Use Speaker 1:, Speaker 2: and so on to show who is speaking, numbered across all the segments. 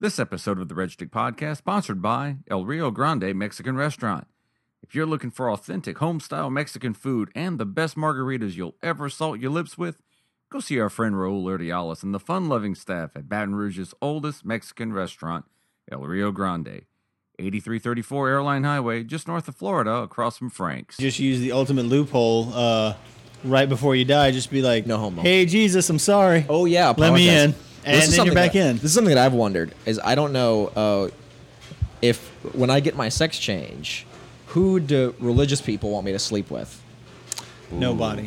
Speaker 1: This episode of the Red Stick Podcast sponsored by El Rio Grande Mexican Restaurant. If you're looking for authentic home-style Mexican food and the best margaritas you'll ever salt your lips with, go see our friend Raul Urdiales and the fun-loving staff at Baton Rouge's oldest Mexican restaurant, El Rio Grande, 8334 Airline Highway, just north of Florida, across from Frank's.
Speaker 2: Just use the ultimate loophole uh, right before you die. Just be like,
Speaker 3: No homo.
Speaker 2: Hey, Jesus, I'm sorry.
Speaker 3: Oh yeah,
Speaker 2: Let me
Speaker 3: apologize.
Speaker 2: in. And then you're
Speaker 3: something
Speaker 2: back
Speaker 3: that-
Speaker 2: in.
Speaker 3: This is something that I've wondered: is I don't know uh, if when I get my sex change, who do religious people want me to sleep with?
Speaker 2: Nobody.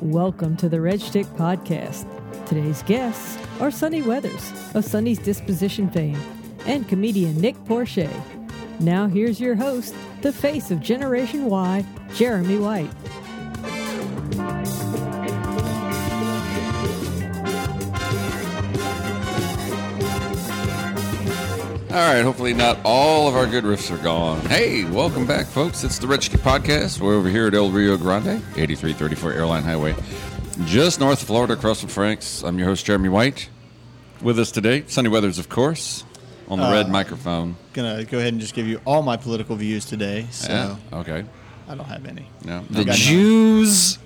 Speaker 4: Welcome to the Red Stick Podcast. Today's guests are Sonny Weathers of Sonny's Disposition fame and comedian Nick Porche. Now here's your host, the face of Generation Y, Jeremy White.
Speaker 1: All right, hopefully not all of our good riffs are gone. Hey, welcome back, folks. It's the Red Stick Podcast. We're over here at El Rio Grande, 8334 Airline Highway, just north of Florida, across from Frank's. I'm your host, Jeremy White. With us today, Sunny Weathers, of course, on the red microphone.
Speaker 2: Gonna go ahead and just give you all my political views today. So
Speaker 1: Yeah, okay.
Speaker 2: I don't have any.
Speaker 1: No,
Speaker 2: I got
Speaker 3: Jews.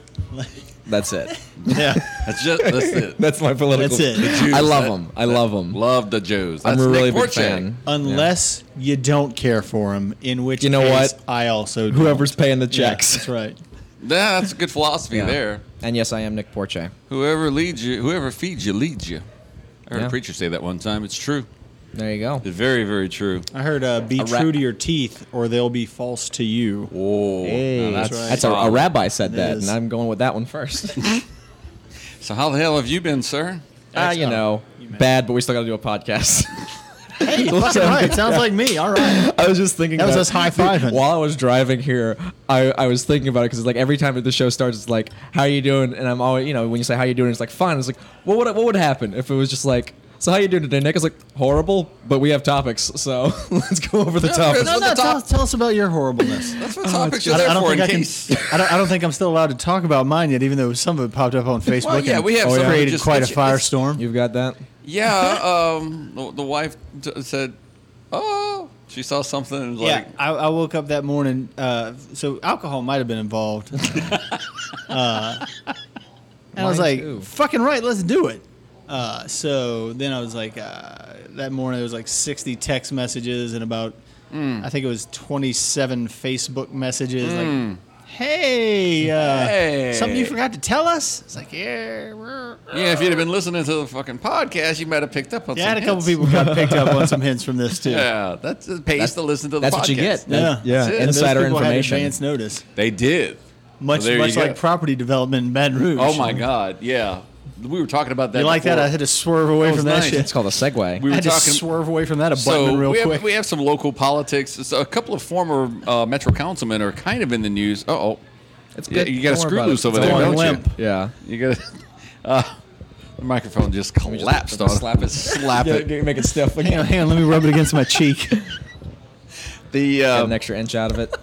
Speaker 3: That's it.
Speaker 2: none. Yeah,
Speaker 1: That's just that's it.
Speaker 3: That's my political.
Speaker 2: that's it.
Speaker 3: I love them. I love them.
Speaker 1: Love the Jews.
Speaker 3: I'm
Speaker 1: That's
Speaker 3: a really
Speaker 1: Nick
Speaker 3: big
Speaker 1: Porche.
Speaker 3: fan.
Speaker 2: Unless you don't care for him, in which
Speaker 3: You know
Speaker 2: case
Speaker 3: what?
Speaker 2: I also don't.
Speaker 3: Whoever's paying the
Speaker 2: Yeah,
Speaker 3: checks.
Speaker 2: that's right.
Speaker 1: Yeah, that's a good philosophy
Speaker 3: Yeah.
Speaker 1: there.
Speaker 3: And yes, I am Nick Porche.
Speaker 1: Whoever leads you, whoever feeds you, leads you. I heard
Speaker 3: Yeah.
Speaker 1: a preacher say that one time. It's true.
Speaker 3: There you go.
Speaker 1: It's very, very true.
Speaker 2: I heard uh, be
Speaker 3: ra-
Speaker 2: true to your teeth, or they'll be false to you.
Speaker 1: Whoa.
Speaker 3: Hey,
Speaker 1: Now
Speaker 2: right.
Speaker 3: that's, a, a rabbi said
Speaker 2: It
Speaker 3: that,
Speaker 2: is.
Speaker 3: and I'm going with that one first.
Speaker 1: So how the hell have you been, sir?
Speaker 3: Ah, you
Speaker 2: Excellent.
Speaker 3: know,
Speaker 2: You may.
Speaker 3: bad, but we still got to do a podcast.
Speaker 2: Hey, fucking
Speaker 3: sound
Speaker 2: right. Sounds like me. All right.
Speaker 3: I was just thinking
Speaker 2: That was
Speaker 3: about-
Speaker 2: us high-fiving.
Speaker 3: While I was driving here, I, I was thinking about it because like every time that the show starts, it's like, "How you doing?" And I'm always, you know, when you say "How you doing," it's like fine. It's like, what would what would happen if it was just like, "So how you doing today, Nick?" It's like horrible, but we have topics, so let's go over the topics.
Speaker 2: No,
Speaker 1: What's
Speaker 2: no.
Speaker 1: the
Speaker 2: Tell,
Speaker 1: top-
Speaker 2: tell us about your horribleness.
Speaker 1: That's what topics
Speaker 2: I don't,
Speaker 1: are there
Speaker 2: I don't
Speaker 1: for in
Speaker 2: think I can.
Speaker 1: case.
Speaker 2: I don't, I don't think I'm still allowed to talk about mine yet, even though some of it popped up on Facebook.
Speaker 1: yeah,
Speaker 2: and
Speaker 1: we have some that
Speaker 2: created
Speaker 1: just-
Speaker 2: quite a
Speaker 1: it's- it's-
Speaker 2: firestorm.
Speaker 3: You've got that.
Speaker 1: Yeah, um, the, the wife t- said, "Oh, she saw something." And was
Speaker 2: yeah,
Speaker 1: like,
Speaker 2: I, I woke up that morning. Uh, so alcohol might have been involved. uh, and I was
Speaker 3: Mine
Speaker 2: like,
Speaker 3: too.
Speaker 2: "Fucking right, let's do it." Uh, so then I was like, uh, that morning there was like 60 text messages and about,
Speaker 1: Hmm.
Speaker 2: I think it was 27 Facebook messages. Like, hey, uh,
Speaker 1: Hmm. Hey.
Speaker 2: something you forgot to tell us? It's like, yeah, we're.
Speaker 1: "Yeah, if you'd have been listening to the fucking podcast, you might have picked up on."
Speaker 2: Yeah, I
Speaker 1: some
Speaker 2: had a couple
Speaker 1: hints.
Speaker 2: people got picked up on some hints from this too.
Speaker 1: Yeah, that's it pays to listen to the.
Speaker 3: That's
Speaker 1: podcast.
Speaker 3: what you get.
Speaker 2: Yeah,
Speaker 3: yeah.
Speaker 1: That's it.
Speaker 2: And those
Speaker 3: Insider
Speaker 2: people had
Speaker 3: information.
Speaker 2: advance notice.
Speaker 1: They did.
Speaker 2: Much,
Speaker 1: So there
Speaker 2: much
Speaker 1: you
Speaker 2: like
Speaker 1: go.
Speaker 2: property development in Baton Rouge.
Speaker 1: Oh my God! Yeah, we were talking about that.
Speaker 2: You like that?
Speaker 1: before.
Speaker 2: I had to swerve away
Speaker 1: That
Speaker 2: from
Speaker 1: was
Speaker 2: that
Speaker 1: nice.
Speaker 3: It's
Speaker 2: shit.
Speaker 3: called a segue.
Speaker 1: We
Speaker 2: I
Speaker 1: were
Speaker 2: had to
Speaker 1: talking.
Speaker 2: swerve away from that abutment
Speaker 1: so
Speaker 2: real
Speaker 1: we
Speaker 2: quick.
Speaker 1: have, we have some local politics. So a couple of former uh, metro councilmen are kind of in the news. Uh oh,
Speaker 3: It's
Speaker 1: Yeah, you got
Speaker 3: Don't
Speaker 1: a
Speaker 3: worry
Speaker 1: screw
Speaker 3: about it.
Speaker 1: loose over
Speaker 3: It's
Speaker 1: there,
Speaker 3: all
Speaker 1: don't
Speaker 2: limp.
Speaker 1: you?
Speaker 3: Yeah.
Speaker 1: You got uh, the microphone just collapsed on.
Speaker 3: Slap it.
Speaker 1: slap
Speaker 3: Yeah,
Speaker 1: it.
Speaker 3: Make it stiff.
Speaker 2: hang on,
Speaker 3: Get
Speaker 2: hang on. Let me rub it against my cheek.
Speaker 1: Uh, The
Speaker 3: an
Speaker 1: uh,
Speaker 3: extra inch out of it.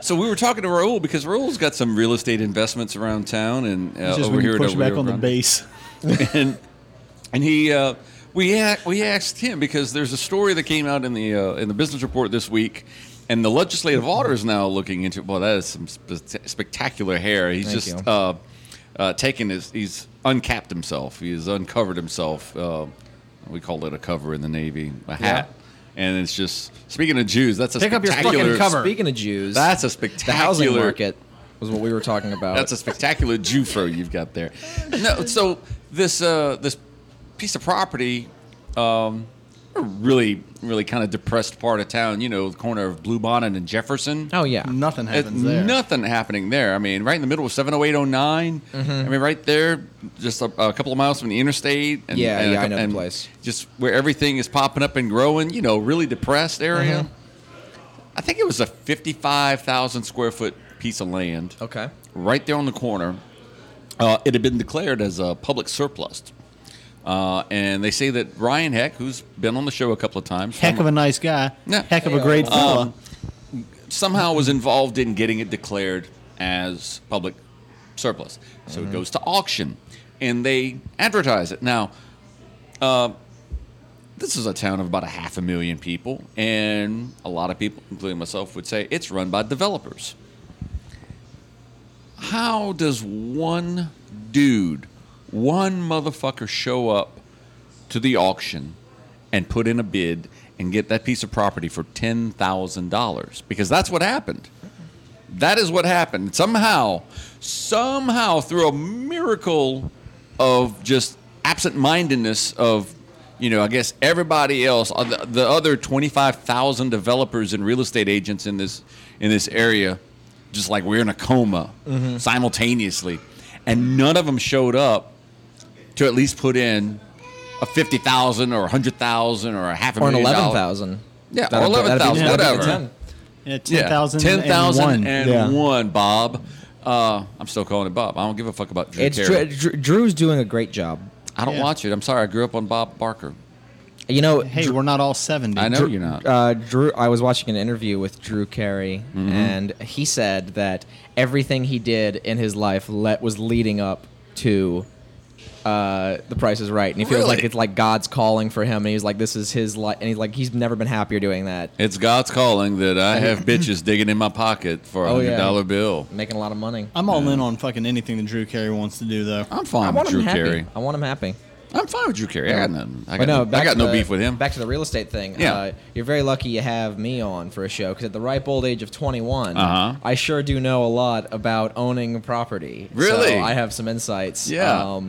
Speaker 1: so we were talking to Raul because Raul's got some real estate investments around town and uh,
Speaker 2: Just
Speaker 1: over
Speaker 2: when
Speaker 1: here
Speaker 2: you
Speaker 1: at
Speaker 2: push
Speaker 1: El
Speaker 2: back
Speaker 1: Rio
Speaker 2: on the
Speaker 1: Grande.
Speaker 2: base.
Speaker 1: and and he uh, we a- we asked him because there's a story that came out in the uh, in the business report this week. And the legislative author is now looking into. Well, that is some spe- spectacular hair. He's
Speaker 3: Thank
Speaker 1: just
Speaker 3: you.
Speaker 1: uh, uh, taken his. He's uncapped himself. He's uncovered himself. Uh, we call it a cover in the Navy, a hat. And it's just speaking of Jews. That's a
Speaker 2: Pick up your fucking
Speaker 1: spectacular
Speaker 2: cover.
Speaker 3: Speaking of Jews,
Speaker 1: That's a
Speaker 3: the housing
Speaker 1: spectacular
Speaker 3: market was what we were talking about.
Speaker 1: that's a spectacular Jufro you've got there. No, so this uh, this piece of property, um, a really really kind of depressed part of town. You know, the corner of Bluebonnet and Jefferson.
Speaker 3: oh yeah.
Speaker 2: Nothing
Speaker 1: It-
Speaker 2: happens there.
Speaker 1: Nothing happening there. I mean, right in the middle of 70809. I mean, right there, just a, a couple of miles from the interstate. And,
Speaker 3: Yeah,
Speaker 1: and a
Speaker 3: yeah, I
Speaker 1: cou-
Speaker 3: know the
Speaker 1: and
Speaker 3: place.
Speaker 1: Just where everything is popping up and growing. You know, really depressed area. I think it was a 55,000 square foot piece of land
Speaker 3: Okay.
Speaker 1: right there on the corner. Uh, it had been declared as a public surplus. Uh, and they say that Ryan Heck, who's been on the show a couple of times,
Speaker 2: Heck of
Speaker 1: some-
Speaker 2: a nice guy.
Speaker 1: Yeah. Um,
Speaker 2: Heck of a great fella.
Speaker 1: somehow was involved in getting it declared as public surplus. So it goes to auction, and they advertise it. Now, uh, this is a town of about a half a million people, and a lot of people, including myself, would say it's run by developers. How does one dude, one motherfucker, show up to the auction and put in a bid and get that piece of property for ten thousand dollars? Because that's what happened. That is what happened. Somehow, somehow through a miracle of just absent-mindedness of, you know, I guess everybody else, uh, the, the other 25,000 developers and real estate agents in this in this area, just like we're in a coma
Speaker 5: Mm-hmm.
Speaker 1: simultaneously, and none of them showed up to at least put in a fifty thousand or a hundred thousand or a half a
Speaker 5: or an
Speaker 1: million
Speaker 5: eleven
Speaker 1: dollars.
Speaker 5: thousand.
Speaker 1: Yeah, or 11,000, whatever.
Speaker 2: Yeah,
Speaker 1: Yeah,
Speaker 2: 10,000 and
Speaker 1: 10,001,
Speaker 2: one.
Speaker 5: Yeah.
Speaker 1: Bob. Uh, I'm still calling it Bob. I don't give a fuck about Drew
Speaker 3: It's
Speaker 1: Carey.
Speaker 3: Dr- Dr- Drew's doing a great job.
Speaker 1: I don't
Speaker 2: Yeah.
Speaker 1: watch it. I'm sorry. I grew up on Bob Barker.
Speaker 3: You know,
Speaker 2: Hey, we're not all 70.
Speaker 1: I know you're not.
Speaker 3: uh, Drew. I was watching an interview with Drew Carey,
Speaker 1: Mm-hmm.
Speaker 3: and he said that everything he did in his life let was leading up to uh, The Price Is Right, and he feels
Speaker 1: Really?
Speaker 3: like it's like God's calling for him, and he's like, this is his life, and he's like, he's never been happier doing that,
Speaker 1: It's God's calling that I have bitches digging in my pocket for a
Speaker 3: Oh, yeah.
Speaker 1: hundred dollar bill.
Speaker 3: making a lot of money.
Speaker 2: I'm all in on fucking anything that Drew Carey wants to do, though.
Speaker 1: I'm fine
Speaker 3: want
Speaker 1: with Drew
Speaker 3: him happy.
Speaker 1: Carey.
Speaker 3: I want him happy.
Speaker 1: I'm fine with Drew Carey. I got nothing. I got
Speaker 3: But
Speaker 1: no, I
Speaker 3: back
Speaker 1: got
Speaker 3: to
Speaker 1: no
Speaker 3: the-
Speaker 1: beef with him.
Speaker 3: Back to the real estate thing.
Speaker 1: Yeah.
Speaker 3: Uh, you're very lucky you have me on for a show because at the ripe old age of 21,
Speaker 1: Uh-huh.
Speaker 3: I sure do know a lot about owning property.
Speaker 1: Really?
Speaker 3: So I have some insights. Um,
Speaker 1: Yeah.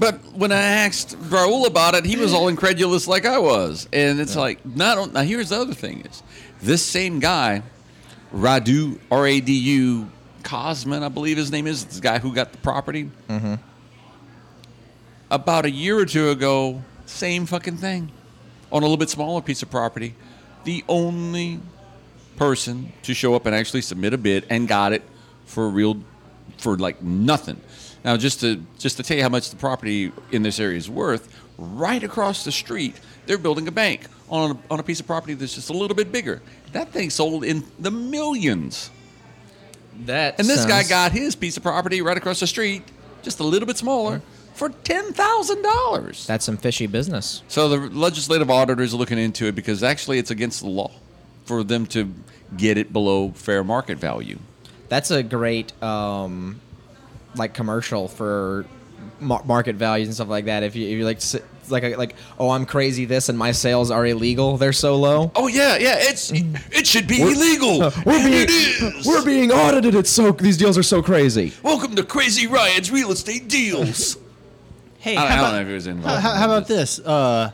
Speaker 1: But when I asked Raul about it, he was all incredulous like I was. And it's like, not now here's the other thing is this same guy, Radu R A D U Cosman, I believe his name is, the guy who got the property. About a year or two ago, same fucking thing. On a little bit smaller piece of property. The only person to show up and actually submit a bid and got it for a real for like nothing. Now just to just to tell you how much the property in this area is worth, right across the street they're building a bank on a, on a piece of property that's just a little bit bigger. That thing sold in the millions.
Speaker 3: that
Speaker 1: And this guy
Speaker 3: sounds-
Speaker 1: got his piece of property right across the street, just a little bit smaller, for $10,000.
Speaker 3: That's some fishy business.
Speaker 1: So the legislative auditors are looking into it because actually it's against the law for them to get it below fair market value.
Speaker 3: That's a great, um, like, commercial for mar- market values and stuff like that. If, you, if you're like, s- like, a, like, oh, I'm crazy this and my sales are illegal, they're so low.
Speaker 1: Oh yeah, yeah, it's it should be illegal.
Speaker 5: We're
Speaker 1: And
Speaker 5: being,
Speaker 1: it is.
Speaker 5: we're being audited. It's so these deals are so crazy.
Speaker 1: Welcome to Crazy Ryan's real estate deals.
Speaker 2: Hey, how
Speaker 1: I, I
Speaker 2: about-
Speaker 1: don't know if he was
Speaker 2: How,
Speaker 1: involved.
Speaker 2: how, how about this? Uh,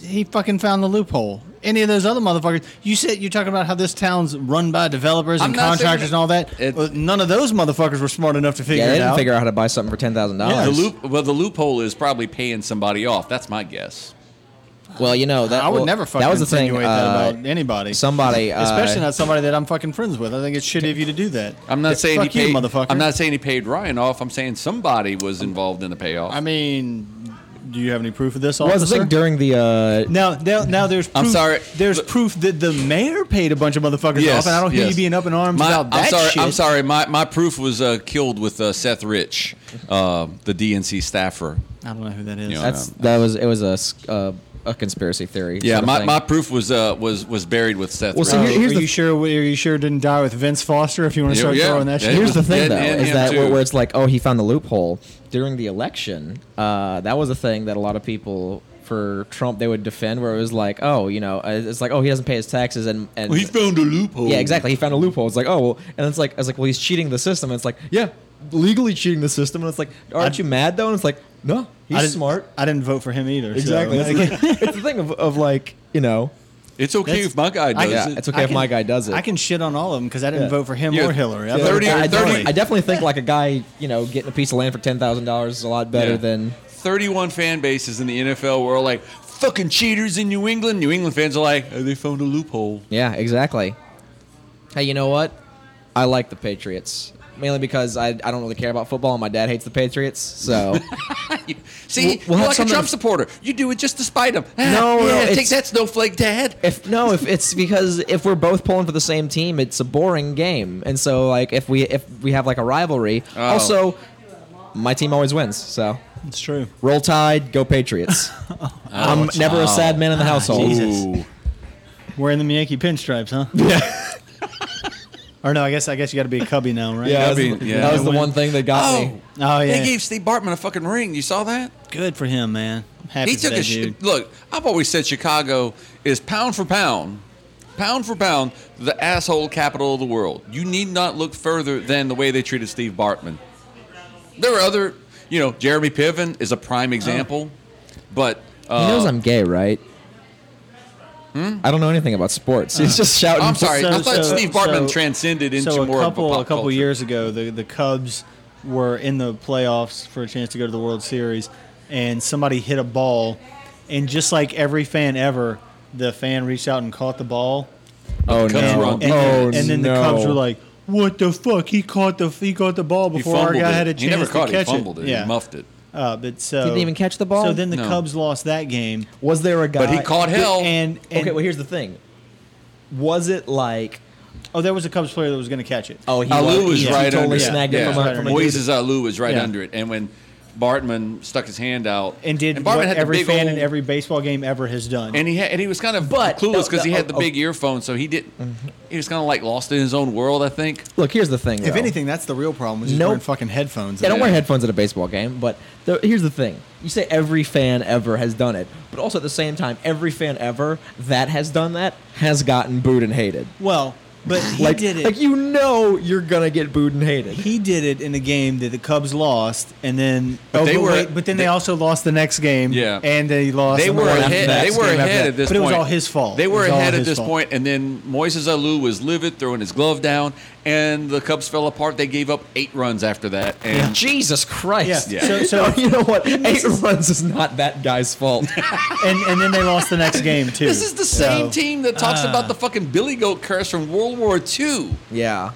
Speaker 2: he fucking found the loophole. Any of those other motherfuckers? You said you're talking about how this town's run by developers and
Speaker 1: I'm not saying
Speaker 2: contractors and all that.
Speaker 1: it-
Speaker 2: well, none of those motherfuckers were smart enough to figure
Speaker 3: Yeah, they
Speaker 2: it
Speaker 3: didn't
Speaker 2: out.
Speaker 3: figure out how to buy something for ten thousand
Speaker 1: The
Speaker 3: dollars.
Speaker 1: loop, well, the loophole is probably paying somebody off. That's my guess.
Speaker 3: Well, you know that
Speaker 2: I would
Speaker 3: well,
Speaker 2: never fucking
Speaker 3: that was the thing.
Speaker 2: insinuate that
Speaker 3: uh,
Speaker 2: about anybody.
Speaker 3: Somebody, uh,
Speaker 2: Especially not somebody that I'm fucking friends with. I think it's shitty of you to do that.
Speaker 1: I'm not saying
Speaker 2: Fuck
Speaker 1: he paid.
Speaker 2: you, motherfucker.
Speaker 1: I'm not saying he paid Ryan off. I'm saying somebody was involved in the payoff.
Speaker 2: I mean, do you have any proof of this,
Speaker 3: Well,
Speaker 2: officer?
Speaker 3: that's the thing during the uh,
Speaker 2: now, now, now there's proof,
Speaker 1: I'm sorry.
Speaker 2: There's proof that the mayor paid a bunch of motherfuckers off, and I don't hear you
Speaker 1: yes.
Speaker 2: being up in arms
Speaker 1: My-
Speaker 2: about that
Speaker 1: I'm sorry,
Speaker 2: shit.
Speaker 1: I'm sorry. My, my proof was uh, killed with uh, Seth Rich, uh, the DNC staffer.
Speaker 2: I don't know who that is.
Speaker 1: You know, um,
Speaker 3: that's that was it was a s- uh, a conspiracy theory.
Speaker 1: Yeah,
Speaker 3: sort of
Speaker 1: my,
Speaker 3: thing.
Speaker 1: my proof was uh, was was buried with Seth.
Speaker 5: Well,
Speaker 1: Rich.
Speaker 5: so here- here's
Speaker 2: are
Speaker 5: the-
Speaker 2: you sure? Are you sure it didn't die with Vince Foster? If you want to
Speaker 1: Yeah,
Speaker 2: start
Speaker 1: yeah.
Speaker 2: throwing that
Speaker 1: Yeah,
Speaker 2: shit.
Speaker 1: it
Speaker 3: Here's
Speaker 1: was
Speaker 3: the thing,
Speaker 1: and-
Speaker 3: though,
Speaker 1: and
Speaker 3: is
Speaker 1: him,
Speaker 3: that where,
Speaker 1: too.
Speaker 3: where it's like, oh, he found the loophole during the election. Uh, that was a thing that a lot of people for Trump they would defend, where it was like, oh, you know, uh, it's like, oh, he doesn't pay his taxes, and, and
Speaker 1: Well, he found a loophole.
Speaker 3: yeah, exactly, he found a loophole. It's like, oh, well, and it's like, it's like, well, he's cheating the system. And it's like, yeah, legally cheating the system, and it's like, aren't
Speaker 2: I-
Speaker 3: you mad though? And it's like, no,
Speaker 2: I
Speaker 3: he's
Speaker 2: didn't-
Speaker 3: smart.
Speaker 2: I didn't vote for him either. so-
Speaker 3: Exactly. It's, it's the thing of, of like, you know,
Speaker 1: It's okay
Speaker 2: That's-
Speaker 1: if my guy does
Speaker 3: yeah,
Speaker 1: it.
Speaker 3: it's okay if my guy does it.
Speaker 2: I can shit on all of them because I didn't
Speaker 3: Yeah.
Speaker 2: vote for him
Speaker 1: Yeah.
Speaker 2: or Hillary. I
Speaker 1: Yeah.
Speaker 2: voted
Speaker 1: 30
Speaker 2: for
Speaker 1: or
Speaker 3: I,
Speaker 2: Bernie.
Speaker 3: definitely,
Speaker 1: 30.
Speaker 3: I definitely think like a guy, you know, getting a piece of land for ten thousand dollars is a lot better
Speaker 1: Yeah.
Speaker 3: than
Speaker 1: 31 fan bases in the NFL were all like fucking cheaters in New England. New England fans are like, oh, they found a loophole.
Speaker 3: yeah, exactly. Hey, you know what? I like the Patriots. mainly because I, I don't really care about football and my dad hates the Patriots. So
Speaker 1: See,
Speaker 3: we'll
Speaker 1: you're
Speaker 3: have
Speaker 1: like a
Speaker 3: something-
Speaker 1: Trump supporter. You do it just to spite him. Ah,
Speaker 3: No, no,
Speaker 1: yeah, take
Speaker 3: it's-
Speaker 1: that snowflake, Dad.
Speaker 3: if no, if it's because if we're both pulling for the same team, it's a boring game. And so like if we if we have like a rivalry,
Speaker 1: Oh.
Speaker 3: also my team always wins. So
Speaker 2: It's true.
Speaker 3: roll tide, go Patriots. I'm never a sad man in
Speaker 1: Ah,
Speaker 3: the household.
Speaker 2: Jesus. Wearing the Yankee pinstripes, huh? Yeah. or no, I guess I guess you got to be a cubby now, right?
Speaker 6: Yeah, that was,
Speaker 1: That'd
Speaker 6: the-
Speaker 1: be- yeah.
Speaker 6: that was the one thing that got
Speaker 1: Oh,
Speaker 6: me.
Speaker 2: Oh, yeah.
Speaker 1: They gave Steve Bartman a fucking ring. You saw that?
Speaker 2: Good for him, man. I'm happy
Speaker 1: He
Speaker 2: for
Speaker 1: took
Speaker 2: that
Speaker 1: a sh-
Speaker 2: dude.
Speaker 1: look. I've always said Chicago is pound for pound, pound for pound, the asshole capital of the world. You need not look further than the way they treated Steve Bartman. There are other, you know, Jeremy Piven is a prime example, but uh,
Speaker 3: Oh. He knows I'm gay, right? I don't know anything about sports.
Speaker 1: Uh.
Speaker 3: He's just shouting.
Speaker 1: I'm sorry. I
Speaker 2: So-
Speaker 1: thought
Speaker 2: so-
Speaker 1: Steve Bartman
Speaker 2: so-
Speaker 1: transcended into
Speaker 2: so a
Speaker 1: more
Speaker 2: couple
Speaker 1: of a pop
Speaker 2: a couple
Speaker 1: culture.
Speaker 2: years ago, the the Cubs were in the playoffs for a chance to go to the World Series, and somebody hit a ball, and just like every fan ever, the fan reached out and caught the ball,
Speaker 3: Oh
Speaker 1: Cubs were
Speaker 3: no!
Speaker 1: on-
Speaker 2: and,
Speaker 3: oh
Speaker 2: and then the
Speaker 3: no.
Speaker 2: Cubs were like. What the fuck? He caught the he caught the ball before our
Speaker 1: fumbled
Speaker 2: guy
Speaker 1: it.
Speaker 2: had a chance
Speaker 1: He never
Speaker 2: to
Speaker 1: caught it. He
Speaker 2: catch
Speaker 1: fumbled it.
Speaker 2: Yeah.
Speaker 1: He muffed it.
Speaker 2: Uh, but so
Speaker 3: Didn't even catch the ball?
Speaker 2: So then the
Speaker 1: No.
Speaker 2: Cubs lost that game.
Speaker 3: "Was there a guy?"
Speaker 1: But he caught hell.
Speaker 2: And, and
Speaker 3: okay, well here's the thing. Was it like?
Speaker 2: oh, there was a Cubs player that was going to catch it.
Speaker 3: Oh, he
Speaker 1: Alou
Speaker 3: was,
Speaker 1: was
Speaker 3: he
Speaker 1: right
Speaker 3: totally
Speaker 1: under it.
Speaker 3: snagged
Speaker 1: Yeah.
Speaker 3: it from a, from a dude.
Speaker 1: Moises Alou was right
Speaker 2: Yeah.
Speaker 1: under it, and when Bartman stuck his hand out
Speaker 2: and did
Speaker 1: Bartman
Speaker 2: what
Speaker 1: had the
Speaker 2: every
Speaker 1: big
Speaker 2: fan
Speaker 1: old-
Speaker 2: in every baseball game ever has done.
Speaker 1: and he had, and he was kind of
Speaker 3: But-
Speaker 1: clueless because he
Speaker 3: no,
Speaker 1: had the
Speaker 3: oh,
Speaker 1: big earphone, so he didn't.
Speaker 2: Mm-hmm.
Speaker 1: He was kind of like lost in his own world, I think.
Speaker 3: Look, here's the thing.
Speaker 2: if
Speaker 3: though.
Speaker 2: anything, that's the real problem. Is just
Speaker 3: Nope.
Speaker 2: wearing fucking headphones.
Speaker 3: They don't wear
Speaker 1: Yeah.
Speaker 3: headphones at a baseball game, but the, here's the thing. You say every fan ever has done it, but also at the same time, every fan ever that has done that has gotten booed and hated.
Speaker 2: Well, but he
Speaker 3: like,
Speaker 2: did it.
Speaker 3: like you know you're gonna get booed and hated.
Speaker 2: he did it in a game that the Cubs lost, and then
Speaker 1: But
Speaker 2: oh,
Speaker 1: they
Speaker 2: but,
Speaker 1: were-
Speaker 2: wait, but then they,
Speaker 1: they-
Speaker 2: also lost the next game.
Speaker 1: Yeah.
Speaker 2: and they lost.
Speaker 1: They
Speaker 2: and the
Speaker 1: were
Speaker 2: one after
Speaker 1: ahead.
Speaker 2: that.
Speaker 1: They were
Speaker 2: Game after
Speaker 1: ahead
Speaker 2: that.
Speaker 1: at this
Speaker 2: but
Speaker 1: point.
Speaker 2: it was all his fault.
Speaker 1: They
Speaker 2: It
Speaker 1: were
Speaker 2: was all
Speaker 1: ahead at
Speaker 2: his
Speaker 1: this
Speaker 2: fault.
Speaker 1: point, and then Moises Alou was livid, throwing his glove down, and the Cubs fell apart. They gave up eight runs after that, and
Speaker 3: Jesus Christ!
Speaker 2: Yeah.
Speaker 1: Yeah.
Speaker 2: So, so
Speaker 3: you know what? Eight runs is not that guy's fault.
Speaker 2: and, and then they lost the next game too.
Speaker 1: this is the
Speaker 2: So-
Speaker 1: same team that talks
Speaker 3: uh,
Speaker 1: about the fucking Billy Goat curse from World War II.
Speaker 3: yeah.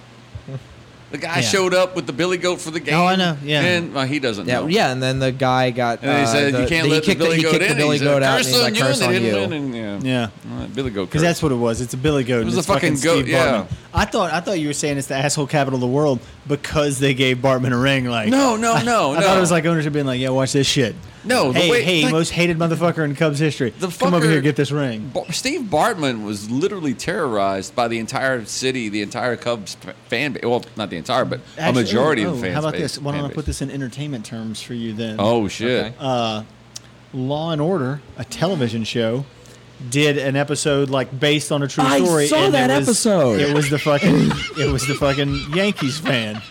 Speaker 1: The guy
Speaker 2: Yeah.
Speaker 1: showed up with the Billy Goat for the game.
Speaker 2: Oh, I know, yeah.
Speaker 1: and well, he doesn't.
Speaker 3: Yeah,
Speaker 1: know.
Speaker 3: yeah, and then the guy got.
Speaker 1: And they
Speaker 3: uh,
Speaker 1: said
Speaker 3: the,
Speaker 1: you can't
Speaker 3: the,
Speaker 1: let
Speaker 3: he
Speaker 1: the
Speaker 3: kicked the,
Speaker 1: Billy
Speaker 3: he
Speaker 1: Goat
Speaker 3: kicked
Speaker 1: in.
Speaker 3: the Billy
Speaker 1: He said,
Speaker 3: goat out, and
Speaker 1: curse
Speaker 3: he's like,
Speaker 1: on you,
Speaker 3: "Curse
Speaker 1: and
Speaker 3: on
Speaker 1: they
Speaker 3: you."
Speaker 1: didn't win, and, yeah.
Speaker 2: Yeah.
Speaker 1: Well, Billy Goat curse.
Speaker 2: Because that's what it was. It's a Billy Goat. It
Speaker 1: was
Speaker 2: and
Speaker 1: a
Speaker 2: it's
Speaker 1: fucking goat,
Speaker 2: Steve
Speaker 1: yeah.
Speaker 2: Bartman. I thought I thought you were saying it's the asshole capital of the world because they gave Bartman a ring. Like
Speaker 1: no, no, no,
Speaker 2: I
Speaker 1: no.
Speaker 2: thought it was like ownership being like, yeah, watch this shit.
Speaker 1: No, the
Speaker 2: hey,
Speaker 1: way-
Speaker 2: hey,
Speaker 1: like-
Speaker 2: most hated motherfucker in Cubs history.
Speaker 1: The
Speaker 2: Come over
Speaker 1: fucker-
Speaker 2: here, get this ring.
Speaker 1: Bar- Steve Bartman was literally terrorized by the entire city, the entire Cubs p- fan base. Well, not the entire, but
Speaker 2: Actually,
Speaker 1: a majority
Speaker 2: oh,
Speaker 1: of the fans.
Speaker 2: How about
Speaker 1: base-
Speaker 2: this? Why don't
Speaker 1: fan
Speaker 2: I put
Speaker 1: base.
Speaker 2: this in entertainment terms for you then?
Speaker 1: Oh shit!
Speaker 3: Okay.
Speaker 2: Law and Order, a television show, did an episode like based on a true
Speaker 3: I
Speaker 2: story.
Speaker 3: saw
Speaker 2: and
Speaker 3: that
Speaker 2: it was,
Speaker 3: episode.
Speaker 2: It was the fucking, it was the fucking Yankees fan.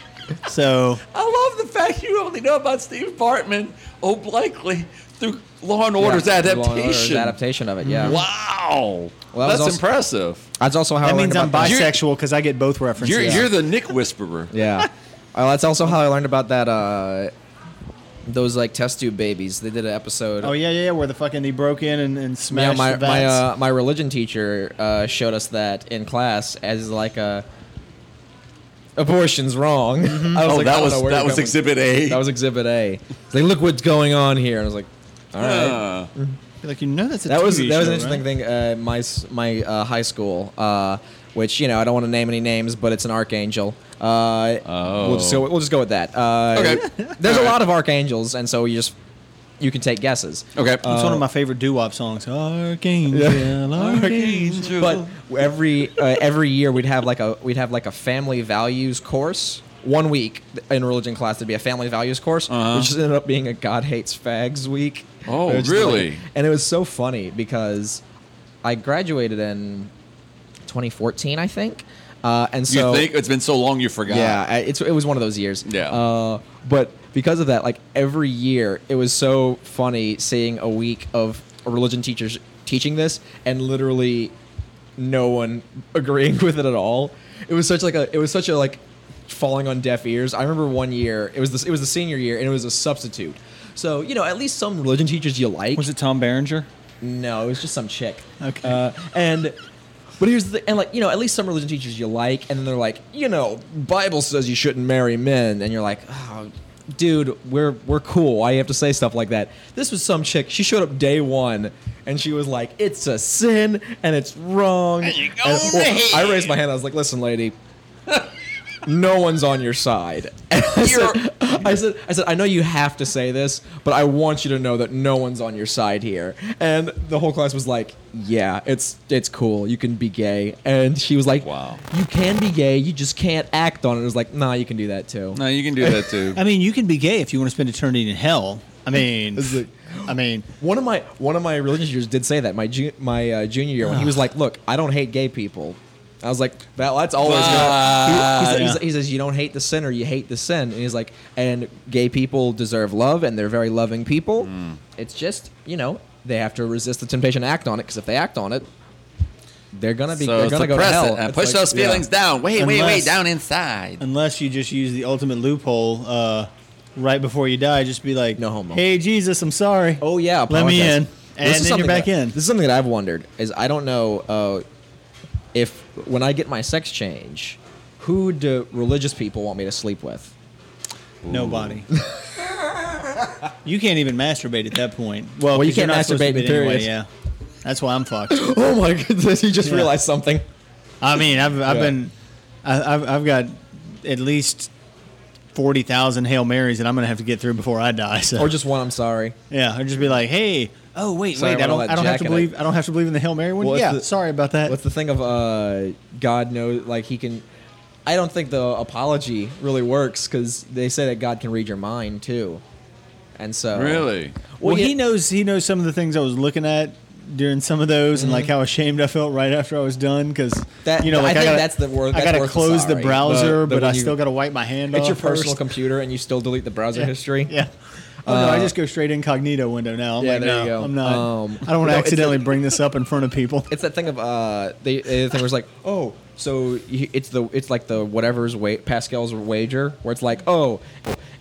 Speaker 2: So
Speaker 1: I love the fact you only know about Steve Bartman obliquely through Law and Order's
Speaker 3: Yeah, the Law and Order's
Speaker 1: adaptation.
Speaker 3: adaptation of it. Yeah,
Speaker 1: Wow,
Speaker 3: Well, that was
Speaker 1: that's
Speaker 3: also-
Speaker 1: impressive.
Speaker 3: that's also how I
Speaker 2: that
Speaker 3: learned
Speaker 2: means I'm
Speaker 3: about that-
Speaker 2: bisexual because I get both references.
Speaker 1: You're,
Speaker 3: Yeah.
Speaker 1: you're the Nick Whisperer.
Speaker 3: Yeah. Well, that's also how I learned about that. Uh, those like test tube babies. They did an episode.
Speaker 2: Oh yeah, yeah, yeah. Where the fucking he broke in and, and
Speaker 3: Yeah,
Speaker 2: smashed
Speaker 3: my
Speaker 2: the
Speaker 3: my
Speaker 2: vats.
Speaker 3: uh, my religion teacher uh, showed us that in class as like a abortion's wrong.
Speaker 2: Mm-hmm.
Speaker 3: I was
Speaker 1: Oh,
Speaker 3: like, I
Speaker 1: that
Speaker 3: don't
Speaker 1: was
Speaker 3: know where
Speaker 1: that
Speaker 3: you're
Speaker 1: was
Speaker 3: coming-
Speaker 1: Exhibit A.
Speaker 3: That was Exhibit A. It's like, look what's going on here. And I was like, all right.
Speaker 1: Uh,
Speaker 2: like you know that's a
Speaker 3: that
Speaker 2: TV
Speaker 3: was that was
Speaker 2: show,
Speaker 3: an interesting
Speaker 2: right?
Speaker 3: thing. Uh, my s- my uh, high school, uh, which you know I don't want to name any names, but it's an archangel. Uh,
Speaker 1: Oh.
Speaker 3: we'll just go. We'll just go with that. Uh,
Speaker 1: Okay.
Speaker 3: There's a
Speaker 1: All right.
Speaker 3: lot of archangels, and so you just you can take guesses.
Speaker 1: okay.
Speaker 2: It's
Speaker 3: Uh,
Speaker 2: one of my favorite doo-wop songs. Archangel, Archangel.
Speaker 3: But every uh, every year we'd have like a we'd have like a family values course. One week in religion class, there'd be a family values course, which ended up being a God hates fags week.
Speaker 1: Uh-huh. Oh,
Speaker 3: It was just like-
Speaker 1: really?
Speaker 3: and it was so funny because I graduated in 2014, I think. Uh, and
Speaker 1: you
Speaker 3: so
Speaker 1: think it's been so long you forgot?
Speaker 3: yeah, I- it's it was one of those years.
Speaker 1: Yeah.
Speaker 3: Uh, but because of that, like every year, it was so funny seeing a week of religion teachers teaching this and literally no one agreeing with it at all. It was such like a it was such a like falling on deaf ears. I remember one year it was this it was the senior year and it was a substitute. So you know at least some religion teachers you like.
Speaker 2: Was it Tom Berenger?
Speaker 3: No, it was just some chick.
Speaker 2: Okay.
Speaker 3: Uh, and But here's the and like you know at least some religion teachers you like, and then they're like you know Bible says you shouldn't marry men, and you're like, oh, dude, we're we're cool. Why you have to say stuff like that? This was some chick. She showed up day one, and she was like, it's a sin and it's wrong. And- well, I raised my hand. I was like, listen, lady, no one's on your side. And I, said, I said, I said, I know you have to say this, but I want you to know that no one's on your side here. And the whole class was like, yeah, it's it's cool. You can be gay. And she was like,
Speaker 1: Wow.
Speaker 3: you can be gay. You just can't act on it. It was like, nah, you can do that too.
Speaker 1: No, you can do that too.
Speaker 2: I mean, you can be gay if you want to spend eternity in hell. I mean,
Speaker 3: It's like-
Speaker 2: I mean,
Speaker 3: One of my one of my religion teachers did say that my ju- my uh, junior year when he was like, "Look, I don't hate gay people." I was like, "That that's always." gonna-" He, he, said- he said- he says, "You don't hate the sinner, you hate the sin," and he's like, "And gay people deserve love, and they're very loving people.
Speaker 1: Hmm.
Speaker 3: It's just you know they have to resist the temptation to act on it because if they act on it, they're gonna be
Speaker 1: so
Speaker 3: they're gonna go to
Speaker 1: suppress
Speaker 3: hell
Speaker 1: it and
Speaker 3: It's
Speaker 1: push
Speaker 3: like-
Speaker 1: those
Speaker 3: yeah.
Speaker 1: feelings down. Wait, wait,
Speaker 2: Unless-
Speaker 1: wait, down inside.
Speaker 2: unless you just use the ultimate loophole uh, right before you die, just be like,
Speaker 3: No homo.
Speaker 2: Hey Jesus, I'm sorry.
Speaker 3: Oh yeah,
Speaker 2: let me
Speaker 3: apologize.
Speaker 2: in, and
Speaker 3: This is
Speaker 2: then you're
Speaker 3: something
Speaker 2: back
Speaker 3: that-
Speaker 2: in.
Speaker 3: This is something that I've wondered: is I don't know uh, if when I get my sex change, who do religious people want me to sleep with?
Speaker 2: Nobody. you can't even masturbate at that point. Well,
Speaker 3: Well, you
Speaker 2: 'cause you're
Speaker 3: can't
Speaker 2: not supposed
Speaker 3: masturbate
Speaker 2: to be
Speaker 3: in
Speaker 2: anyway,
Speaker 3: periods.
Speaker 2: Yeah, that's why I'm fucked.
Speaker 3: Oh my goodness! You just
Speaker 2: Yeah.
Speaker 3: realized something.
Speaker 2: I mean, I've I've
Speaker 3: Yeah.
Speaker 2: been, I, I've I've got at least forty thousand hail marys that I'm gonna have to get through before I die. So
Speaker 3: Or just one. I'm sorry.
Speaker 2: yeah, or just be like, hey, oh wait,
Speaker 3: Sorry
Speaker 2: wait, I
Speaker 3: about all
Speaker 2: don't
Speaker 3: that
Speaker 2: I don't have
Speaker 3: jack
Speaker 2: to
Speaker 3: in
Speaker 2: believe I don't have to believe in the hail mary one.
Speaker 3: What's
Speaker 2: yeah,
Speaker 3: the-
Speaker 2: sorry about that.
Speaker 3: What's the thing of uh, God knows? Like he can. I don't think the apology really works because they say that God can read your mind too, and so
Speaker 1: Really?
Speaker 2: well,
Speaker 3: yeah.
Speaker 2: he knows he knows some of the things I was looking at during some of those, and like how ashamed I felt right after I was done because
Speaker 3: Mm-hmm. That-
Speaker 2: you know
Speaker 3: I
Speaker 2: like I,
Speaker 3: think
Speaker 2: gotta,
Speaker 3: that's the wor-
Speaker 2: I
Speaker 3: that's
Speaker 2: gotta
Speaker 3: worth the
Speaker 2: close the
Speaker 3: sorry.
Speaker 2: browser,
Speaker 3: The- the
Speaker 2: but
Speaker 3: when
Speaker 2: I
Speaker 3: you-
Speaker 2: still gotta wipe my hand
Speaker 3: It's
Speaker 2: off.
Speaker 3: your personal
Speaker 2: first.
Speaker 3: computer, and you still delete the browser history. Uh,
Speaker 2: Yeah. Oh, no, I just go straight incognito window now. I'm
Speaker 3: yeah,
Speaker 2: like,
Speaker 3: there
Speaker 2: no,
Speaker 3: you go.
Speaker 2: I'm not.
Speaker 3: Um,
Speaker 2: I don't want
Speaker 3: no,
Speaker 2: to
Speaker 3: it's
Speaker 2: accidentally bring this up in front of people.
Speaker 3: it's that thing of uh they the thing was like oh so y- it's the it's like the whatever's weight pascal's wager where it's like oh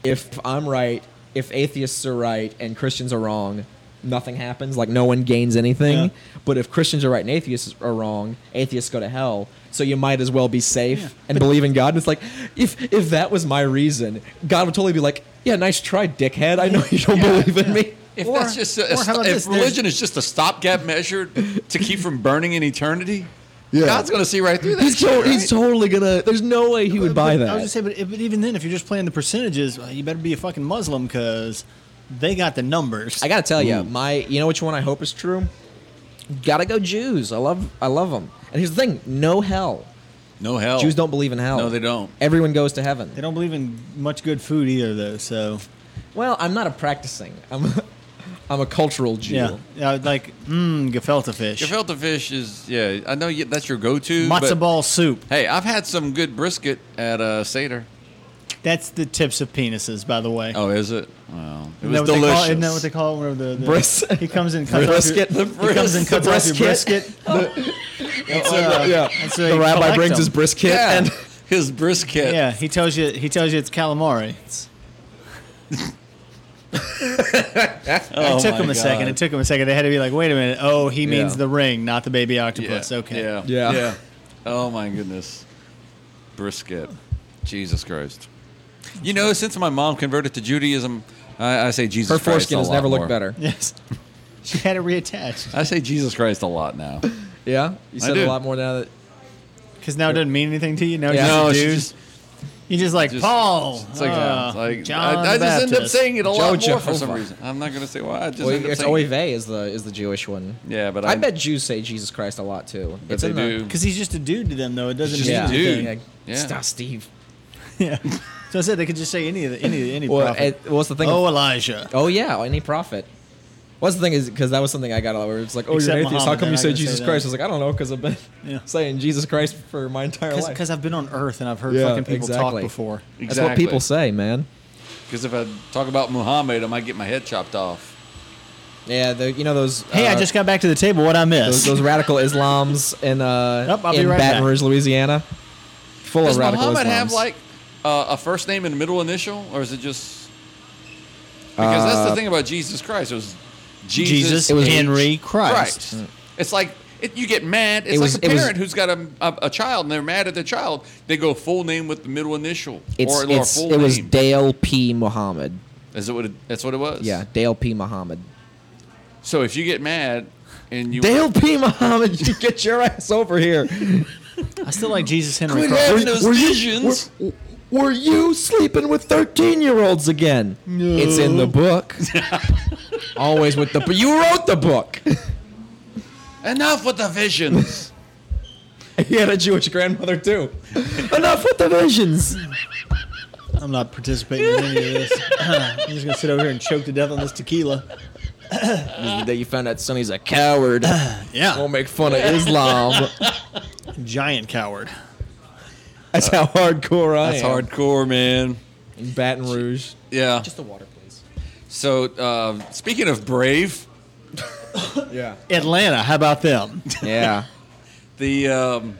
Speaker 3: if i'm right if atheists are right and christians are wrong nothing happens like no one gains anything
Speaker 2: Yeah.
Speaker 3: but if christians are right and atheists are wrong atheists go to hell so you might as well be safe and believe in god and it's like if if that was my reason god would totally be like yeah nice try dickhead i know you don't believe in me
Speaker 1: If
Speaker 2: Or-
Speaker 1: that's just
Speaker 2: or
Speaker 1: a,
Speaker 2: how about
Speaker 1: if
Speaker 2: this? There's-
Speaker 1: religion is just a stopgap measure to keep from burning in eternity, God's going to see right through that.
Speaker 3: He's,
Speaker 1: shit,
Speaker 3: to-
Speaker 1: right?
Speaker 3: he's totally gonna. There's no way he would
Speaker 2: But-
Speaker 3: buy
Speaker 2: but
Speaker 3: that.
Speaker 2: I was just saying, but, but even then, if you're just playing the percentages, well, you better be a fucking Muslim because they got the numbers.
Speaker 3: I gotta tell you, my you know which one I hope is true. Gotta go Jews. I love I love them. And here's the thing: no hell.
Speaker 1: no hell.
Speaker 3: Jews don't believe in hell.
Speaker 1: No, they don't.
Speaker 3: Everyone goes to heaven.
Speaker 2: they don't believe in much good food either, though. So
Speaker 3: Well, I'm not a practicing. I'm a, I'm a cultural Jew.
Speaker 2: yeah, yeah like mmm, gefilte fish,
Speaker 1: Gefilte fish is yeah. I know you, that's your go-to.
Speaker 2: matzo
Speaker 1: but-
Speaker 2: ball soup.
Speaker 1: Hey, I've had some good brisket at uh, Seder.
Speaker 2: That's the tips of penises, by the way.
Speaker 1: Oh, is it? Wow, it
Speaker 2: Isn't
Speaker 1: was
Speaker 2: that what they
Speaker 1: delicious.
Speaker 2: Call, isn't that what they call it? Whenever the, the
Speaker 3: Bris-
Speaker 2: he comes in, cuts
Speaker 3: brisket.
Speaker 2: Off your,
Speaker 3: The
Speaker 2: he comes and cuts
Speaker 3: bris- the
Speaker 2: off your
Speaker 3: brisket.
Speaker 2: brisket. It's, uh,
Speaker 3: yeah.
Speaker 2: that's how
Speaker 3: The
Speaker 2: you
Speaker 3: rabbi
Speaker 2: collect
Speaker 3: brings
Speaker 2: them.
Speaker 3: his brisket
Speaker 1: yeah,
Speaker 3: and
Speaker 1: his brisket.
Speaker 2: Yeah, he tells you. He tells you it's calamari.
Speaker 1: Oh
Speaker 2: it took
Speaker 1: Oh my
Speaker 2: him a
Speaker 1: God.
Speaker 2: second. It took him a second. They had to be like, wait a minute. Oh, he means
Speaker 3: Yeah.
Speaker 2: the ring, not the baby
Speaker 1: Yeah,
Speaker 2: octopus. Okay.
Speaker 1: Yeah.
Speaker 3: Yeah.
Speaker 1: Oh my goodness, brisket. Jesus Christ. You know, since my mom converted to Judaism, I, I say Jesus.
Speaker 3: her
Speaker 1: Christ a
Speaker 3: foreskin has
Speaker 1: lot
Speaker 3: never
Speaker 1: more.
Speaker 3: looked better.
Speaker 2: Yes. She had it reattached
Speaker 1: I say Jesus Christ a lot now.
Speaker 3: Yeah, you
Speaker 1: I
Speaker 3: said a
Speaker 1: do.
Speaker 3: lot more now that
Speaker 2: because now it doesn't mean anything to you. Now
Speaker 3: Yeah.
Speaker 1: no,
Speaker 2: it's
Speaker 1: it's
Speaker 2: just a dude.
Speaker 1: just,
Speaker 2: you just like
Speaker 1: just-
Speaker 2: Paul.
Speaker 1: it's like,
Speaker 2: uh,
Speaker 1: it's like
Speaker 2: John
Speaker 1: I, I
Speaker 2: the
Speaker 1: just end up
Speaker 2: Baptist.
Speaker 1: saying it a lot
Speaker 3: Joe
Speaker 1: more for some
Speaker 3: Jehovah.
Speaker 1: reason. I'm not gonna say why. I just
Speaker 3: well,
Speaker 1: end up
Speaker 3: it's
Speaker 1: saying it.
Speaker 3: Oive is the is the Jewish one.
Speaker 1: Yeah, but
Speaker 3: I,
Speaker 1: I-
Speaker 3: bet Jews say Jesus Christ a lot too.
Speaker 1: But they do.
Speaker 2: Because he's just a dude to them, though. It doesn't
Speaker 1: Just
Speaker 2: mean
Speaker 1: a
Speaker 3: Yeah,
Speaker 1: dude.
Speaker 2: anything.
Speaker 3: Yeah.
Speaker 1: Yeah.
Speaker 3: Stop, Steve.
Speaker 2: Yeah. So I said they could just say any of the, any any
Speaker 3: Well,
Speaker 2: prophet.
Speaker 3: it- what's the thing?
Speaker 2: oh,
Speaker 3: of-
Speaker 2: Elijah.
Speaker 3: Oh yeah, any prophet. What's the thing is because that was something I got a lot where it's like, oh,
Speaker 2: Except
Speaker 3: you're an atheist.
Speaker 2: Muhammad,
Speaker 3: How come
Speaker 2: they're
Speaker 3: you
Speaker 2: not
Speaker 3: say
Speaker 2: gonna say
Speaker 3: Jesus
Speaker 2: that.
Speaker 3: Christ? I was like, I don't know, because I've been
Speaker 2: Yeah.
Speaker 3: saying Jesus Christ for my entire life.
Speaker 2: Because I've been on Earth and I've heard
Speaker 3: Yeah,
Speaker 2: fucking people
Speaker 3: exactly.
Speaker 2: talk before.
Speaker 3: That's what people say, man.
Speaker 1: Because if I talk about Muhammad, I might get my head chopped off.
Speaker 3: Yeah, the, you know those.
Speaker 2: Hey, I
Speaker 3: uh,
Speaker 2: just got back to the table. What I
Speaker 3: those,
Speaker 2: missed?
Speaker 3: those radical Islam's in uh
Speaker 2: Yep, I'll be
Speaker 3: in
Speaker 2: right
Speaker 3: Baton
Speaker 2: back.
Speaker 3: Rouge, Louisiana, full
Speaker 1: Does
Speaker 3: of radical
Speaker 1: Muhammad
Speaker 3: Islams.
Speaker 1: have like uh, a first name and a middle initial, or is it just? Because that's the thing about Jesus Christ. It was Jesus,
Speaker 2: Jesus,
Speaker 3: Uh, It was
Speaker 2: Henry
Speaker 1: Christ.
Speaker 2: Christ.
Speaker 1: It's like It, you get mad. It's
Speaker 3: It was-
Speaker 1: like a
Speaker 3: it was-
Speaker 1: parent who's got a, a, a child and they're mad at their child. They go full name with the middle initial
Speaker 3: It's,
Speaker 1: or, or
Speaker 3: it's,
Speaker 1: full
Speaker 3: it was
Speaker 1: name.
Speaker 3: Dale P. Muhammad.
Speaker 1: Is it what it, that's what it was.
Speaker 3: Yeah, Dale P. Muhammad.
Speaker 1: So if you get mad and you
Speaker 3: Dale P. Muhammad, you get your ass over here.
Speaker 2: I still like Jesus Henry
Speaker 1: quit
Speaker 2: Clark.
Speaker 1: having those visions.
Speaker 3: You, were, were you sleeping with 13 year olds again? No. It's in the book. Always with the but you wrote the book.
Speaker 1: Enough with the visions.
Speaker 3: He had a Jewish grandmother too. Enough with the visions.
Speaker 2: I'm not participating in any of this. I'm just gonna sit over here and choke to death on this tequila.
Speaker 3: The day you found out Sonny's a coward.
Speaker 2: Yeah,
Speaker 3: Won't make fun of Islam.
Speaker 2: giant coward.
Speaker 3: That's how hardcore I
Speaker 1: That's
Speaker 3: am.
Speaker 1: hardcore, man.
Speaker 3: In Baton Rouge.
Speaker 1: Yeah.
Speaker 3: the water, please.
Speaker 1: So uh, speaking of brave,
Speaker 3: Yeah.
Speaker 2: Atlanta, how about them?
Speaker 3: Yeah.
Speaker 1: the um,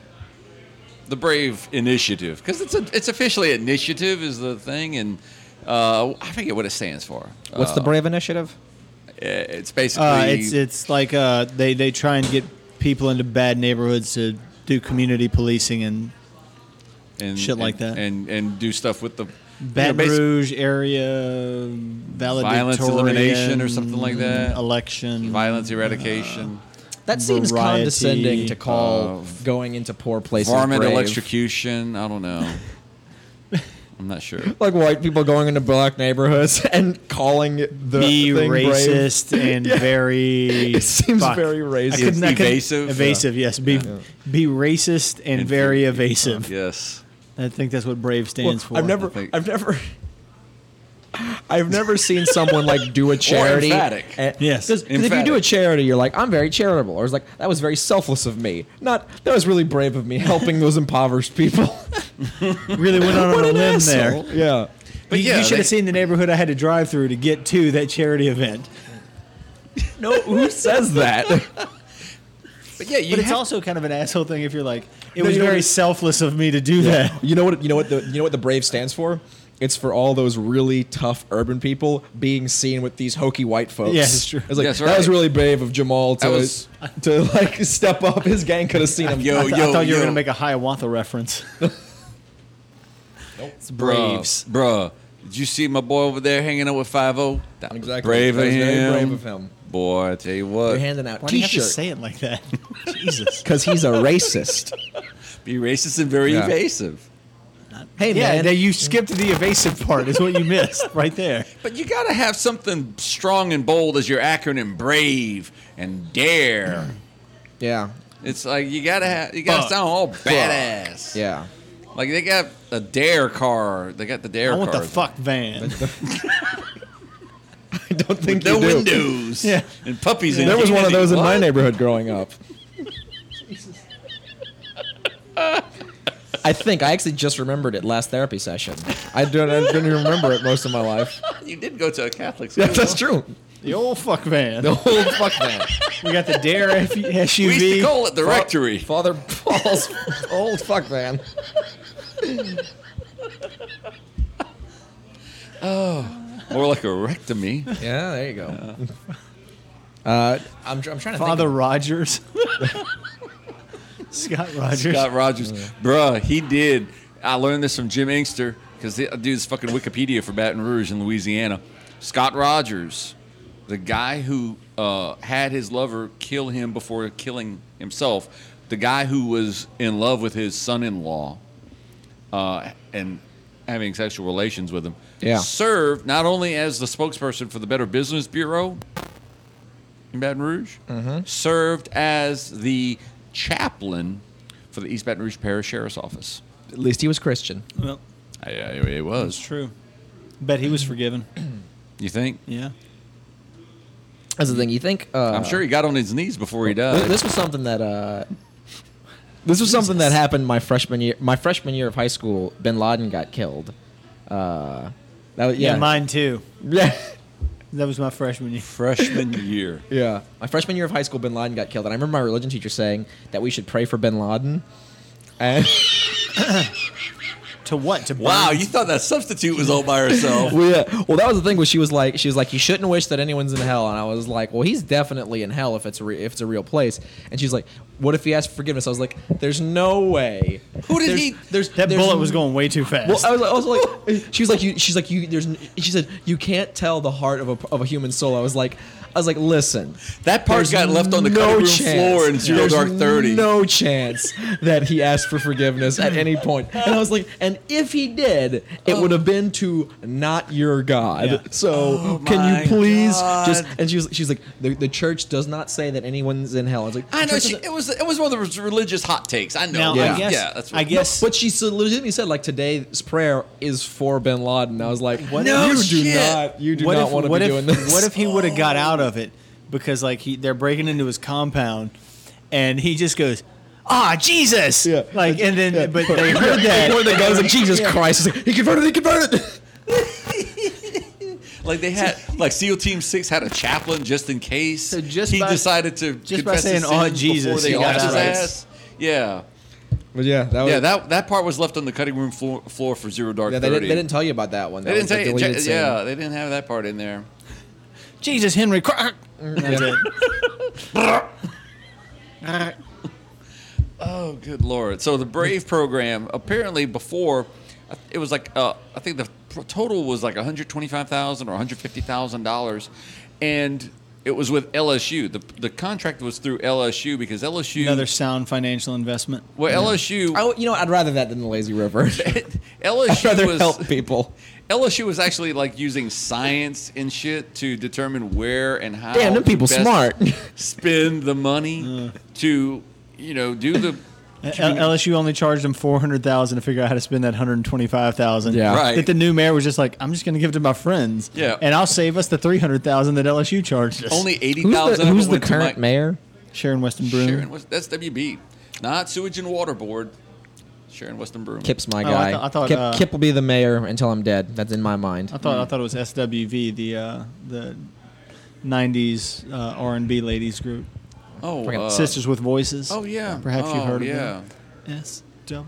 Speaker 1: the Brave Initiative because it's a, it's officially initiative is the thing, and uh, I forget what it stands for.
Speaker 3: What's the Brave Initiative?
Speaker 1: Uh, it's basically
Speaker 2: Uh, it's it's like uh, they they try and get people into bad neighborhoods to do community policing in
Speaker 1: and,
Speaker 2: shit
Speaker 1: and-
Speaker 2: like that.
Speaker 1: and and do stuff with the you know,
Speaker 2: Baton
Speaker 1: basi-
Speaker 2: Rouge area valedictorian
Speaker 1: elimination or something like that.
Speaker 2: Election
Speaker 1: violence eradication,
Speaker 3: That seems
Speaker 2: Variety,
Speaker 3: condescending to call
Speaker 1: uh,
Speaker 3: going into poor places.
Speaker 1: varmint
Speaker 3: brave.
Speaker 1: electrocution. I don't know. I'm not sure.
Speaker 3: like white people going into black neighborhoods and calling the
Speaker 2: Be
Speaker 3: thing brave.
Speaker 2: racist and very.
Speaker 3: It seems
Speaker 2: fuck.
Speaker 3: very racist.
Speaker 2: I couldn't- I couldn't-
Speaker 1: Evasive?
Speaker 2: Evasive, yes. Be be racist and,
Speaker 1: And
Speaker 2: very
Speaker 1: very-
Speaker 2: evasive.
Speaker 1: Yes.
Speaker 2: I think that's what brave
Speaker 3: Well,
Speaker 2: stands for.
Speaker 3: I've
Speaker 1: I
Speaker 3: never,
Speaker 1: think.
Speaker 3: I've never, I've never seen someone like do a charity.
Speaker 1: emphatic.
Speaker 3: and-
Speaker 2: Yes.
Speaker 3: 'cause- 'cause if you do a
Speaker 1: Emphatic.
Speaker 3: charity, you're like, I'm very charitable, or it's like that was very selfless of me. Not that was really brave of me helping those impoverished people.
Speaker 2: really went out on
Speaker 3: what
Speaker 2: a
Speaker 3: an
Speaker 2: limb there.
Speaker 3: asshole. Yeah.
Speaker 1: But
Speaker 2: you,
Speaker 1: yeah,
Speaker 2: you should
Speaker 1: they-
Speaker 2: have seen the neighborhood I had to drive through to get to that charity event.
Speaker 3: No, who says that?
Speaker 1: But yeah, you
Speaker 2: But it's
Speaker 1: have-
Speaker 2: also kind of an asshole thing if you're like, it
Speaker 3: No,
Speaker 2: was
Speaker 3: you know
Speaker 2: very
Speaker 3: what-
Speaker 2: selfless of me to do that.
Speaker 3: You know what? You know what? The, you know what the Brave stands for? It's for all those really tough urban people being seen with these hokey white folks.
Speaker 2: Yes, it's true.
Speaker 3: It's like
Speaker 1: Yes,
Speaker 3: that was
Speaker 1: right.
Speaker 3: really brave of Jamal to
Speaker 1: That was-
Speaker 3: to like step up. His gang could have seen him.
Speaker 1: Yo,
Speaker 2: I, th- I
Speaker 1: yo,
Speaker 2: thought you were
Speaker 1: yo.
Speaker 2: going to make a Hiawatha reference. It's Braves.
Speaker 1: Bruh, bruh, did you see my boy over there hanging out with Five O? That was
Speaker 3: Exactly.
Speaker 1: Brave
Speaker 3: That
Speaker 1: of
Speaker 3: was very
Speaker 1: him.
Speaker 3: brave of him.
Speaker 1: Boy, I tell you
Speaker 3: They're
Speaker 1: what,
Speaker 3: handing out
Speaker 2: Why do you have to
Speaker 3: T-shirts
Speaker 2: say it like that? Jesus.
Speaker 3: because he's a racist.
Speaker 1: be racist and very
Speaker 3: Yeah.
Speaker 1: evasive.
Speaker 3: hey
Speaker 2: Yeah,
Speaker 3: man,
Speaker 2: now you skipped the evasive part, is what you missed right there.
Speaker 1: But you gotta have something strong and bold as your acronym, Brave and Dare.
Speaker 3: yeah,
Speaker 1: It's like you gotta have, you gotta
Speaker 2: Fuck.
Speaker 1: sound all badass.
Speaker 3: yeah.
Speaker 1: Like they got a Dare car. They got the Dare
Speaker 2: I
Speaker 1: car.
Speaker 2: want the fuck van.
Speaker 3: I don't think
Speaker 1: No
Speaker 3: you do.
Speaker 1: windows.
Speaker 2: Yeah.
Speaker 1: And puppies. in
Speaker 3: There was one of
Speaker 1: Kennedy.
Speaker 3: those in my
Speaker 1: What?
Speaker 3: neighborhood growing up. I think I actually just remembered it last therapy session. I don't, I didn't even remember it most of my life.
Speaker 1: You did go to a Catholic school.
Speaker 3: Yeah, that's true.
Speaker 2: The old fuck van.
Speaker 3: The whole fuck man.
Speaker 2: We got the Dare F-
Speaker 1: We used to
Speaker 2: SUV.
Speaker 1: call it the rectory.
Speaker 3: Father Paul's old fuck man.
Speaker 1: More like a rectomy.
Speaker 3: Yeah, there you go. Uh, I'm, tr- I'm trying to
Speaker 2: Father
Speaker 3: think.
Speaker 2: Rogers. Scott Rogers.
Speaker 1: Scott Rogers. Bruh, he did. I learned this from Jim Inkster because dude's fucking Wikipedia for Baton Rouge in Louisiana. Scott Rogers, the guy who uh, had his lover kill him before killing himself, the guy who was in love with his son in law uh, and having sexual relations with him,
Speaker 3: Yeah.
Speaker 1: served not only as the spokesperson for the Better Business Bureau in Baton Rouge,
Speaker 3: Mm-hmm.
Speaker 1: served as the chaplain for the East Baton Rouge Parish Sheriff's Office.
Speaker 3: At least he was Christian.
Speaker 2: Well,
Speaker 1: I, I, it
Speaker 2: it's
Speaker 1: was.
Speaker 2: true. Bet he was forgiven.
Speaker 1: You think?
Speaker 2: Yeah.
Speaker 3: That's the thing. You think? Uh,
Speaker 1: I'm sure he got on his knees before he
Speaker 3: Th-
Speaker 1: died.
Speaker 3: This was something that uh, this was something that happened my freshman year. My freshman year of high school, Bin Laden got killed. Uh, that was, yeah,
Speaker 2: Yeah, mine too.
Speaker 3: yeah,
Speaker 2: That was my freshman year.
Speaker 1: Freshman year.
Speaker 3: yeah. My freshman year of high school, Bin Laden got killed, and I remember my religion teacher saying that we should pray for Bin Laden. And
Speaker 2: to what? To burn?
Speaker 1: Wow, you thought that substitute was all by herself.
Speaker 6: Well, yeah.
Speaker 3: Well, that was the thing. Was she was like, she was like, you shouldn't wish that anyone's in hell. And I was like, well, he's definitely in hell if it's a re- if it's a real place. And she's like, what if he asks for forgiveness? I was like, there's no way.
Speaker 1: Who did
Speaker 3: There's-
Speaker 1: he-
Speaker 3: There's
Speaker 2: that
Speaker 3: there's-
Speaker 2: bullet was going way too fast.
Speaker 3: Well, I was, I was like, she was like, you, she's like, you, there's, n- she said, you can't tell the heart of a, of a human soul. I was like, I was like, listen,
Speaker 1: That part
Speaker 3: there's
Speaker 1: got left on the cutting room floor in Zero
Speaker 3: There's
Speaker 1: Dark Thirty.
Speaker 3: No chance that he asked for forgiveness at any point. And I was like, and if he did, it would have been to not your God.
Speaker 2: Yeah.
Speaker 3: So
Speaker 1: Oh my
Speaker 3: can you please just?
Speaker 1: God.
Speaker 3: And she was, she's like, the, the church does not say that anyone's in hell. I was like,
Speaker 1: I
Speaker 3: "The
Speaker 1: know
Speaker 3: church
Speaker 1: she,
Speaker 3: doesn't-
Speaker 1: it was it was one of those religious hot takes. I
Speaker 2: now,
Speaker 1: know. yeah.
Speaker 2: I guess,
Speaker 1: yeah, that's
Speaker 2: I guess
Speaker 3: But she so- legitimately said like today's prayer is for Bin Laden. I was like,
Speaker 1: No
Speaker 3: you do
Speaker 1: shit.
Speaker 3: not, you do not want to be
Speaker 2: if,
Speaker 3: doing this.
Speaker 2: What if he would have got out of it because like he they're breaking into his compound and he just goes, Ah, Jesus
Speaker 3: Yeah.
Speaker 2: Like and then but they heard that
Speaker 3: One of the guys was like, Jesus Christ! It's like, he converted. He converted.
Speaker 1: like they had like SEAL Team Six had a chaplain just in case.
Speaker 2: So just
Speaker 1: he
Speaker 2: by-
Speaker 1: decided to
Speaker 2: just by
Speaker 1: confess
Speaker 2: saying,
Speaker 1: his
Speaker 2: "Oh,
Speaker 1: sins before
Speaker 2: Jesus,"
Speaker 1: they
Speaker 2: he got
Speaker 1: off his
Speaker 2: out of it.
Speaker 1: ass. Yeah,
Speaker 3: But yeah, that was
Speaker 1: yeah. That that part was left on the cutting room floor, floor for Zero Dark
Speaker 3: Yeah, they,
Speaker 1: Thirty.
Speaker 3: didn't, they didn't tell you about that one.
Speaker 1: They
Speaker 3: That
Speaker 1: didn't
Speaker 3: was the
Speaker 1: tell you-
Speaker 3: deleted scene.
Speaker 1: Yeah, they didn't have that part in there.
Speaker 2: Jesus Henry Cro- That's it.
Speaker 1: Oh, good lord! So the Brave program apparently before it was like uh, I think the pr- total was like one hundred twenty-five thousand or one hundred fifty thousand dollars, and it was with LSU. the The contract was through LSU because LSU.
Speaker 2: Another sound financial investment.
Speaker 1: well, LSU.
Speaker 3: I, you know, what? I'd rather that than the lazy river. I'd
Speaker 1: LSU
Speaker 3: rather
Speaker 1: was
Speaker 3: help people.
Speaker 1: LSU was actually like using science and shit to determine where and how.
Speaker 3: Damn, them
Speaker 1: to
Speaker 3: people
Speaker 1: best
Speaker 3: smart.
Speaker 1: spend the money to you know do the
Speaker 2: L- LSU only charged him four hundred thousand to figure out how to spend that hundred twenty five thousand.
Speaker 3: Yeah.
Speaker 1: Right.
Speaker 2: That the new mayor was just like, I'm just going to give it to my friends.
Speaker 1: Yeah.
Speaker 2: And I'll save us the three hundred thousand that LSU charged us.
Speaker 1: only eighty
Speaker 3: Who's the,
Speaker 1: thousand.
Speaker 3: who's the current mayor?
Speaker 2: Sharon Weston Broom.
Speaker 1: Sharon West, that's WB, not Sewage and Water Board. Sharon Weston Broom.
Speaker 3: Kip's my
Speaker 2: Oh, I
Speaker 3: guy.
Speaker 2: thought- I thought,
Speaker 3: Kip,
Speaker 2: uh,
Speaker 3: Kip will be the mayor until I'm dead. That's in my mind.
Speaker 2: I
Speaker 1: Mm.
Speaker 2: thought I thought it was SWV, the uh, the '90s uh, R&B ladies group,
Speaker 1: Oh, uh,
Speaker 2: Sisters with Voices.
Speaker 1: Oh yeah.
Speaker 2: perhaps you've
Speaker 1: Oh,
Speaker 2: heard of
Speaker 1: yeah.
Speaker 2: them. S W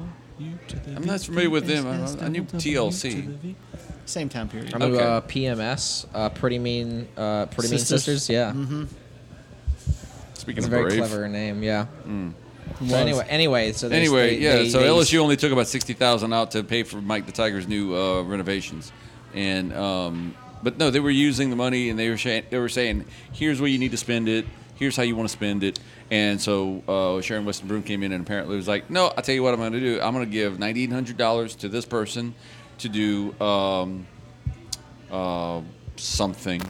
Speaker 2: to the
Speaker 1: I'm not familiar with them. I- I knew TLC.
Speaker 2: Same time period.
Speaker 3: I'm
Speaker 1: Okay.
Speaker 3: uh, PMS, uh, pretty mean, uh, pretty mean
Speaker 2: Sisters.
Speaker 3: sisters. Mm-hmm. Yeah,
Speaker 1: Speaking
Speaker 3: it's a
Speaker 1: of
Speaker 3: very
Speaker 1: brave. Mm.
Speaker 3: clever name. Yeah.
Speaker 2: Was.
Speaker 3: So anyway, anyway, so they,
Speaker 1: Anyway,
Speaker 3: they-
Speaker 1: yeah.
Speaker 3: they-
Speaker 1: so
Speaker 3: they-
Speaker 1: LSU only took about sixty thousand out to pay for Mike the Tiger's new uh, renovations, and um, but no, they were using the money and they were saying, they were saying, here's where you need to spend it, here's how you want to spend it, and so uh, Sharon Weston Broom came in and apparently was like, no, I tell you what I'm going to do, I'm going to give ninety eight hundred dollars to this person to do um, uh, something,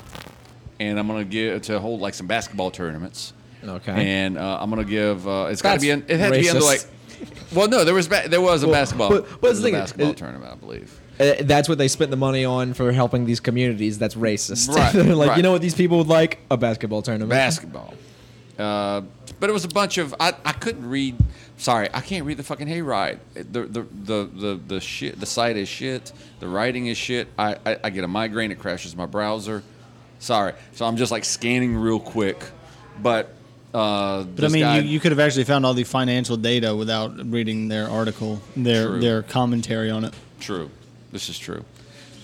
Speaker 1: and I'm going to give to hold like some basketball tournaments.
Speaker 3: Okay.
Speaker 1: And uh, I'm gonna give. Uh, it's got to
Speaker 3: That's
Speaker 1: be. In, it had to be under
Speaker 3: racist.
Speaker 1: like well, no, there was ba- there was a basketball.
Speaker 3: but- but
Speaker 1: there was
Speaker 3: the
Speaker 1: a
Speaker 3: thing is-
Speaker 1: basketball
Speaker 3: it-
Speaker 1: tournament, I believe.
Speaker 3: Uh, that's what they spent the money on for helping these communities. That's racist.
Speaker 1: Right,
Speaker 3: They're like,
Speaker 1: right.
Speaker 3: you know what these people would like? A basketball tournament.
Speaker 1: Basketball. Uh, but it was a bunch of I, I couldn't read. Sorry, I can't read the fucking hayride. The the the the the shit. The site is shit. The writing is shit. I I, I get a migraine. It crashes my browser. Sorry. So I'm just like scanning real quick, but. Uh,
Speaker 2: But I mean, you, you could have actually found all the financial data without reading their article, their
Speaker 1: True.
Speaker 2: their commentary on it.
Speaker 1: True. This is true.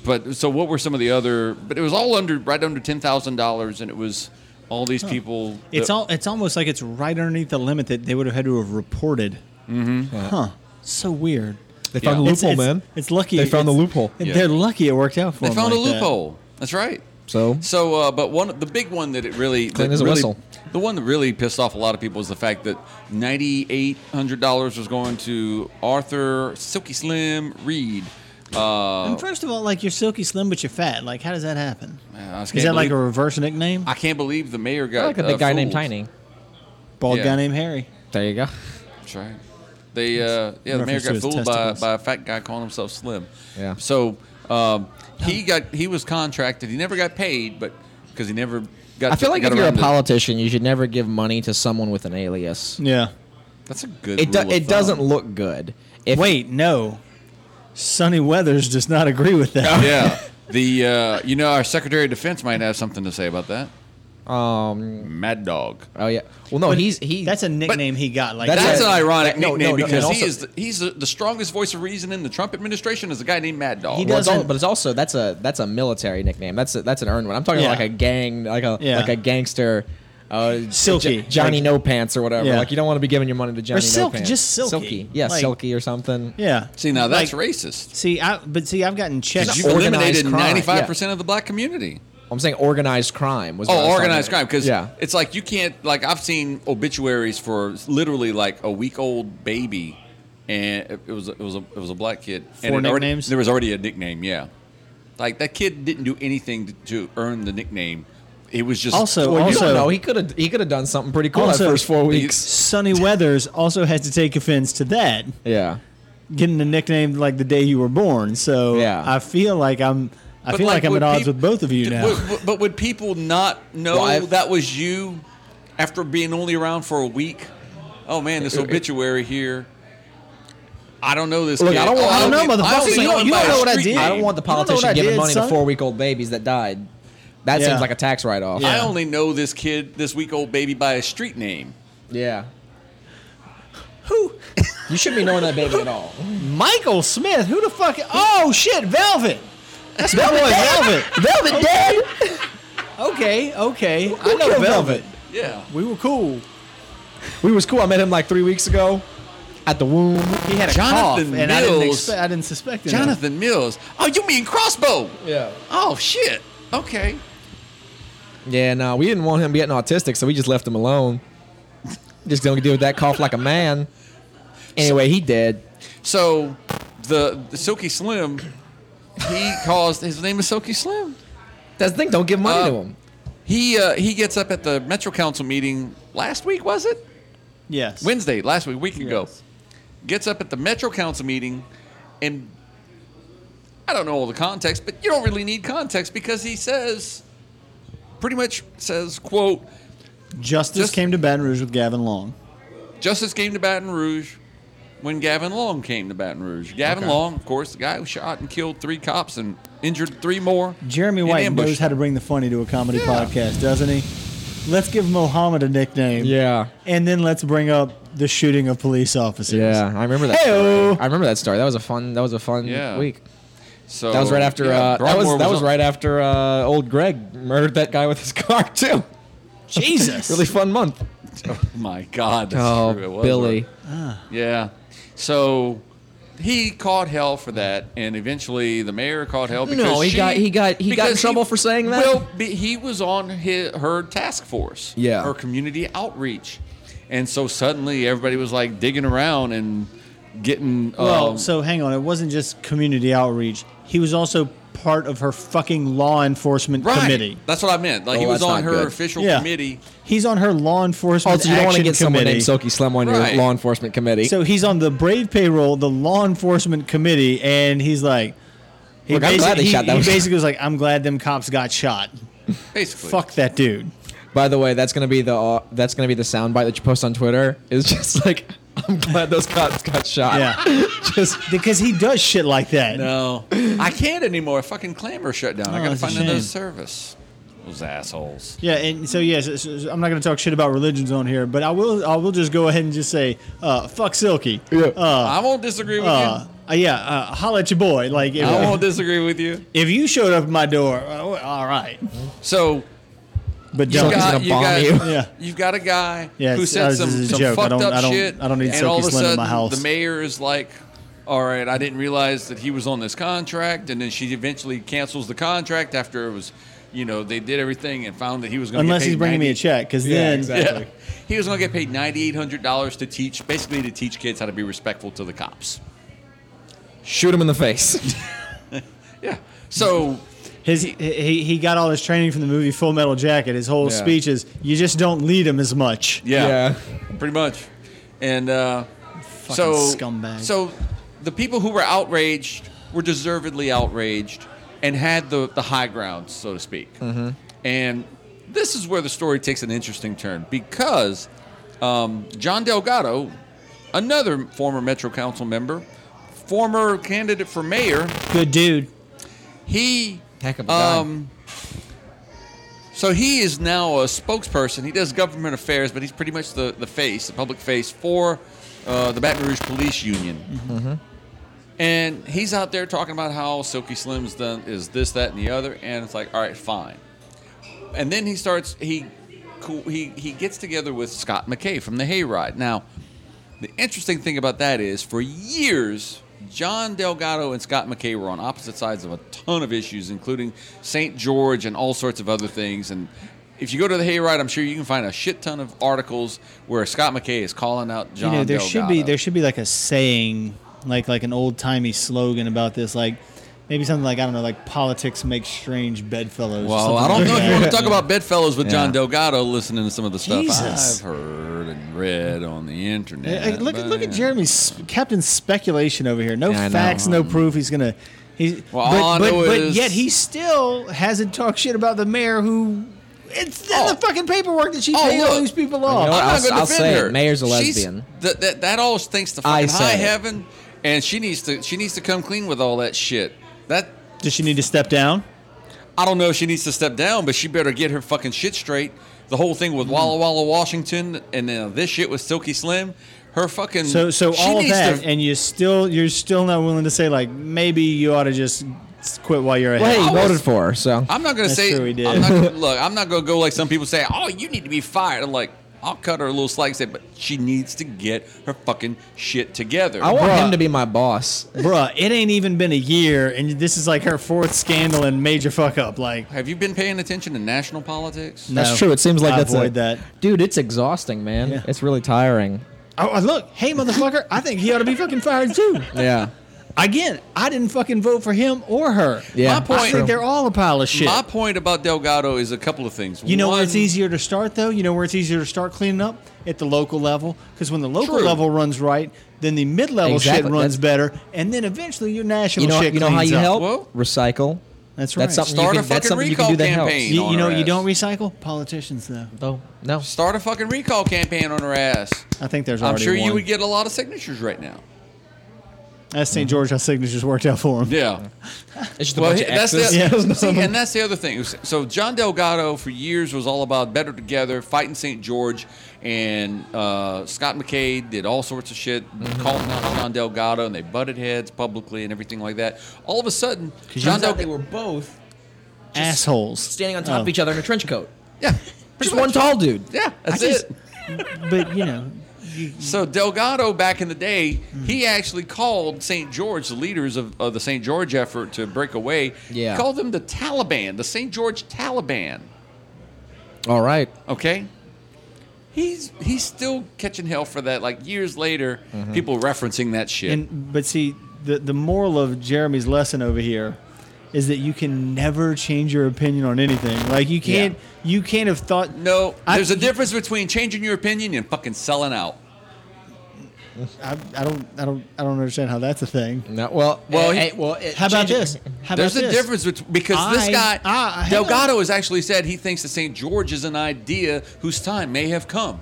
Speaker 1: But so what were some of the other? But it was all under right under ten thousand dollars, and it was all these people.
Speaker 2: It's
Speaker 1: that-
Speaker 2: all it's almost like it's right underneath the limit that they would have had to have reported. Mm-hmm. Huh. So weird.
Speaker 3: They found
Speaker 1: Yeah.
Speaker 3: the
Speaker 2: It's-
Speaker 3: loophole,
Speaker 2: it's-
Speaker 3: man.
Speaker 2: It's lucky
Speaker 3: They found the
Speaker 2: it's-
Speaker 3: loophole.
Speaker 2: and
Speaker 1: Yeah.
Speaker 2: They're lucky it worked out for
Speaker 1: They
Speaker 2: them.
Speaker 1: found
Speaker 2: like
Speaker 1: a
Speaker 2: that.
Speaker 1: loophole. That's right.
Speaker 3: So?
Speaker 1: so, uh, but one the big one that it really
Speaker 3: Clean
Speaker 1: that
Speaker 3: as a
Speaker 1: really-
Speaker 3: whistle.
Speaker 1: The one that really pissed off a lot of people was the fact that ninety eight hundred dollars was going to Arthur Silky Slim Reed. Uh,
Speaker 2: And first of all, like you're silky slim but you're fat. Like how does that happen?
Speaker 1: I just
Speaker 2: Is that
Speaker 1: can't
Speaker 2: like a
Speaker 1: believe-
Speaker 2: reverse nickname?
Speaker 1: I can't believe the mayor got
Speaker 3: I like a big
Speaker 1: uh,
Speaker 3: guy named
Speaker 1: fooled.
Speaker 3: Tiny.
Speaker 2: Bald
Speaker 1: yeah.
Speaker 2: guy named Harry.
Speaker 3: There you go.
Speaker 1: That's right. They, uh, yeah, the mayor
Speaker 2: Reference to
Speaker 1: got
Speaker 2: his
Speaker 1: fooled by,
Speaker 2: testicles.
Speaker 1: by a fat guy calling himself Slim.
Speaker 3: Yeah.
Speaker 1: So um, he got he was contracted. He never got paid, but because he never got.
Speaker 3: I feel like
Speaker 1: got
Speaker 3: if you're a
Speaker 1: around to-
Speaker 3: politician, you should never give money to someone with an alias.
Speaker 2: Yeah.
Speaker 1: that's a good.
Speaker 3: It do,
Speaker 1: rule of
Speaker 3: it doesn't
Speaker 1: thumb.
Speaker 3: look good. If
Speaker 2: Wait, no. Sonny Weathers does not agree with that.
Speaker 1: yeah. The uh, you know our Secretary of Defense might have something to say about that.
Speaker 3: Um.
Speaker 1: Mad Dog.
Speaker 3: Oh yeah. Well, no, he's he.
Speaker 2: That's a nickname he got. Like
Speaker 3: That's
Speaker 1: That's
Speaker 3: a-
Speaker 1: an ironic
Speaker 3: that- no,
Speaker 1: nickname
Speaker 3: no, no,
Speaker 1: because
Speaker 3: and
Speaker 1: he
Speaker 3: also-
Speaker 1: is the, he's the, the strongest voice of reason in the Trump administration is a guy named Mad Dog.
Speaker 2: He
Speaker 3: Well, it's al-
Speaker 2: doesn't-
Speaker 3: but it's also that's a that's a military nickname. That's a, that's an earned one. I'm talking
Speaker 2: Yeah.
Speaker 3: like a gang, like a
Speaker 2: Yeah.
Speaker 3: like a gangster, uh,
Speaker 2: Silky.
Speaker 3: J- Johnny
Speaker 2: Like-
Speaker 3: No Pants or whatever.
Speaker 2: Yeah.
Speaker 3: Like you don't want to be giving your money to Johnny
Speaker 2: Silk-
Speaker 3: No Pants.
Speaker 2: just Silky.
Speaker 3: yeah,
Speaker 2: Like-
Speaker 3: Silky or something.
Speaker 2: yeah.
Speaker 1: See, now that's
Speaker 2: Like,
Speaker 1: racist.
Speaker 2: See, I but see, I've gotten checks.
Speaker 1: Because you've
Speaker 3: organized
Speaker 1: eliminated
Speaker 3: crime, yeah.
Speaker 1: 95% of the black community.
Speaker 3: I'm saying organized crime was. what I was
Speaker 1: Oh,
Speaker 3: talking
Speaker 1: organized
Speaker 3: about.
Speaker 1: crime. Because
Speaker 3: yeah,
Speaker 1: it's like you can't, like, I've seen obituaries for literally like a week old baby. And it it was it was a it was a black kid. and
Speaker 2: Four
Speaker 1: it already-
Speaker 2: nicknames?
Speaker 1: there was already a nickname, yeah. Like that kid didn't do anything to, to earn the nickname. It was just
Speaker 2: Also-
Speaker 3: Well, you
Speaker 2: also-
Speaker 3: don't know. He could have he could have done something pretty cool that
Speaker 2: Also-
Speaker 3: first four weeks.
Speaker 2: Sunny Weathers also has to take offense to that,
Speaker 3: Yeah.
Speaker 2: getting the nickname like the day you were born. So
Speaker 3: Yeah.
Speaker 2: I feel like I'm, I
Speaker 1: But,
Speaker 2: feel like, I'm
Speaker 1: would
Speaker 2: at odds
Speaker 1: peop-
Speaker 2: with both of you
Speaker 1: d-
Speaker 2: now.
Speaker 1: would- would- but would people not know
Speaker 3: Well, I-
Speaker 1: that was you after being only around for a week? Oh man,
Speaker 2: Uh,
Speaker 1: this obituary here. I don't know this.
Speaker 3: Look,
Speaker 1: kid.
Speaker 3: I don't want-
Speaker 1: Oh,
Speaker 3: I don't
Speaker 2: know,
Speaker 1: kid-
Speaker 2: motherfucker.
Speaker 1: honestly,
Speaker 2: You don't-
Speaker 1: him
Speaker 2: you
Speaker 1: by
Speaker 2: don't
Speaker 1: a
Speaker 2: know what I
Speaker 1: street
Speaker 2: did.
Speaker 3: I
Speaker 1: name.
Speaker 3: don't want the
Speaker 2: You don't know what
Speaker 3: politician
Speaker 2: I
Speaker 3: giving
Speaker 2: did,
Speaker 3: money to
Speaker 2: son.
Speaker 3: four week old babies that died. That
Speaker 2: Yeah.
Speaker 3: seems like a tax write off.
Speaker 2: Yeah.
Speaker 1: I only know this kid, this week old baby, by a street name.
Speaker 3: yeah. Who? You shouldn't be knowing that baby at all.
Speaker 2: Michael Smith, who the fuck? Oh shit, Velvet. That's my boy, Velvet.
Speaker 3: Velvet dead.
Speaker 2: Okay, okay, I
Speaker 3: Who
Speaker 2: know
Speaker 3: killed
Speaker 2: Velvet.
Speaker 3: Velvet?
Speaker 1: Yeah.
Speaker 2: We were cool.
Speaker 3: We was cool. I met him like three weeks ago at the womb.
Speaker 2: He had a
Speaker 1: Jonathan
Speaker 2: cough, and I didn't,
Speaker 1: Mills.
Speaker 2: expect, I didn't suspect it.
Speaker 1: Jonathan Mills. Oh, you mean Crossbow?
Speaker 3: Yeah.
Speaker 1: Oh shit. Okay.
Speaker 3: Yeah, no, we didn't want him getting autistic, so we just left him alone. just don't deal with that cough like a man. Anyway, he dead.
Speaker 1: So, the, the Silky Slim, he caused. His name is Silky Slim.
Speaker 3: That's the thing. Don't give money
Speaker 1: Uh,
Speaker 3: to him.
Speaker 1: He uh, he gets up at the Metro Council meeting last week, was it?
Speaker 2: Yes.
Speaker 1: Wednesday, last week, a week ago. Gets up at the Metro Council meeting, and I don't know all the context, but you don't really need context because he says, pretty much says, quote,
Speaker 2: Justice
Speaker 1: Just-
Speaker 2: came to Baton Rouge with Gavin Long.
Speaker 1: Justice came to Baton Rouge when Gavin Long came to Baton Rouge. Gavin Long, of course, the guy who shot and killed three cops and injured three more.
Speaker 2: Jeremy
Speaker 1: in
Speaker 2: White
Speaker 1: ambush.
Speaker 2: knows how to bring the funny to a comedy
Speaker 1: Yeah.
Speaker 2: podcast, doesn't he? Let's give Mohammed a nickname.
Speaker 3: Yeah.
Speaker 2: And then let's bring up the shooting of police officers.
Speaker 3: Yeah, I remember that.
Speaker 2: Hey-o.
Speaker 3: Story. I remember that story. That was a fun. That was a fun
Speaker 1: Yeah.
Speaker 3: week.
Speaker 1: So
Speaker 3: That was right after.
Speaker 1: yeah,
Speaker 3: uh, that was,
Speaker 1: Broadmoor
Speaker 3: that was
Speaker 1: on-
Speaker 3: right after uh, old Greg murdered that guy with his car too.
Speaker 2: Jesus.
Speaker 3: really fun month.
Speaker 1: Oh my God! That's true. It
Speaker 3: Oh,
Speaker 1: was
Speaker 3: Billy.
Speaker 1: right. Yeah. So he caught hell for that, and eventually the mayor caught hell because
Speaker 3: No, he
Speaker 1: she-
Speaker 3: got- he got- he got in
Speaker 1: because
Speaker 3: trouble for saying that?
Speaker 1: Well, be- he was on his, her task force,
Speaker 3: Yeah.
Speaker 1: her community outreach, and so suddenly everybody was like digging around and getting.
Speaker 2: Well,
Speaker 1: um,
Speaker 2: so hang on. It wasn't just community outreach. He was also part of her fucking law enforcement
Speaker 1: right.
Speaker 2: committee.
Speaker 1: That's what I meant. Like he
Speaker 3: Oh,
Speaker 1: was
Speaker 3: that's
Speaker 1: on
Speaker 3: not
Speaker 1: her
Speaker 3: good.
Speaker 1: official
Speaker 2: Yeah.
Speaker 1: committee.
Speaker 2: He's on her law enforcement
Speaker 3: Also, Oh, you don't want to
Speaker 2: action
Speaker 3: get someone
Speaker 2: committee.
Speaker 3: named Silky Slim on
Speaker 1: Right.
Speaker 3: your law enforcement committee.
Speaker 2: so he's on the Brave payroll, the law enforcement committee, and he's like, he
Speaker 3: Look, I'm glad
Speaker 2: basi-
Speaker 3: they
Speaker 2: he-
Speaker 3: shot that
Speaker 2: he
Speaker 3: one.
Speaker 2: basically was like, I'm glad them cops got shot.
Speaker 1: Basically,
Speaker 2: Fuck that dude.
Speaker 3: By the way, that's gonna be the uh, that's gonna be the soundbite that you post on Twitter. Is just like, I'm glad those cops got shot.
Speaker 2: Yeah.
Speaker 3: just
Speaker 2: because he does shit like that.
Speaker 1: No, I can't anymore. Fucking clamor shut down. I
Speaker 2: Oh,
Speaker 1: gotta
Speaker 2: it's a
Speaker 1: find another
Speaker 2: shame.
Speaker 1: service. Those assholes.
Speaker 2: Yeah, and so yes, so- so I'm not going to talk shit about religions on here, but I will. I will just go ahead and just say, uh, fuck Silky. Yeah. Uh,
Speaker 1: I won't disagree with
Speaker 2: uh,
Speaker 1: you.
Speaker 2: uh, yeah. Uh, holla at your boy. Like if,
Speaker 1: I won't disagree with you.
Speaker 2: if you showed up at my door, uh, well, all right.
Speaker 1: So
Speaker 2: But
Speaker 1: you
Speaker 2: don't.
Speaker 3: Silky's
Speaker 1: got
Speaker 3: gonna
Speaker 1: you
Speaker 3: bomb
Speaker 1: got
Speaker 3: you.
Speaker 2: Yeah.
Speaker 1: you've got a guy
Speaker 2: Yeah,
Speaker 1: who
Speaker 2: it's-
Speaker 1: said
Speaker 2: uh,
Speaker 1: some,
Speaker 2: this is a
Speaker 1: some
Speaker 2: joke. I
Speaker 1: fucked
Speaker 2: don't-
Speaker 1: up
Speaker 2: I don't-
Speaker 1: shit.
Speaker 2: I don't need
Speaker 1: and
Speaker 2: Silky
Speaker 1: all of a
Speaker 2: Slim
Speaker 1: sudden,
Speaker 2: in my house.
Speaker 1: The mayor is like, "All right, I didn't realize that he was on this contract," and then she eventually cancels the contract after it was, you know, they did everything and found that he was going.
Speaker 2: unless
Speaker 1: get paid
Speaker 2: he's bringing me a
Speaker 1: 90
Speaker 2: check, because
Speaker 3: Yeah,
Speaker 2: then
Speaker 3: exactly.
Speaker 1: Yeah. He was going to get paid ninety eight hundred dollars to teach, basically to teach kids how to be respectful to the cops.
Speaker 3: shoot him in the face.
Speaker 1: Yeah. So
Speaker 2: his he, he got all his training from the movie Full Metal Jacket. His whole
Speaker 3: Yeah.
Speaker 2: speech is you just don't lead him as much.
Speaker 1: Yeah, pretty much. And uh, so,
Speaker 2: scumbag.
Speaker 1: so the people who were outraged were deservedly outraged and had the, the high ground, so to speak. And this is where the story takes an interesting turn because um, John Delgado, another former Metro Council member, former candidate for mayor,
Speaker 2: Good dude.
Speaker 1: he
Speaker 3: Um, Heck of a guy.
Speaker 1: um, So he is now a spokesperson. He does government affairs, but he's pretty much the, the face, the public face for uh, the Baton Rouge Police Union. And he's out there talking about how Silky Slim's done is this, that, and the other. And it's like, all right, fine. And then he starts he co- he he gets together with Scott McKay from the Hayride. Now, the interesting thing about that is, for years, John Delgado and Scott McKay were on opposite sides of a ton of issues, including St. George and all sorts of other things. And if you go to the Hayride, I'm sure you can find a shit ton of articles where Scott McKay is calling out
Speaker 2: you
Speaker 1: John.
Speaker 2: know, there should be
Speaker 1: Delgado.
Speaker 2: there should be like a saying, like like an old timey slogan about this, like maybe something like I don't know, like politics makes strange bedfellows. or
Speaker 1: Well, I
Speaker 2: something like
Speaker 1: don't know if you
Speaker 2: that.
Speaker 1: want to talk about bedfellows with John
Speaker 3: Yeah.
Speaker 1: Delgado listening to some of the stuff
Speaker 2: Jesus.
Speaker 1: I've heard and read on the internet.
Speaker 2: Hey, look at
Speaker 1: Uh, but,
Speaker 2: look at
Speaker 1: yeah.
Speaker 2: Jeremy's sp- Captain speculation over here. No
Speaker 3: Yeah, I know.
Speaker 2: facts, no proof. He's gonna. He's,
Speaker 1: Well,
Speaker 2: but,
Speaker 1: all I
Speaker 2: but,
Speaker 1: know
Speaker 2: but
Speaker 1: is-
Speaker 2: yet he still hasn't talked shit about the mayor who. It's in
Speaker 1: Oh.
Speaker 2: the fucking paperwork that she
Speaker 1: Oh,
Speaker 2: paid all
Speaker 1: look.
Speaker 2: these people
Speaker 3: know
Speaker 2: off.
Speaker 3: what?
Speaker 1: I'm
Speaker 3: I'll-
Speaker 1: not going to
Speaker 3: I'll
Speaker 1: defend
Speaker 3: say it.
Speaker 1: her.
Speaker 3: Mayor's a
Speaker 1: She's-
Speaker 3: lesbione.
Speaker 1: That, that that all stinks to
Speaker 3: I
Speaker 1: fucking
Speaker 3: say
Speaker 1: high
Speaker 3: it.
Speaker 1: heaven, and she needs to she needs to come clean with all that shit. That
Speaker 2: Does she need to step down?
Speaker 1: I don't know if she needs to step down, but she better get her fucking shit straight. The whole thing
Speaker 3: Hmm.
Speaker 1: with Walla Walla Washington and uh, this shit with Silky Slim, her fucking
Speaker 2: So so
Speaker 1: she
Speaker 2: all of
Speaker 1: needs
Speaker 2: that,
Speaker 1: to-
Speaker 2: and you still you're still not willing to say like maybe you ought to just quit while you're ahead.
Speaker 3: Well, hey, you
Speaker 1: I was-
Speaker 3: voted for her, so
Speaker 1: I'm not gonna
Speaker 2: That's
Speaker 1: say.
Speaker 2: true, he did.
Speaker 1: I'm not gonna, look, I'm not gonna go like some people say. Oh, you need to be fired. I'm like, I'll cut her a little slack. And say, but she needs to get her fucking shit together.
Speaker 3: I want
Speaker 2: Bruh.
Speaker 3: him to be my boss.
Speaker 2: Bruh, it ain't even been a year, and this is like her fourth scandal and major fuck up. Like
Speaker 1: Have you been paying attention to national politics?
Speaker 2: No.
Speaker 3: That's true. It seems like
Speaker 2: I
Speaker 3: that's a-
Speaker 2: avoid that.
Speaker 3: Dude, it's exhausting, man.
Speaker 2: Yeah.
Speaker 3: It's really tiring.
Speaker 2: Oh, oh, look, hey, motherfucker, I think he ought to be fucking fired too.
Speaker 3: Yeah.
Speaker 2: Again, I didn't fucking vote for him or her.
Speaker 3: Yeah.
Speaker 1: My
Speaker 2: I
Speaker 1: point-
Speaker 2: think
Speaker 1: True.
Speaker 2: they're all a pile of shit.
Speaker 1: My point about Delgado is a couple of things.
Speaker 2: you know where it's
Speaker 1: One-
Speaker 2: easier to start, though? You know where it's easier to start cleaning up? At the local level. Because when the local
Speaker 1: True.
Speaker 2: level runs right, then the mid level shit
Speaker 3: Exactly.
Speaker 2: runs
Speaker 3: That's-
Speaker 2: better. And then eventually your national
Speaker 3: You know,
Speaker 2: shit
Speaker 3: you know how
Speaker 2: cleans
Speaker 3: you
Speaker 2: up.
Speaker 3: help?
Speaker 1: Well-
Speaker 3: Recycle.
Speaker 2: That's right.
Speaker 3: That's something
Speaker 1: Start a
Speaker 3: you can, that's
Speaker 1: fucking
Speaker 3: something you can
Speaker 1: recall
Speaker 3: do that
Speaker 1: campaign.
Speaker 3: helps.
Speaker 2: You, you know what you
Speaker 1: Honor
Speaker 2: don't recycle? Politicians, though.
Speaker 3: Oh, no.
Speaker 1: Start a fucking recall campaign on her ass.
Speaker 2: I think there's
Speaker 1: I'm
Speaker 2: already
Speaker 1: sure
Speaker 2: one.
Speaker 1: you would get a lot of signatures right now.
Speaker 2: That's St. George, how signatures worked out for him.
Speaker 1: Yeah.
Speaker 3: It's just a
Speaker 1: Well,
Speaker 3: bunch of
Speaker 1: that's the,
Speaker 3: X's.
Speaker 2: Yeah.
Speaker 1: see, and that's the other thing. So John Delgado for years was all about better together, fighting St. George, and uh, Scott McKay did all sorts of shit, calling out John Delgado, and they butted heads publicly and everything like that. All of a sudden, John
Speaker 3: Turns out they
Speaker 1: Delgado,
Speaker 3: were both
Speaker 2: Assholes. Oh,
Speaker 3: standing on top of each other in a trench coat.
Speaker 1: yeah, Oh. pretty
Speaker 3: Just
Speaker 1: much.
Speaker 3: one tall dude.
Speaker 1: yeah, that's
Speaker 3: I just-
Speaker 1: it.
Speaker 2: But, you know,
Speaker 1: So Delgado, back in the day, he actually called St. George, the leaders of, of the St. George effort to break away.
Speaker 3: Yeah.
Speaker 1: he called them the Taliban, the St. George Taliban.
Speaker 3: All right.
Speaker 1: okay he's he's still catching hell for that like years later people referencing that shit
Speaker 2: And but see, the the moral of Jeremy's lesson over here is that you can never change your opinion on anything. Like you can't you can't have thought
Speaker 1: no
Speaker 2: I-
Speaker 1: there's a difference between changing your opinion and fucking selling out
Speaker 2: I, I don't I don't I don't understand how that's a thing.
Speaker 3: No, well,
Speaker 1: Well,
Speaker 3: well,
Speaker 1: he-
Speaker 3: Eh, well it-
Speaker 2: How about
Speaker 3: changing-
Speaker 2: this? How
Speaker 1: there's a
Speaker 2: about this?
Speaker 1: difference between, because this
Speaker 2: I-
Speaker 1: guy
Speaker 2: ah, hang
Speaker 1: delgado has actually said he thinks that st george is an idea whose time may have come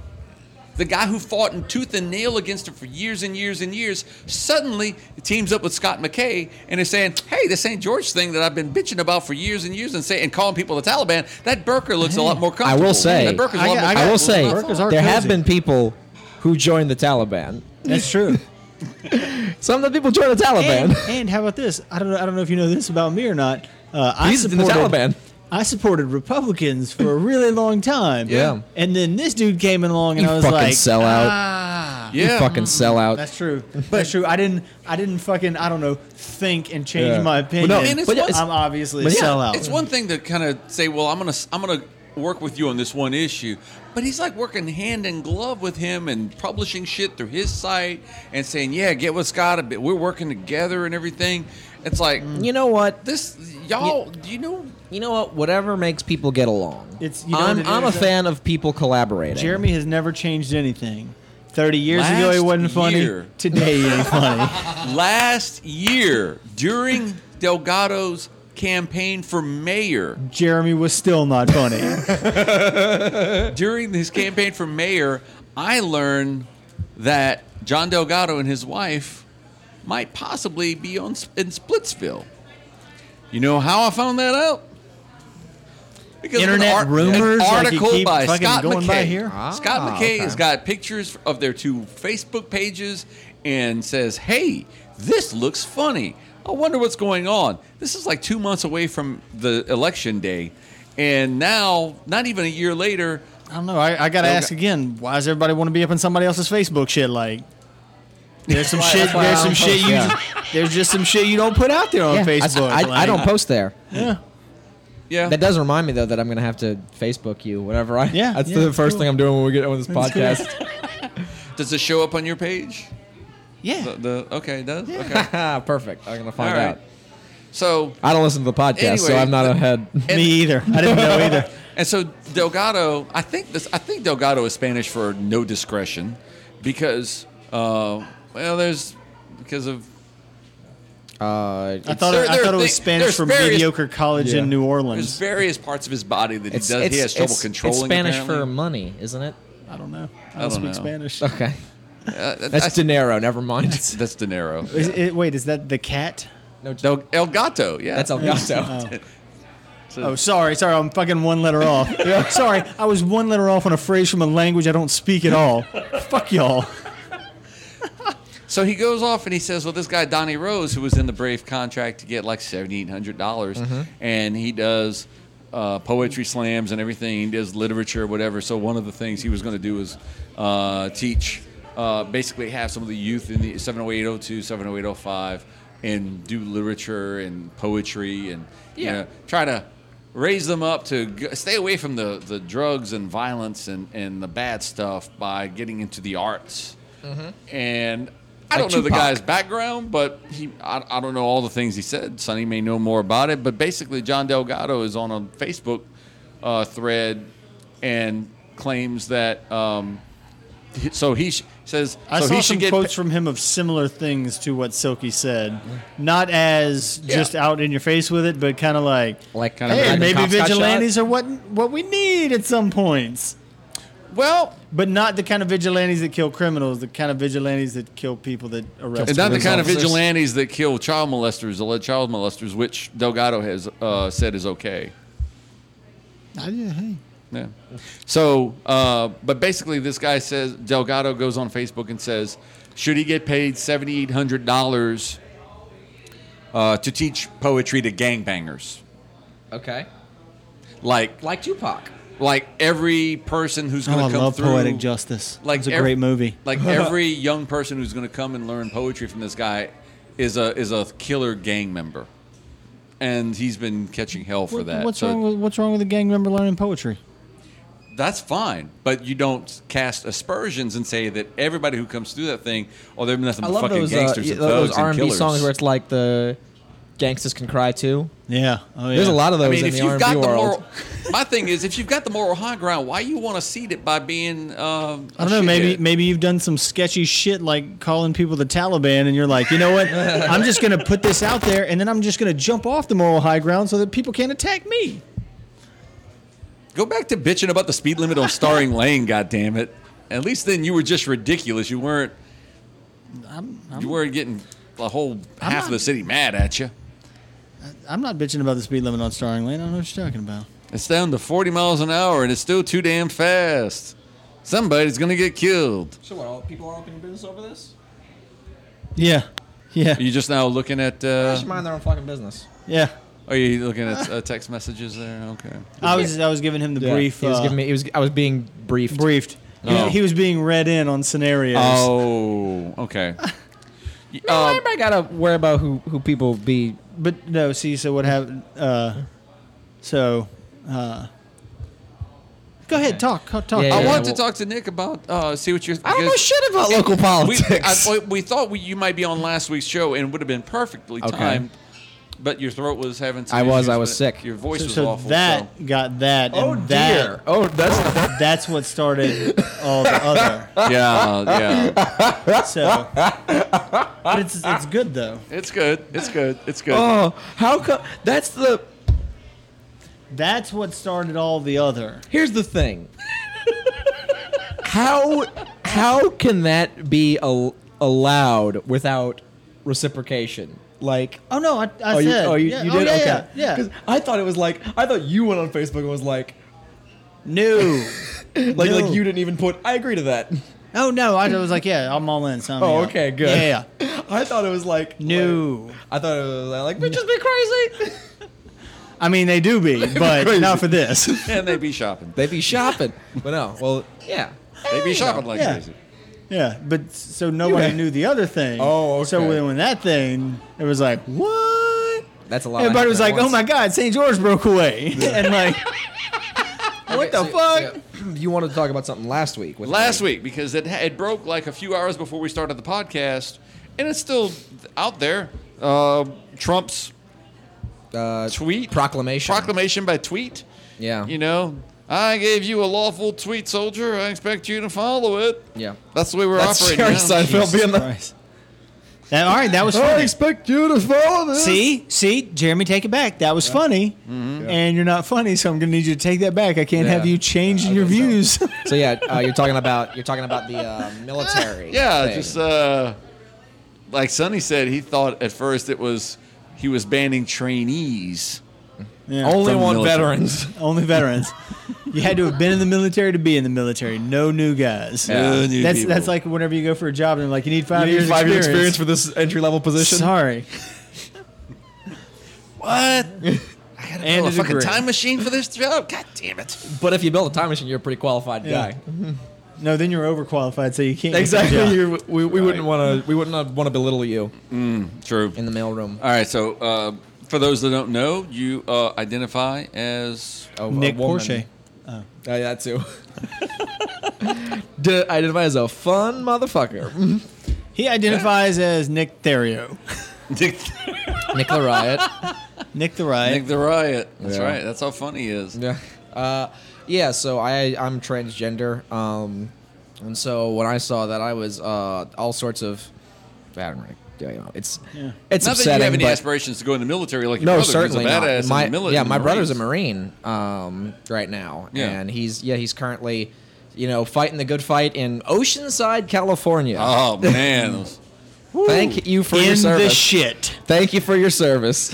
Speaker 1: the guy who fought in tooth and nail against it for years and years and years suddenly teams up with Scott McKay and is saying, "Hey, this St. George thing that I've been bitching about for years and years and saying and calling people the Taliban, that Burker looks a lot more
Speaker 3: I
Speaker 1: comfortable.
Speaker 3: will say,
Speaker 1: that Burker's a
Speaker 2: I
Speaker 1: lot
Speaker 2: got-
Speaker 1: more
Speaker 2: I got-
Speaker 3: I will
Speaker 1: comfortable
Speaker 3: say,
Speaker 1: than I
Speaker 2: Burke is
Speaker 1: thought."
Speaker 2: our
Speaker 3: there have
Speaker 2: cozy.
Speaker 3: been people who joined the Taliban.
Speaker 2: That's true.
Speaker 3: Some of the people joined the
Speaker 2: and,
Speaker 3: Taliban.
Speaker 2: and how about this? I don't know I don't know if you know this about me or not. Uh, I
Speaker 3: He's in the
Speaker 2: supported
Speaker 3: Taliban.
Speaker 2: I supported Republicans for a really long time.
Speaker 3: Yeah.
Speaker 2: And then this dude came along and
Speaker 3: you
Speaker 2: I was
Speaker 3: fucking
Speaker 2: like
Speaker 3: sell out.
Speaker 1: yeah.
Speaker 3: You fucking sell out.
Speaker 2: That's true. That's true. I didn't. I didn't fucking. I don't know. Think and change
Speaker 3: Yeah.
Speaker 2: my
Speaker 3: But
Speaker 2: opinion.
Speaker 3: no,
Speaker 1: And it's but one- it's-
Speaker 2: I'm obviously a
Speaker 3: but yeah,
Speaker 2: sellout.
Speaker 1: It's one thing to kind of say, "Well, I'm gonna I'm gonna work with you on this one issue," but he's like working hand in glove with him and publishing shit through his site and saying, "Yeah, get with Scott a bit. We're working together and everything." It's like
Speaker 3: You know what?
Speaker 1: this, y'all. Do you know?
Speaker 3: You know what? Whatever makes people get along.
Speaker 2: It's- you know
Speaker 3: I'm,
Speaker 2: what it
Speaker 3: I'm a
Speaker 2: is, uh,
Speaker 3: fan of people collaborating.
Speaker 2: Jeremy has never changed anything. Thirty years ago, he
Speaker 1: Last
Speaker 2: wasn't funny.
Speaker 1: year.
Speaker 2: Today, he ain't funny.
Speaker 1: Last year, during Delgado's campaign for mayor,
Speaker 2: Jeremy was still not funny.
Speaker 1: during his campaign for mayor, I learned that John Delgado and his wife might possibly be on in Splitsville. You know how I found that out? Because of an
Speaker 2: Internet
Speaker 1: ar-
Speaker 2: rumors,
Speaker 1: An
Speaker 2: like you
Speaker 1: article
Speaker 2: keep
Speaker 1: by
Speaker 2: fucking
Speaker 1: Scott
Speaker 2: going
Speaker 1: McKay.
Speaker 2: by here?
Speaker 1: Scott
Speaker 3: Ah,
Speaker 1: McKay
Speaker 3: okay.
Speaker 1: has got pictures of their two Facebook pages and says, "Hey, this looks funny. I wonder what's going on." This is like two months away from the election day, and now, not even a year later,
Speaker 2: I don't know. I, I gotta
Speaker 1: Okay.
Speaker 2: ask again. Why does everybody want to be up in somebody else's Facebook shit? Like, there's some
Speaker 3: why-
Speaker 2: shit.
Speaker 3: that's why I
Speaker 2: There's
Speaker 3: don't
Speaker 2: some shit.
Speaker 3: post-
Speaker 2: You,
Speaker 3: yeah.
Speaker 2: there's just some shit you don't put out there on
Speaker 3: Yeah, I-
Speaker 2: Facebook.
Speaker 3: I, I
Speaker 2: like-
Speaker 3: don't post there.
Speaker 2: Yeah.
Speaker 1: yeah,
Speaker 3: That does remind me though that I'm gonna have to Facebook you whenever I.
Speaker 2: Yeah,
Speaker 3: that's
Speaker 2: yeah,
Speaker 3: the first
Speaker 2: cool.
Speaker 3: thing I'm doing when we get on this
Speaker 2: That's cool.
Speaker 3: podcast.
Speaker 1: does it show up on your page?
Speaker 2: Yeah.
Speaker 1: The, the okay, it does okay.
Speaker 3: Ah, Perfect. I'm gonna
Speaker 1: All
Speaker 3: find
Speaker 1: right.
Speaker 3: out.
Speaker 1: So
Speaker 3: I don't listen to the podcast, so
Speaker 1: Anyway,
Speaker 3: I'm not
Speaker 1: the-
Speaker 3: ahead.
Speaker 1: and-
Speaker 2: Me either. I didn't know either.
Speaker 1: And so Delgado, I think this, I think Delgado is Spanish for no discretion, because uh, well, there's because of
Speaker 3: Uh,
Speaker 2: I thought,
Speaker 1: There-
Speaker 2: I
Speaker 1: there
Speaker 2: thought it
Speaker 1: are
Speaker 2: was
Speaker 1: thi-
Speaker 2: Spanish
Speaker 1: there's
Speaker 2: for
Speaker 1: various-
Speaker 2: mediocre college
Speaker 3: Yeah.
Speaker 2: in New
Speaker 1: there's
Speaker 2: Orleans.
Speaker 1: various parts of his body that he does he has trouble
Speaker 3: it's-
Speaker 1: controlling.
Speaker 3: It's Spanish for
Speaker 1: apparently.
Speaker 3: money, isn't it?
Speaker 2: I don't know. I don't,
Speaker 1: don't
Speaker 2: speak
Speaker 1: know.
Speaker 2: Spanish.
Speaker 3: Okay.
Speaker 1: Uh, that-
Speaker 3: That's
Speaker 1: that's
Speaker 3: dinero. Never mind.
Speaker 1: that's De Niro.
Speaker 2: Is it, wait, is that the cat?
Speaker 3: No,
Speaker 1: Del, El Gato, yeah.
Speaker 3: that's El Gato.
Speaker 2: Oh, sorry, sorry. I'm fucking one letter off. Sorry, I was one letter off on a phrase from a language I don't speak at all. Fuck y'all.
Speaker 1: So he goes off and he says, "Well, this guy Donnie Rose, who was in the Brave contract to get like seventy eight hundred dollars, and he does uh, poetry slams and everything. He does literature, whatever. So one of the things he was going to do is uh, teach, uh, basically have some of the youth in the 70802, 70805, and do literature and poetry and you know, try to." Raise them up to g- stay away from the, the drugs and violence and, and the bad stuff by getting into the arts and I
Speaker 3: Like
Speaker 1: don't know the
Speaker 3: Tupac.
Speaker 1: guy's background, but he I, I don't know all the things he said. Sonny may know more about it, but basically John Delgado is on a Facebook uh, thread and claims that um, he- so he sh- says
Speaker 2: I
Speaker 1: so
Speaker 2: saw
Speaker 1: he
Speaker 2: some
Speaker 1: should get
Speaker 2: quotes from him of similar things to what Silky said, not as just out in your face with it, but kind of like,
Speaker 3: Like kind
Speaker 2: hey, maybe vigilantes are what what we need at some points,
Speaker 1: well,
Speaker 2: but not the kind of vigilantes that kill criminals, the kind of vigilantes that kill people that arrest.
Speaker 1: and not the
Speaker 2: police
Speaker 1: kind of
Speaker 2: officers.
Speaker 1: vigilantes that kill child molesters, alleged child molesters, which Delgado has uh, said is okay.
Speaker 2: Ah, yeah, hey.
Speaker 1: Yeah. So, uh, but basically, this guy says Delgado goes on Facebook and says, should he get paid seventy eight hundred dollars uh, to teach poetry to gangbangers?
Speaker 3: Okay.
Speaker 1: Like,
Speaker 3: Like Tupac.
Speaker 1: like every person who's
Speaker 2: Oh,
Speaker 1: going
Speaker 2: I
Speaker 1: to come
Speaker 2: love
Speaker 1: through.
Speaker 2: Poetic Justice.
Speaker 1: Like
Speaker 2: it's a
Speaker 1: ev-
Speaker 2: great movie.
Speaker 1: Like every young person who's going to come and learn poetry from this guy is a is a killer gang member, and he's been catching hell for
Speaker 2: What-
Speaker 1: that.
Speaker 2: What's
Speaker 1: So
Speaker 2: wrong with What's wrong with a gang member learning poetry?
Speaker 1: that's fine. But you don't cast aspersions and say that everybody who comes through that thing, oh, they're nothing
Speaker 3: I
Speaker 1: but
Speaker 3: love
Speaker 1: fucking
Speaker 3: those, uh,
Speaker 1: gangsters
Speaker 3: yeah,
Speaker 1: and thugs
Speaker 3: those
Speaker 1: and
Speaker 3: R&B
Speaker 1: killers.
Speaker 3: songs where it's like the gangsters can cry too.
Speaker 2: Yeah. Oh, yeah.
Speaker 3: There's a lot of
Speaker 1: I
Speaker 3: those in
Speaker 1: mean, if
Speaker 3: the
Speaker 1: you've
Speaker 3: R&B
Speaker 1: got the
Speaker 3: world.
Speaker 1: moral, my thing is, if you've got the moral high ground, why you want to cede it by being? Um,
Speaker 2: I don't know. Maybe maybe you've done some sketchy shit like calling people the Taliban, and you're like, you know what? I'm just gonna put this out there, and then I'm just gonna jump off the moral high ground so that people can't attack me.
Speaker 1: go back to bitching about the speed limit on Starring Lane. God damn it! At least then you were just ridiculous. You weren't. you weren't getting the whole half of
Speaker 2: not-
Speaker 1: the city mad at you.
Speaker 2: I'm not bitching about the speed limit on Starring Lane. I don't know what you're talking about.
Speaker 1: It's down to 40 miles an hour, and it's still too damn fast. Somebody's gonna get killed.
Speaker 3: So what, all, people are opening business over this?
Speaker 2: Yeah, yeah,
Speaker 1: Are you just now looking at? Uh,
Speaker 3: mind their own fucking business.
Speaker 2: yeah.
Speaker 1: are you looking at uh, text messages there? Okay.
Speaker 2: I was I was giving him the brief.
Speaker 3: He was
Speaker 2: uh,
Speaker 3: giving me, he was, I was being briefed.
Speaker 2: briefed. He was-
Speaker 1: Oh.
Speaker 2: He was being read in on scenarios.
Speaker 1: Oh, okay. Y- uh,
Speaker 3: I gotta worry about who, who people be.
Speaker 2: But no, see, so what happened? Uh, so, uh, go ahead, talk, talk. talk.
Speaker 3: Yeah, yeah,
Speaker 1: I
Speaker 3: yeah.
Speaker 1: want to
Speaker 3: well-
Speaker 1: talk to Nick about uh, see what you're.
Speaker 3: I don't know shit about local
Speaker 1: We,
Speaker 3: politics.
Speaker 1: I, we thought we, you might be on last week's show and would have been perfectly
Speaker 3: Okay.
Speaker 1: timed, but your throat was having. Some
Speaker 3: I was,
Speaker 1: issues
Speaker 3: I was
Speaker 1: with-
Speaker 3: sick.
Speaker 1: Your voice
Speaker 2: So,
Speaker 1: was
Speaker 2: so
Speaker 1: awful.
Speaker 2: that
Speaker 1: so-
Speaker 2: got that.
Speaker 3: oh
Speaker 2: and
Speaker 3: dear. Oh, that's...
Speaker 2: That, that's what started all the other.
Speaker 1: yeah, yeah.
Speaker 2: So, but it's it's good though.
Speaker 1: It's good. It's good. It's good.
Speaker 3: Oh, how come? That's the.
Speaker 2: That's what started all the other.
Speaker 3: Here's the thing. how how can that be al- allowed without reciprocation?
Speaker 6: like
Speaker 2: Oh no, I, I
Speaker 6: oh,
Speaker 2: said.
Speaker 6: you, oh, you,
Speaker 2: yeah,
Speaker 6: you did?
Speaker 2: yeah,
Speaker 6: okay.
Speaker 2: Yeah. yeah.
Speaker 6: 'Cause I thought it was like I thought you went on Facebook and was like
Speaker 2: No.
Speaker 6: like
Speaker 2: No.
Speaker 6: like you didn't even put I agree to that.
Speaker 2: Oh no, I was like, yeah, I'm all in. So I'm
Speaker 6: Oh,
Speaker 2: yeah.
Speaker 6: okay, good.
Speaker 2: Yeah. yeah.
Speaker 6: I thought it was like like-
Speaker 2: No.
Speaker 6: I thought it was like bitches be crazy.
Speaker 2: I mean, they do be, but not for this.
Speaker 1: and they be shopping.
Speaker 3: They be shopping, but no. Well, yeah.
Speaker 1: They be shopping like
Speaker 2: Yeah.
Speaker 1: crazy.
Speaker 2: Yeah, but so nobody
Speaker 6: Yeah.
Speaker 2: knew the other thing.
Speaker 6: Oh,
Speaker 2: So
Speaker 6: okay.
Speaker 2: when, when that thing, it was like what?
Speaker 3: That's a lot.
Speaker 2: Everybody was like,
Speaker 3: happening at
Speaker 2: "Oh my
Speaker 3: once.
Speaker 2: God, St. George broke away," and like,
Speaker 6: "Oh
Speaker 2: "What the
Speaker 3: Okay, so-
Speaker 2: fuck?"
Speaker 3: so you wanted to talk about something last week? With
Speaker 1: Last
Speaker 3: me.
Speaker 1: week, because it, it broke like a few hours before we started the podcast, and it's still out there. Uh, Trump's
Speaker 3: uh,
Speaker 1: tweet
Speaker 3: proclamation.
Speaker 1: proclamation by tweet.
Speaker 3: Yeah.
Speaker 1: You know, I gave you a lawful tweet, soldier. I expect you to follow it.
Speaker 3: Yeah.
Speaker 1: That's the way we're
Speaker 3: That's
Speaker 1: operating.
Speaker 3: Jerry
Speaker 1: now.
Speaker 3: Seinfeld being the-
Speaker 2: Christ. That- all right, that was
Speaker 6: I
Speaker 2: funny.
Speaker 6: expect you to follow this.
Speaker 2: See, see, Jeremy, take it back. That was funny,
Speaker 6: Mm-hmm.
Speaker 2: and you're not funny, so I'm gonna need you to take that back. I can't
Speaker 3: Yeah.
Speaker 2: have you changing your
Speaker 3: think so.
Speaker 2: views.
Speaker 3: So yeah, uh, you're talking about you're talking about the uh, military.
Speaker 1: Yeah,
Speaker 3: thing.
Speaker 1: just uh, like Sonny said, he thought at first it was he was banning trainees.
Speaker 2: Yeah.
Speaker 6: Only
Speaker 1: From the
Speaker 6: want
Speaker 1: military.
Speaker 6: veterans.
Speaker 2: Only veterans. you had to have been in the military to be in the military. No new guys.
Speaker 1: No new
Speaker 2: that's
Speaker 1: people.
Speaker 2: that's like whenever you go for a job and they're like you need five
Speaker 6: You
Speaker 2: years
Speaker 6: need five years
Speaker 2: experience.
Speaker 6: experience for this entry level position.
Speaker 2: Sorry.
Speaker 1: What? I gotta
Speaker 2: And
Speaker 1: build a
Speaker 2: a
Speaker 1: fucking
Speaker 2: degree.
Speaker 1: time machine for this job. God damn it!
Speaker 3: But if you build a time machine, you're a pretty qualified
Speaker 2: Yeah.
Speaker 3: guy.
Speaker 2: No, then you're overqualified, so you can't. get the
Speaker 6: Exactly.
Speaker 2: job.
Speaker 6: You, we, we wouldn't
Speaker 1: Right.
Speaker 6: want to. We wouldn't want to belittle you.
Speaker 1: True.
Speaker 3: in the mailroom.
Speaker 1: All right, so uh, for those that don't know, you uh, identify as
Speaker 3: A- a
Speaker 2: Nick
Speaker 3: woman.
Speaker 2: Porsche.
Speaker 3: Uh, yeah, that too. D- identify as a fun motherfucker.
Speaker 2: He identifies as Nick Therio.
Speaker 1: Nick,
Speaker 3: Nick Riot.
Speaker 2: Nick the Riot.
Speaker 1: Nick the Riot. That's
Speaker 3: Yeah.
Speaker 1: right. That's how funny he is.
Speaker 3: Yeah. Uh, yeah. So I I'm transgender. Um, and so when I saw that, I was uh all sorts of. I don't really. You know, it's it's
Speaker 1: Not
Speaker 3: upsetting.
Speaker 1: that you have any
Speaker 3: but-
Speaker 1: aspirations to go in the military like your
Speaker 3: no,
Speaker 1: brother,
Speaker 3: certainly
Speaker 1: who's a
Speaker 3: not.
Speaker 1: badass
Speaker 3: My-
Speaker 1: in the mili-
Speaker 3: yeah,
Speaker 1: in the
Speaker 3: my brother's a
Speaker 1: Marines.
Speaker 3: marine um, right now,
Speaker 1: Yeah.
Speaker 3: and he's yeah he's currently you know fighting the good fight in Oceanside, California.
Speaker 1: Oh man,
Speaker 3: Thank you for your
Speaker 2: in
Speaker 3: service.
Speaker 2: the shit.
Speaker 3: Thank you for your service.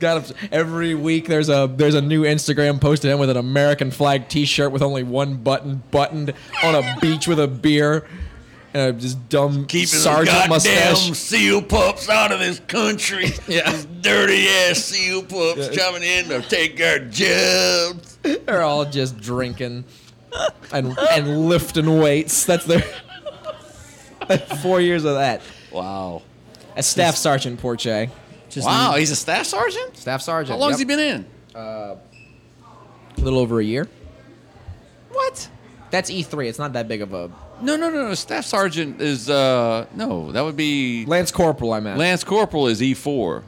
Speaker 3: Got him- every week. There's a there's a new Instagram posted in with an American flag T-shirt with only one button buttoned on a beach with a beer and a just dumb
Speaker 1: keeping the
Speaker 3: sergeant
Speaker 1: goddamn
Speaker 3: mustache.
Speaker 1: seal pups out of this country.
Speaker 3: Yeah.
Speaker 1: These dirty ass seal pups coming in to take our jobs.
Speaker 3: They're all just drinking and and lifting weights. That's their four years of that.
Speaker 1: Wow.
Speaker 3: A staff sergeant, Porche.
Speaker 2: Just
Speaker 1: Wow, he's a staff sergeant?
Speaker 3: Staff sergeant.
Speaker 1: How long has he been in?
Speaker 3: A little over a year.
Speaker 1: What?
Speaker 3: That's E3. It's not that big of a
Speaker 1: No, no, no, no. Staff sergeant is uh no, that would be
Speaker 3: lance corporal. I meant.
Speaker 1: Lance Corporal is E four.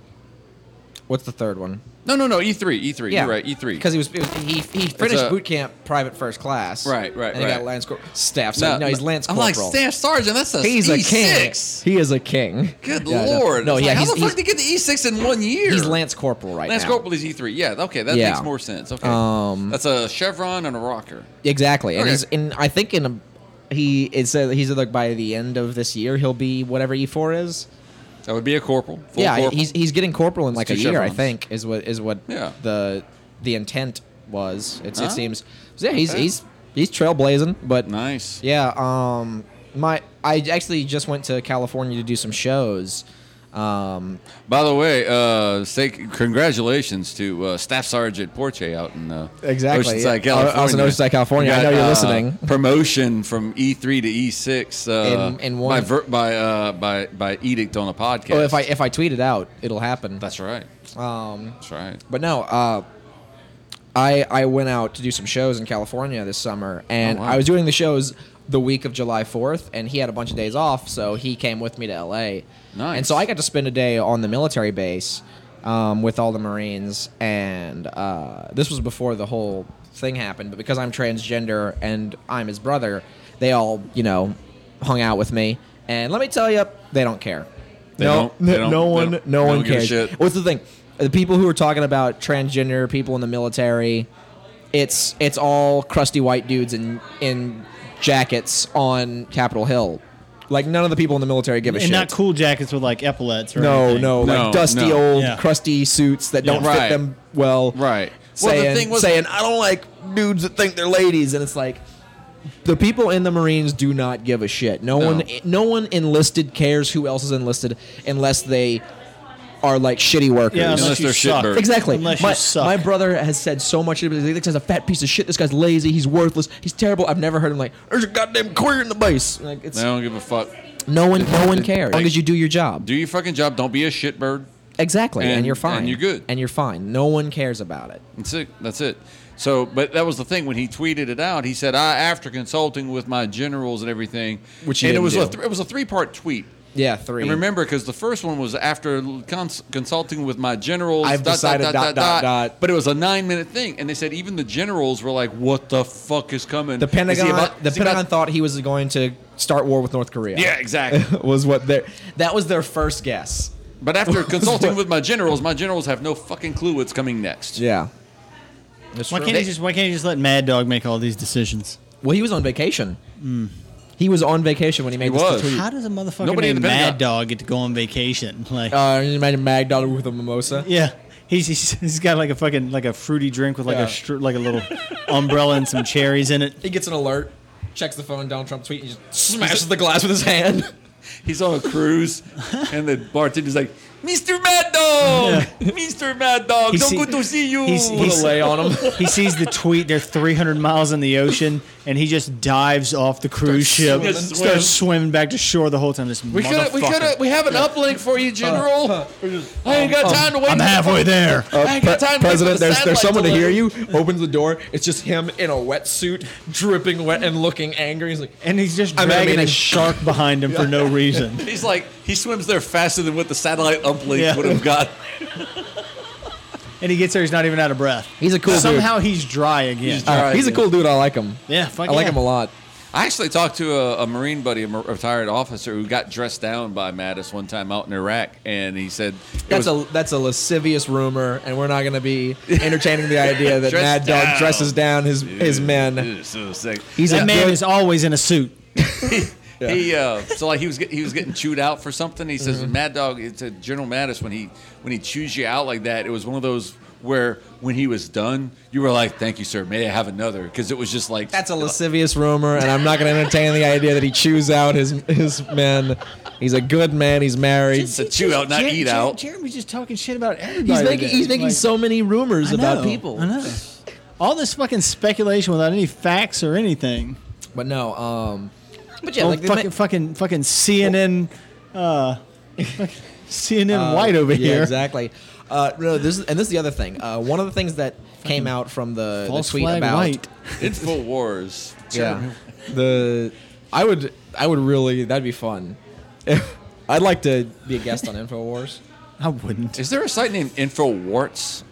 Speaker 3: What's the third one?
Speaker 1: No, no, no, E three, E three. You're right, E three.
Speaker 3: Because he was, it was- he, he finished
Speaker 1: a-
Speaker 3: boot camp private first class.
Speaker 1: Right, right,
Speaker 3: And he
Speaker 1: right.
Speaker 3: got lance corporal staff. So no, he's lance
Speaker 1: I'm
Speaker 3: corporal.
Speaker 1: like staff sergeant. That's a
Speaker 3: he's a king.
Speaker 1: E6.
Speaker 3: He is a king.
Speaker 1: Good
Speaker 3: Yeah, I know.
Speaker 1: lord.
Speaker 3: No,
Speaker 1: It's
Speaker 3: yeah,
Speaker 1: like,
Speaker 3: he's,
Speaker 1: how the
Speaker 3: he's,
Speaker 1: fuck did he get the E six in one year?
Speaker 3: he's lance corporal right
Speaker 1: Lance
Speaker 3: now.
Speaker 1: Corporal is E3. Yeah, okay, that
Speaker 3: Yeah.
Speaker 1: makes more sense. Okay,
Speaker 3: Um,
Speaker 1: that's a chevron and a rocker.
Speaker 3: Exactly, and
Speaker 1: Okay.
Speaker 3: he's in. I think in a, he it says he's like by the end of this year he'll be whatever E four is.
Speaker 1: That would be a corporal. full
Speaker 3: yeah,
Speaker 1: corporal.
Speaker 3: he's he's getting corporal in like
Speaker 1: two
Speaker 3: a year, I
Speaker 1: chevrons.
Speaker 3: think, is what is what
Speaker 1: Yeah.
Speaker 3: the the intent was. It's,
Speaker 1: Huh?
Speaker 3: It seems. So yeah, he's
Speaker 1: Okay.
Speaker 3: he's he's trailblazing, but
Speaker 1: nice.
Speaker 3: Yeah. Um. My I actually just went to California to do some shows. Um.
Speaker 1: By the way, uh, say congratulations to uh, Staff Sergeant Porche out in uh,
Speaker 3: Exactly,
Speaker 1: Oceanside,
Speaker 3: yeah. I- I
Speaker 1: California. uh,
Speaker 3: was in Oceanside, California. I know you're listening.
Speaker 1: Promotion from E3 to E6 uh,
Speaker 3: In- in one-
Speaker 1: by ver- by, uh, by by edict on a podcast.
Speaker 3: Oh, if I if I tweet it out, it'll happen.
Speaker 1: that's right,
Speaker 3: Um.
Speaker 1: that's right.
Speaker 3: But no. Uh. I I went out to do some shows in California this summer, and
Speaker 1: Oh, wow.
Speaker 3: I was doing the shows the week of July fourth, and he had a bunch of days off, so he came with me to L.A.
Speaker 1: Nice.
Speaker 3: And so I got to spend a day on the military base um, with all the Marines, and uh, this was before the whole thing happened. But because I'm transgender and I'm his brother, they all you know hung out with me, and let me tell you, they don't care.
Speaker 1: They
Speaker 3: no,
Speaker 1: don't-
Speaker 3: no-
Speaker 1: they don't-
Speaker 3: no
Speaker 1: they
Speaker 3: one,
Speaker 1: don't-
Speaker 3: no
Speaker 1: they
Speaker 3: one
Speaker 1: don't give a
Speaker 3: cares.
Speaker 1: shit.
Speaker 3: What's the thing? The people who are talking about transgender people in the military, it's it's all crusty white dudes in in jackets on Capitol Hill Like none of the people in the military give a
Speaker 2: and
Speaker 3: shit.
Speaker 2: not cool jackets with like epaulets or
Speaker 3: no,
Speaker 2: anything.
Speaker 3: no,
Speaker 1: No,
Speaker 3: like dusty
Speaker 1: no.
Speaker 3: old,
Speaker 2: Yeah.
Speaker 3: crusty suits that don't
Speaker 1: Yeah. Right.
Speaker 3: fit them well.
Speaker 1: Right. Well, the
Speaker 3: Saying,
Speaker 1: thing was-
Speaker 3: saying, I don't like dudes that think they're ladies, and it's like the people in the Marines do not give a shit. No,
Speaker 1: No.
Speaker 3: one, no one enlisted cares who else is enlisted unless they are like shitty workers.
Speaker 2: Yeah, unless,
Speaker 1: Unless
Speaker 2: you
Speaker 1: they're
Speaker 2: suck.
Speaker 1: shitbirds.
Speaker 3: Exactly.
Speaker 2: Unless
Speaker 3: my,
Speaker 2: you suck.
Speaker 3: my brother has said so much. This guy's a fat piece of shit. This guy's lazy. He's worthless. He's terrible. I've never heard him like, there's a goddamn queer in the base. Like, it's,
Speaker 1: They
Speaker 3: no.
Speaker 1: don't give a fuck.
Speaker 3: one, no one cares. As long as you do your job.
Speaker 1: Do your fucking job. Don't be a shitbird.
Speaker 3: Exactly, and,
Speaker 1: And-
Speaker 3: you're fine.
Speaker 1: and you're good.
Speaker 3: And you're fine. No one cares about it.
Speaker 1: That's it. That's it. So, but that was the thing when he tweeted it out. He said, "I, after consulting with my generals and everything,
Speaker 3: Which he
Speaker 1: and it
Speaker 3: didn't
Speaker 1: was a
Speaker 3: do.
Speaker 1: th- it was a three part tweet.
Speaker 3: Yeah, three.
Speaker 1: And remember, because the first one was after cons- consulting with my generals.
Speaker 3: I've decided dot, dot, dot.
Speaker 1: But it was a nine minute thing, and they said even the generals were like, "What the fuck is coming?"
Speaker 3: the
Speaker 1: Is he
Speaker 3: Pentagon.
Speaker 1: about-
Speaker 3: the
Speaker 1: is he about-
Speaker 3: Pentagon thought he was going to start war with North Korea.
Speaker 1: yeah, exactly.
Speaker 3: was what their that was their first guess.
Speaker 1: But after consulting with my generals, my generals have no fucking clue what's coming next.
Speaker 3: Yeah.
Speaker 2: Why can't, he just, why can't he just let Mad Dog make all these decisions?
Speaker 3: Well, he was on vacation. He was on vacation when Hmm. he made
Speaker 1: He
Speaker 3: this
Speaker 1: was.
Speaker 3: tweet.
Speaker 2: How does a motherfucker
Speaker 1: Nobody in
Speaker 2: named
Speaker 1: the Pentagon-
Speaker 2: Mad Dog get to go on vacation? Like,
Speaker 3: Uh, you made a mag dollar with a mimosa.
Speaker 2: yeah, he's, he's he's got like a fucking like a fruity drink with like
Speaker 3: Yeah.
Speaker 2: a str- like a little umbrella and some cherries in it.
Speaker 3: He gets an alert, checks the phone, Donald Trump tweet, and he just smashes the glass with his hand.
Speaker 1: He's on a cruise, and the bartender's like, "Mr. Mad Dog, Mr. Mad Dog,
Speaker 2: He
Speaker 1: so
Speaker 2: see-
Speaker 1: good to see you."
Speaker 2: he's-
Speaker 3: Put a lay on him.
Speaker 2: He sees the tweet. They're 300 miles in the ocean, and he just dives off the cruise ship,
Speaker 1: swimming.
Speaker 2: starts swimming back to shore the whole time. This
Speaker 1: we could, we could, we have an uplink for you,
Speaker 2: Uh,
Speaker 1: General. I ain't got time to wait.
Speaker 2: um, I'm
Speaker 1: for
Speaker 2: halfway
Speaker 1: the fucking-
Speaker 2: there.
Speaker 3: Uh,
Speaker 1: I ain't got time to wait for
Speaker 3: President,
Speaker 1: the
Speaker 3: there's there's
Speaker 1: satellite
Speaker 3: someone to hear
Speaker 1: load.
Speaker 3: you. Opens the door. It's just him in a wetsuit, dripping wet and looking angry. He's like,
Speaker 2: And he's just
Speaker 3: I'm at a
Speaker 2: dragging a
Speaker 3: meeting.
Speaker 2: shark behind him for no reason.
Speaker 1: He's like, he swims there faster than what the satellite uplink
Speaker 2: Yeah.
Speaker 1: would have got.
Speaker 2: And he gets there, he's not even out of breath.
Speaker 3: He's a cool dude.
Speaker 2: Somehow he's dry again. Uh,
Speaker 1: He's dry.
Speaker 3: he's a cool dude. I like him.
Speaker 2: Yeah, fuck
Speaker 3: I like
Speaker 2: yeah.
Speaker 3: him a lot.
Speaker 1: I actually talked to a, a Marine buddy, a mar- retired officer, who got dressed down by Mattis one time out in Iraq, and he said, it
Speaker 3: That's
Speaker 1: was-
Speaker 3: a that's a lascivious rumor, and we're not going to be entertaining the idea that
Speaker 1: Dressed
Speaker 3: Mad Dog
Speaker 1: down.
Speaker 3: dresses down his his men.
Speaker 1: It is so sick.
Speaker 2: He's
Speaker 3: a
Speaker 2: a man
Speaker 3: good-
Speaker 2: is always in a suit.
Speaker 1: He uh, so like he was get, he was getting chewed out for something. He
Speaker 3: Mm-hmm.
Speaker 1: says Mad Dog. It's a General Mattis when he when he chews you out like that. It was one of those where when he was done, you were like, "Thank you, sir. May I have another?" Because it was just like
Speaker 3: That's a lascivious rumor, and I'm not going to entertain the idea that he chews out his his men. He's a good man. He's married.
Speaker 1: It's a chew out, not eat out.
Speaker 2: Jeremy's just talking shit about everybody.
Speaker 3: He's making he's making so many rumors about
Speaker 2: I
Speaker 3: people.
Speaker 2: know. All this fucking speculation without any facts or anything.
Speaker 3: But no, um, but yeah,
Speaker 2: Oh,
Speaker 3: like they
Speaker 2: fucking,
Speaker 3: ma-
Speaker 2: fucking, fucking CNN, uh, CNN White over
Speaker 3: Uh, yeah,
Speaker 2: here.
Speaker 3: exactly. Uh, no, this is, and this is the other thing. Uh, one of the things that came out from the, the
Speaker 2: False
Speaker 3: tweet
Speaker 2: flag
Speaker 3: about
Speaker 2: White.
Speaker 1: It's full wars.
Speaker 3: yeah, the I would I would really that'd be fun. I'd like to be a guest on Infowars.
Speaker 2: I wouldn't.
Speaker 1: Is there a site named Infowarts?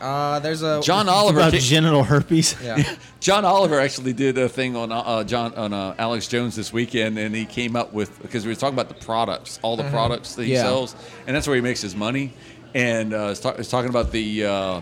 Speaker 3: Uh, there's a
Speaker 1: John
Speaker 2: It's
Speaker 1: Oliver.
Speaker 2: about
Speaker 1: ca-
Speaker 2: genital herpes.
Speaker 3: Yeah.
Speaker 1: John Oliver actually did a thing on uh, John on uh, Alex Jones this weekend, and he came up with because we were talking about the products, all the products that he
Speaker 3: Mm-hmm. Yeah.
Speaker 1: sells, and that's where he makes his money. And uh, he's, ta- he's talking about the uh,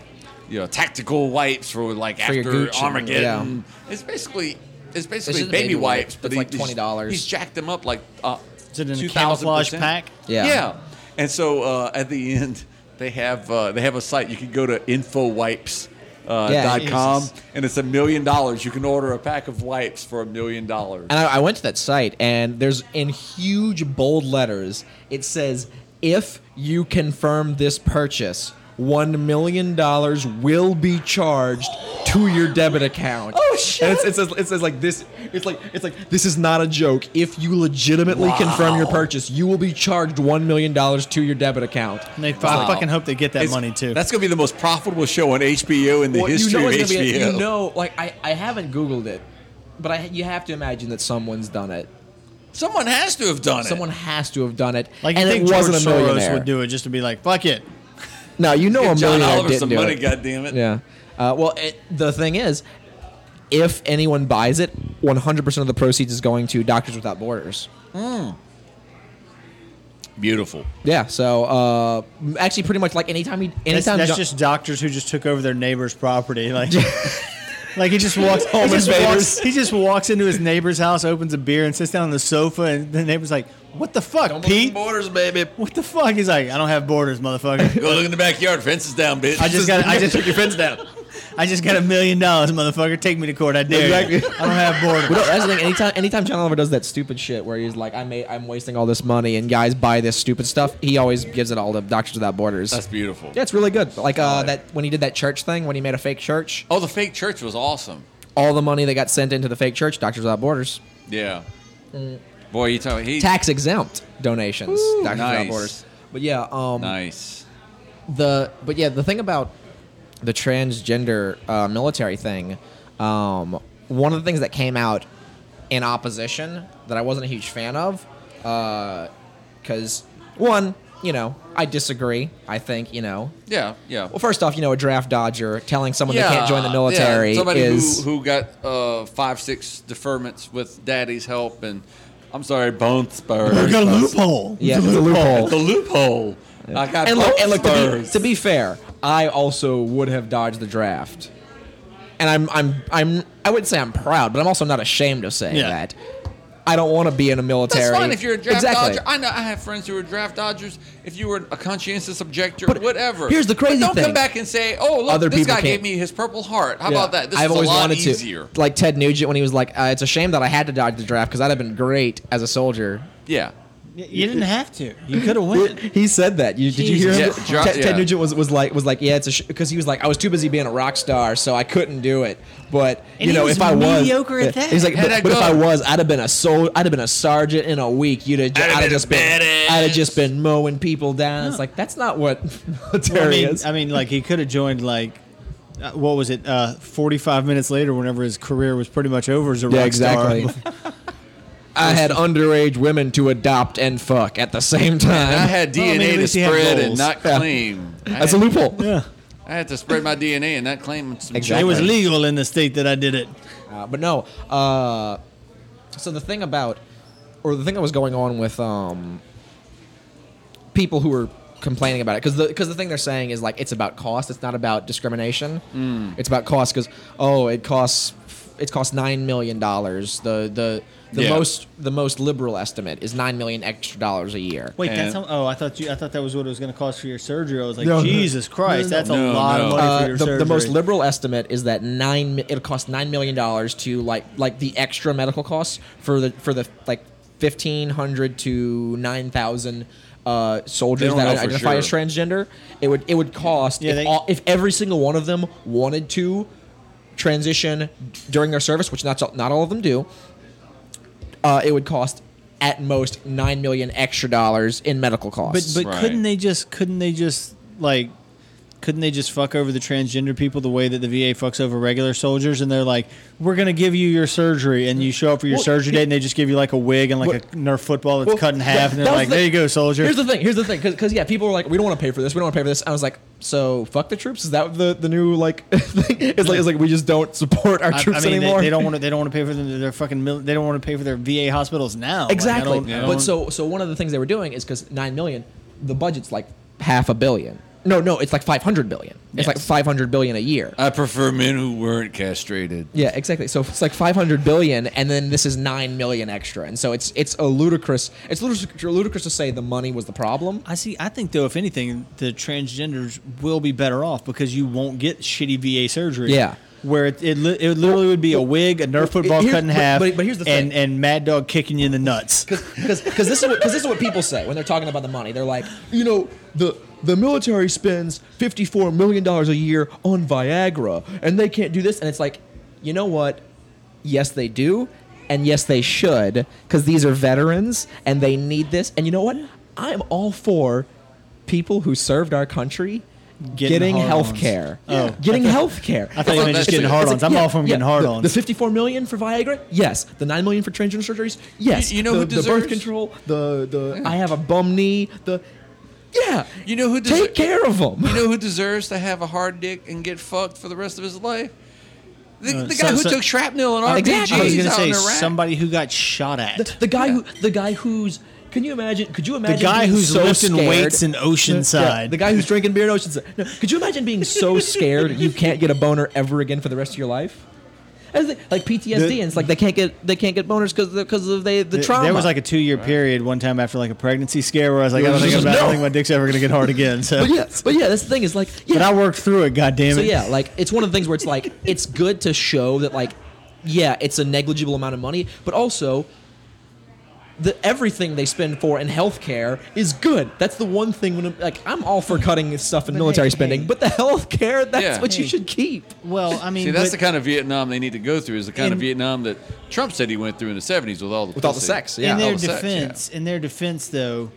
Speaker 1: you know tactical wipes for like
Speaker 3: For your
Speaker 1: after
Speaker 3: Gucci,
Speaker 1: Armageddon. It's basically it's basically
Speaker 3: just
Speaker 1: baby,
Speaker 3: baby wipes,
Speaker 1: wipes,
Speaker 3: but
Speaker 1: but
Speaker 3: it's
Speaker 1: he-
Speaker 3: like $20.
Speaker 1: He's, he's jacked them up like uh,
Speaker 2: Is it in a
Speaker 1: 2,000%.
Speaker 2: camouflage pack?
Speaker 3: Yeah.
Speaker 1: yeah. And so uh, at the end, they have uh, they have a site you can go to infowipes. Uh,
Speaker 3: Yeah,
Speaker 1: dot com
Speaker 3: Jesus.
Speaker 1: and it's a million dollars. You can order a pack of wipes for a million dollars.
Speaker 3: And I, I went to that site, and there's in huge bold letters, it says, if you confirm this purchase, $1 million will be charged to your debit account. Oh, shit. And it's, it, says, it says, like, this, it's like, it's like, this is not a joke. If you legitimately confirm your purchase, you will be charged $1 million to your debit account.
Speaker 2: And they, I fucking hope they get that money too.
Speaker 1: That's gonna be the most profitable show on HBO in the history of
Speaker 3: it's gonna be-
Speaker 1: HBO.
Speaker 3: you know, like, I, I haven't Googled it, but I, you have to imagine that someone's done it.
Speaker 1: Someone has to have done
Speaker 3: Someone
Speaker 1: it.
Speaker 3: has to have done it.
Speaker 2: like you
Speaker 3: and
Speaker 2: think
Speaker 3: it
Speaker 2: George
Speaker 3: wasn't a
Speaker 2: Soros
Speaker 3: millionaire.
Speaker 2: would do it just to be like, fuck it.
Speaker 3: No, you know
Speaker 1: Give
Speaker 3: a
Speaker 1: John
Speaker 3: millionaire
Speaker 1: Oliver
Speaker 3: didn't
Speaker 1: some
Speaker 3: do
Speaker 1: money,
Speaker 3: it.
Speaker 1: goddammit.
Speaker 3: Yeah. Uh, well, it, the thing is, if anyone buys it, 100% of the proceeds is going to Doctors Without Borders.
Speaker 1: Beautiful.
Speaker 3: Yeah. So uh, actually, pretty much like anytime he,
Speaker 2: That's,
Speaker 3: anytime
Speaker 2: that's
Speaker 3: John-
Speaker 2: just doctors who just took over their neighbor's property. Like, Like he just walks home. He
Speaker 6: Home
Speaker 2: just
Speaker 6: invaders.
Speaker 2: walks, he just walks into his neighbor's house, opens a beer, and sits down on the sofa. And the neighbor's like, "What the fuck, Pete?
Speaker 1: borders, baby.
Speaker 2: What the fuck?" He's like, "I don't have borders, motherfucker.
Speaker 1: Go look in the backyard. Fence is down, bitch.
Speaker 2: I just got, I just,
Speaker 6: your fence down.
Speaker 2: I just got a million dollars, motherfucker. Take me to court. I dare you.
Speaker 6: Exactly.
Speaker 2: I don't have borders."
Speaker 3: But no, that's the thing.
Speaker 6: Anytime
Speaker 3: Anytime, anytime John Oliver does that stupid shit where he's like, "I made, I'm wasting all this money, and guys buy this stupid stuff," he always gives it all to Doctors Without Borders.
Speaker 1: That's beautiful.
Speaker 3: yeah, it's really good. Like uh, that when he did that church thing, when he made a fake church,
Speaker 1: Oh, the fake church was awesome.
Speaker 3: all the money that got sent into the fake church, Doctors Without Borders,
Speaker 1: Yeah. Boy, you talking? He
Speaker 3: Mm. tax exempt donations, Doctors Without
Speaker 1: nice.
Speaker 3: Borders. But yeah, um,
Speaker 1: nice.
Speaker 3: the but yeah the thing about the transgender uh, military thing um, one of the things that came out in opposition that i wasn't a huge fan of because one you know i disagree i think you know
Speaker 1: Yeah, yeah.
Speaker 3: well first off you know a draft dodger telling someone
Speaker 1: yeah,
Speaker 3: they can't join the
Speaker 1: yeah.
Speaker 3: military
Speaker 1: Somebody
Speaker 3: is
Speaker 1: who, who got uh, five, six deferments with daddy's help, and I'm sorry, bone spurs.
Speaker 2: I got a loophole.
Speaker 3: yeah
Speaker 2: It's
Speaker 3: it's a loophole
Speaker 1: the loophole. I got
Speaker 3: and look,
Speaker 1: bone
Speaker 3: and look to, be,
Speaker 1: spurs.
Speaker 3: to be fair, I also would have dodged the draft, and I'm I'm I'm I wouldn't say I'm proud, but I'm also not ashamed of saying
Speaker 2: Yeah.
Speaker 3: that. I don't want to be in a military.
Speaker 1: That's fine if you're a draft
Speaker 3: exactly.
Speaker 1: dodger. I know I have friends who are draft dodgers. If you were a conscientious objector,
Speaker 3: But
Speaker 1: whatever.
Speaker 3: here's the crazy
Speaker 1: but don't
Speaker 3: thing.
Speaker 1: come back and say, "Oh, look,
Speaker 3: Other
Speaker 1: this
Speaker 3: people
Speaker 1: guy
Speaker 3: can't.
Speaker 1: gave me his purple heart." How
Speaker 3: Yeah.
Speaker 1: about that? This
Speaker 3: I've
Speaker 1: is
Speaker 3: always
Speaker 1: a lot
Speaker 3: wanted
Speaker 1: easier.
Speaker 3: to, like Ted Nugent when he was like, uh, "It's a shame that I had to dodge the draft because I'd have been great as a soldier."
Speaker 1: Yeah.
Speaker 2: You didn't have to. You could have won.
Speaker 3: He said that. You, did you hear him?
Speaker 1: Jesus. Yeah, Dra-
Speaker 3: Ted, Ted
Speaker 1: yeah.
Speaker 3: Nugent was, was like was like, "Yeah, it's a because he was like, I was too busy being a rock star, so I couldn't do it." But
Speaker 2: And he
Speaker 3: you know,
Speaker 2: was
Speaker 3: if I was
Speaker 2: mediocre at
Speaker 3: Yeah.
Speaker 2: that.
Speaker 3: he's like,
Speaker 1: How'd
Speaker 3: but,
Speaker 1: that
Speaker 3: but if
Speaker 1: go?"
Speaker 3: I was, I'd have been a soul, I'd have been a sergeant in a week. You'd have, ju-
Speaker 1: I'd have
Speaker 3: I'd have
Speaker 1: been a
Speaker 3: just been,
Speaker 1: badass.
Speaker 3: I'd have just been mowing people down. It's like that's not what military
Speaker 2: I mean,
Speaker 3: is.
Speaker 2: I mean, like he could have joined like. Uh, what was it? Uh, Forty-five minutes later, whenever his career was pretty much over as a rock
Speaker 3: yeah,
Speaker 2: star.
Speaker 3: exactly. I had underage women to adopt and fuck at the same
Speaker 1: And I
Speaker 3: time.
Speaker 1: had
Speaker 2: Well, I
Speaker 1: DNA
Speaker 2: mean, at
Speaker 1: to
Speaker 2: least he had
Speaker 1: spread and
Speaker 2: goals.
Speaker 1: not
Speaker 3: Yeah.
Speaker 1: claim. I
Speaker 3: That's a
Speaker 1: had-
Speaker 3: loophole.
Speaker 2: Yeah.
Speaker 1: I had to spread my DNA and not claim some
Speaker 3: Exactly.
Speaker 2: It was
Speaker 3: Right.
Speaker 2: legal in the state that I did it.
Speaker 3: Uh, but no, uh, so the thing about, or the thing that was going on with um, people who were complaining about it, because the because the thing they're saying is like it's about cost. It's not about discrimination. It's about cost because oh, it costs it costs nine million dollars. The the the
Speaker 1: Yeah.
Speaker 3: most the most liberal estimate is nine million extra dollars a year.
Speaker 2: Wait,
Speaker 1: And-
Speaker 2: that's how, oh, I thought you, I thought that was what it was going to cost for your surgery. I was like,
Speaker 3: No, no.
Speaker 2: Jesus Christ,
Speaker 3: No, no,
Speaker 2: that's
Speaker 1: no.
Speaker 2: a lot
Speaker 1: No,
Speaker 2: of
Speaker 1: no.
Speaker 2: money
Speaker 3: Uh,
Speaker 2: for your
Speaker 3: the,
Speaker 2: surgery.
Speaker 3: the most liberal estimate is that nine. mi- It'll cost nine million dollars to like like the extra medical costs for the for the like fifteen hundred to nine thousand uh, soldiers
Speaker 1: don't
Speaker 3: that
Speaker 1: know for
Speaker 3: identify
Speaker 1: sure.
Speaker 3: as transgender. It would it would cost
Speaker 2: Yeah,
Speaker 3: if,
Speaker 2: they-
Speaker 3: all, if every single one of them wanted to transition during their service, which not not all of them do. Uh, it would cost at most nine million extra dollars in medical
Speaker 2: But
Speaker 3: costs.
Speaker 2: but
Speaker 1: Right.
Speaker 2: couldn't they just couldn't they just like couldn't they just fuck over the transgender people the way that the VA fucks over regular soldiers? And they're like, we're going to give you your surgery, and you show up for your
Speaker 3: Well,
Speaker 2: surgery
Speaker 3: yeah.
Speaker 2: date, and they just give you like a wig and like
Speaker 3: Well,
Speaker 2: a Nerf football that's
Speaker 3: Well,
Speaker 2: cut in half, and
Speaker 3: that
Speaker 2: they're
Speaker 3: was
Speaker 2: like,
Speaker 3: the-
Speaker 2: there you go, soldier.
Speaker 3: Here's the thing. Here's the thing. Because yeah, people were like, we don't want to pay for this. We don't want to pay for this. I was like, so fuck the troops. Is that the the new like thing? It's like it's like we just don't support our
Speaker 2: I,
Speaker 3: troops
Speaker 2: I mean,
Speaker 3: anymore.
Speaker 2: They, they don't want to. They don't want to pay for them. Their fucking. Mil- they don't want to pay for their VA hospitals now. Like, I
Speaker 3: exactly.
Speaker 2: don't- I
Speaker 3: But
Speaker 2: don't-
Speaker 3: so so one of the things they were doing is because nine million, the budget's like half a billion. No, no, it's like five hundred billion. It's like
Speaker 2: Yes.
Speaker 3: five hundred billion a year.
Speaker 1: I prefer men who weren't castrated.
Speaker 3: Yeah, exactly. So it's like 500 billion, and then this is nine million extra, and so it's it's a ludicrous. It's ludicrous, ludicrous to say the money was the problem.
Speaker 2: I see. I think though, if anything, the transgenders will be better off because you won't get shitty VA surgery.
Speaker 3: Yeah.
Speaker 2: Where it, it, li- it literally would be a wig, a Nerf football
Speaker 3: here-
Speaker 2: cut in
Speaker 3: but-
Speaker 2: half,
Speaker 3: but- but here's the
Speaker 2: and,
Speaker 3: thing.
Speaker 2: and Mad Dog kicking you in the nuts.
Speaker 3: because this is what because this is what people say when they're talking about the money. They're like, you know, the the military spends fifty four million dollars a year on Viagra, and they can't do this. And it's like, you know what? Yes, they do, and yes, they should, because these are veterans and they need this. And you know what? I'm all for people who served our country.
Speaker 2: Getting
Speaker 3: Getting,
Speaker 2: hard-ons.
Speaker 3: health care.
Speaker 2: Oh.
Speaker 3: Getting health care.
Speaker 2: I thought you meant just
Speaker 1: That's
Speaker 2: getting
Speaker 1: it.
Speaker 2: hard
Speaker 3: It's
Speaker 2: ons.
Speaker 3: like,
Speaker 2: I'm
Speaker 3: yeah,
Speaker 2: off from getting
Speaker 3: yeah,
Speaker 2: hard
Speaker 3: the-
Speaker 2: ons.
Speaker 3: The 54 million for Viagra? Yes. The 9 million for transgender surgeries? Yes.
Speaker 1: You- you know
Speaker 3: the,
Speaker 1: who
Speaker 3: the birth
Speaker 1: deserves-
Speaker 3: control, the the I have a bum knee, the yeah.
Speaker 1: You know who
Speaker 3: Take
Speaker 1: deser-
Speaker 3: care of them.
Speaker 1: You know who deserves to have a hard dick and get fucked for the rest of his life? The,
Speaker 2: Uh,
Speaker 1: the
Speaker 2: so-
Speaker 1: guy who
Speaker 2: so-
Speaker 1: took shrapnel and RPGs
Speaker 3: Exactly.
Speaker 2: I was going to
Speaker 1: out
Speaker 2: say
Speaker 1: in Iraq.
Speaker 2: somebody who got shot at.
Speaker 3: the, the guy who the guy who's can you imagine? Could you
Speaker 2: The
Speaker 3: imagine
Speaker 2: guy
Speaker 3: being
Speaker 2: who's
Speaker 3: so
Speaker 2: lifting
Speaker 3: scared-
Speaker 2: weights in
Speaker 3: Yeah,
Speaker 2: Oceanside.
Speaker 3: the guy who's drinking beer in Oceanside. No, could you imagine being so scared you can't get a boner ever again for the rest of your life? As they, like PTSD,
Speaker 2: The-
Speaker 3: and it's like they can't get they can't get boners because because of they the
Speaker 2: Th-
Speaker 3: trauma.
Speaker 2: There was like a two year period one time after like a pregnancy scare where I was like, I don't think,
Speaker 3: just
Speaker 2: about, I
Speaker 3: no.
Speaker 2: don't think my dick's ever gonna get hard again. So,
Speaker 3: but yeah, but yeah, that's the thing is like yeah,
Speaker 2: but I worked through it. God damn it.
Speaker 3: So yeah, like it's one of the things where it's like it's good to show that like yeah, it's a negligible amount of money, but also the everything they spend for in healthcare is good. That's the one thing when I'm- like I'm all for cutting stuff in
Speaker 4: But
Speaker 3: military
Speaker 4: hey,
Speaker 3: spending,
Speaker 4: hey.
Speaker 3: but the healthcare that's
Speaker 1: Yeah.
Speaker 3: what you
Speaker 2: Hey.
Speaker 3: should keep.
Speaker 2: Well, I mean,
Speaker 1: See, that's
Speaker 2: but-
Speaker 1: the kind of Vietnam they need to go through. Is the kind of
Speaker 2: And-
Speaker 1: Vietnam that Trump said he went through in the '70s with all the
Speaker 3: With all the
Speaker 1: pussy.
Speaker 3: sex,
Speaker 2: in
Speaker 3: yeah.
Speaker 1: all
Speaker 2: their
Speaker 1: the sex, yeah.
Speaker 2: defense, in their defense, though,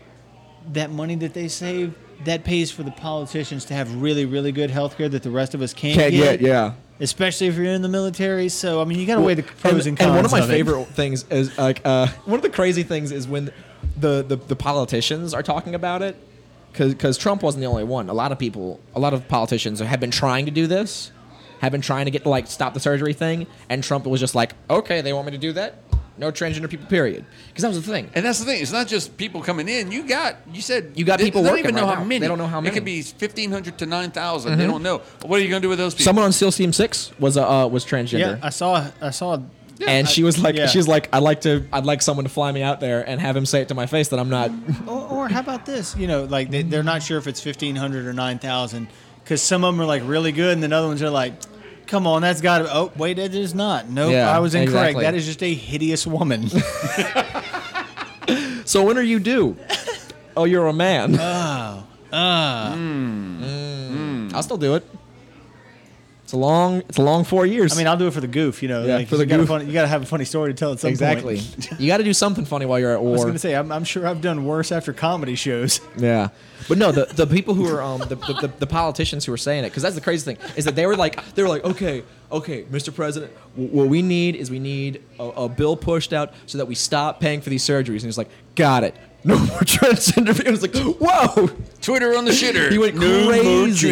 Speaker 2: that money that they save that pays for the politicians to have really, really good health care that the rest of us can't,
Speaker 6: Can't
Speaker 2: get.
Speaker 6: get, yeah.
Speaker 2: Especially if you're in the military. So I mean, you got to weigh the pros and,
Speaker 3: and,
Speaker 2: cons.
Speaker 3: one of my
Speaker 2: it.
Speaker 3: favorite things is like uh, one of the crazy things is when the the, the politicians are talking about it because Trump wasn't the only one. A lot of people, a lot of politicians have been trying to do this, have been trying to get like stop the surgery thing, and Trump was just like, okay, they want me to do that. No transgender people, period. Because that was the thing.
Speaker 1: And that's the thing. It's not just people coming in. You got, you said,
Speaker 3: You got
Speaker 1: they-
Speaker 3: people
Speaker 1: they
Speaker 3: working
Speaker 1: Don't even know
Speaker 3: right
Speaker 1: how
Speaker 3: now.
Speaker 1: many.
Speaker 3: They don't know how
Speaker 1: It
Speaker 3: many. Mm-hmm.
Speaker 1: could be fifteen hundred to nine They don't know. What are you going to do with those people?
Speaker 3: Someone on Seal Team Six was a uh, was transgender.
Speaker 2: Yeah, I saw. I saw.
Speaker 3: and she was like,
Speaker 2: yeah.
Speaker 3: she was like, I'd like to, I'd like someone to fly me out there and have him say it to my face that I'm not.
Speaker 2: Or, or how about this? You know, like they, they're not sure if it's fifteen hundred or nine thousand because some of them are like really good, and then other ones are like. Come on, that's got to. Oh, wait, it is not. No,
Speaker 3: Yeah,
Speaker 2: I was incorrect.
Speaker 3: exactly.
Speaker 2: That is just a hideous woman.
Speaker 3: So when are you due? oh, you're a man.
Speaker 2: Oh,
Speaker 3: Hmm.
Speaker 2: Hmm.
Speaker 3: I'll still do it. It's a long, it's a long four years.
Speaker 2: I mean, I'll do it for the goof, you know.
Speaker 3: Yeah,
Speaker 2: like,
Speaker 3: for the
Speaker 2: you gotta
Speaker 3: goof.
Speaker 2: fun- you got to have a funny story to tell at some
Speaker 3: exactly.
Speaker 2: point.
Speaker 3: you got to do something funny while you're at
Speaker 2: I was
Speaker 3: war.
Speaker 2: going to say, I'm, I'm sure I've done worse after comedy shows.
Speaker 3: Yeah, but no, the, the people who are um the, the, the, the politicians who were saying it because that's the crazy thing is that they were like they were like okay okay Mr. President w- what we need is we need a, a bill pushed out so that we stop paying for these surgeries and he's like got it no more transgender people it was like whoa
Speaker 1: Twitter on the shitter.
Speaker 3: he went
Speaker 1: No more
Speaker 3: crazy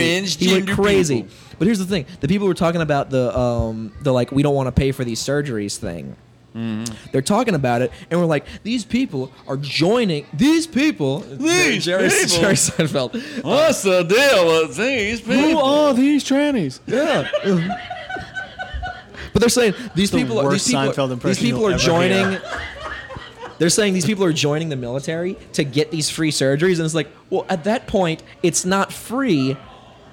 Speaker 3: he went
Speaker 1: transgender
Speaker 3: crazy
Speaker 1: people.
Speaker 3: but here's the thing the people were talking about the um the like we don't want to pay for these surgeries thing
Speaker 1: Mm-hmm.
Speaker 3: they're talking about it, and we're like, these people are joining. These people,
Speaker 1: These
Speaker 3: Jerry,
Speaker 1: people.
Speaker 3: Jerry Seinfeld.
Speaker 1: What's the deal with these people?
Speaker 2: are these trannies?
Speaker 3: Yeah. but they're saying these people, are
Speaker 2: worst
Speaker 3: these people,
Speaker 2: Seinfeld
Speaker 3: are, these
Speaker 2: impression
Speaker 3: people
Speaker 2: you'll
Speaker 3: are
Speaker 2: ever
Speaker 3: joining.
Speaker 2: hear.
Speaker 3: They're saying these people are joining the military to get these free surgeries, and it's like, well, at that point, it's not free.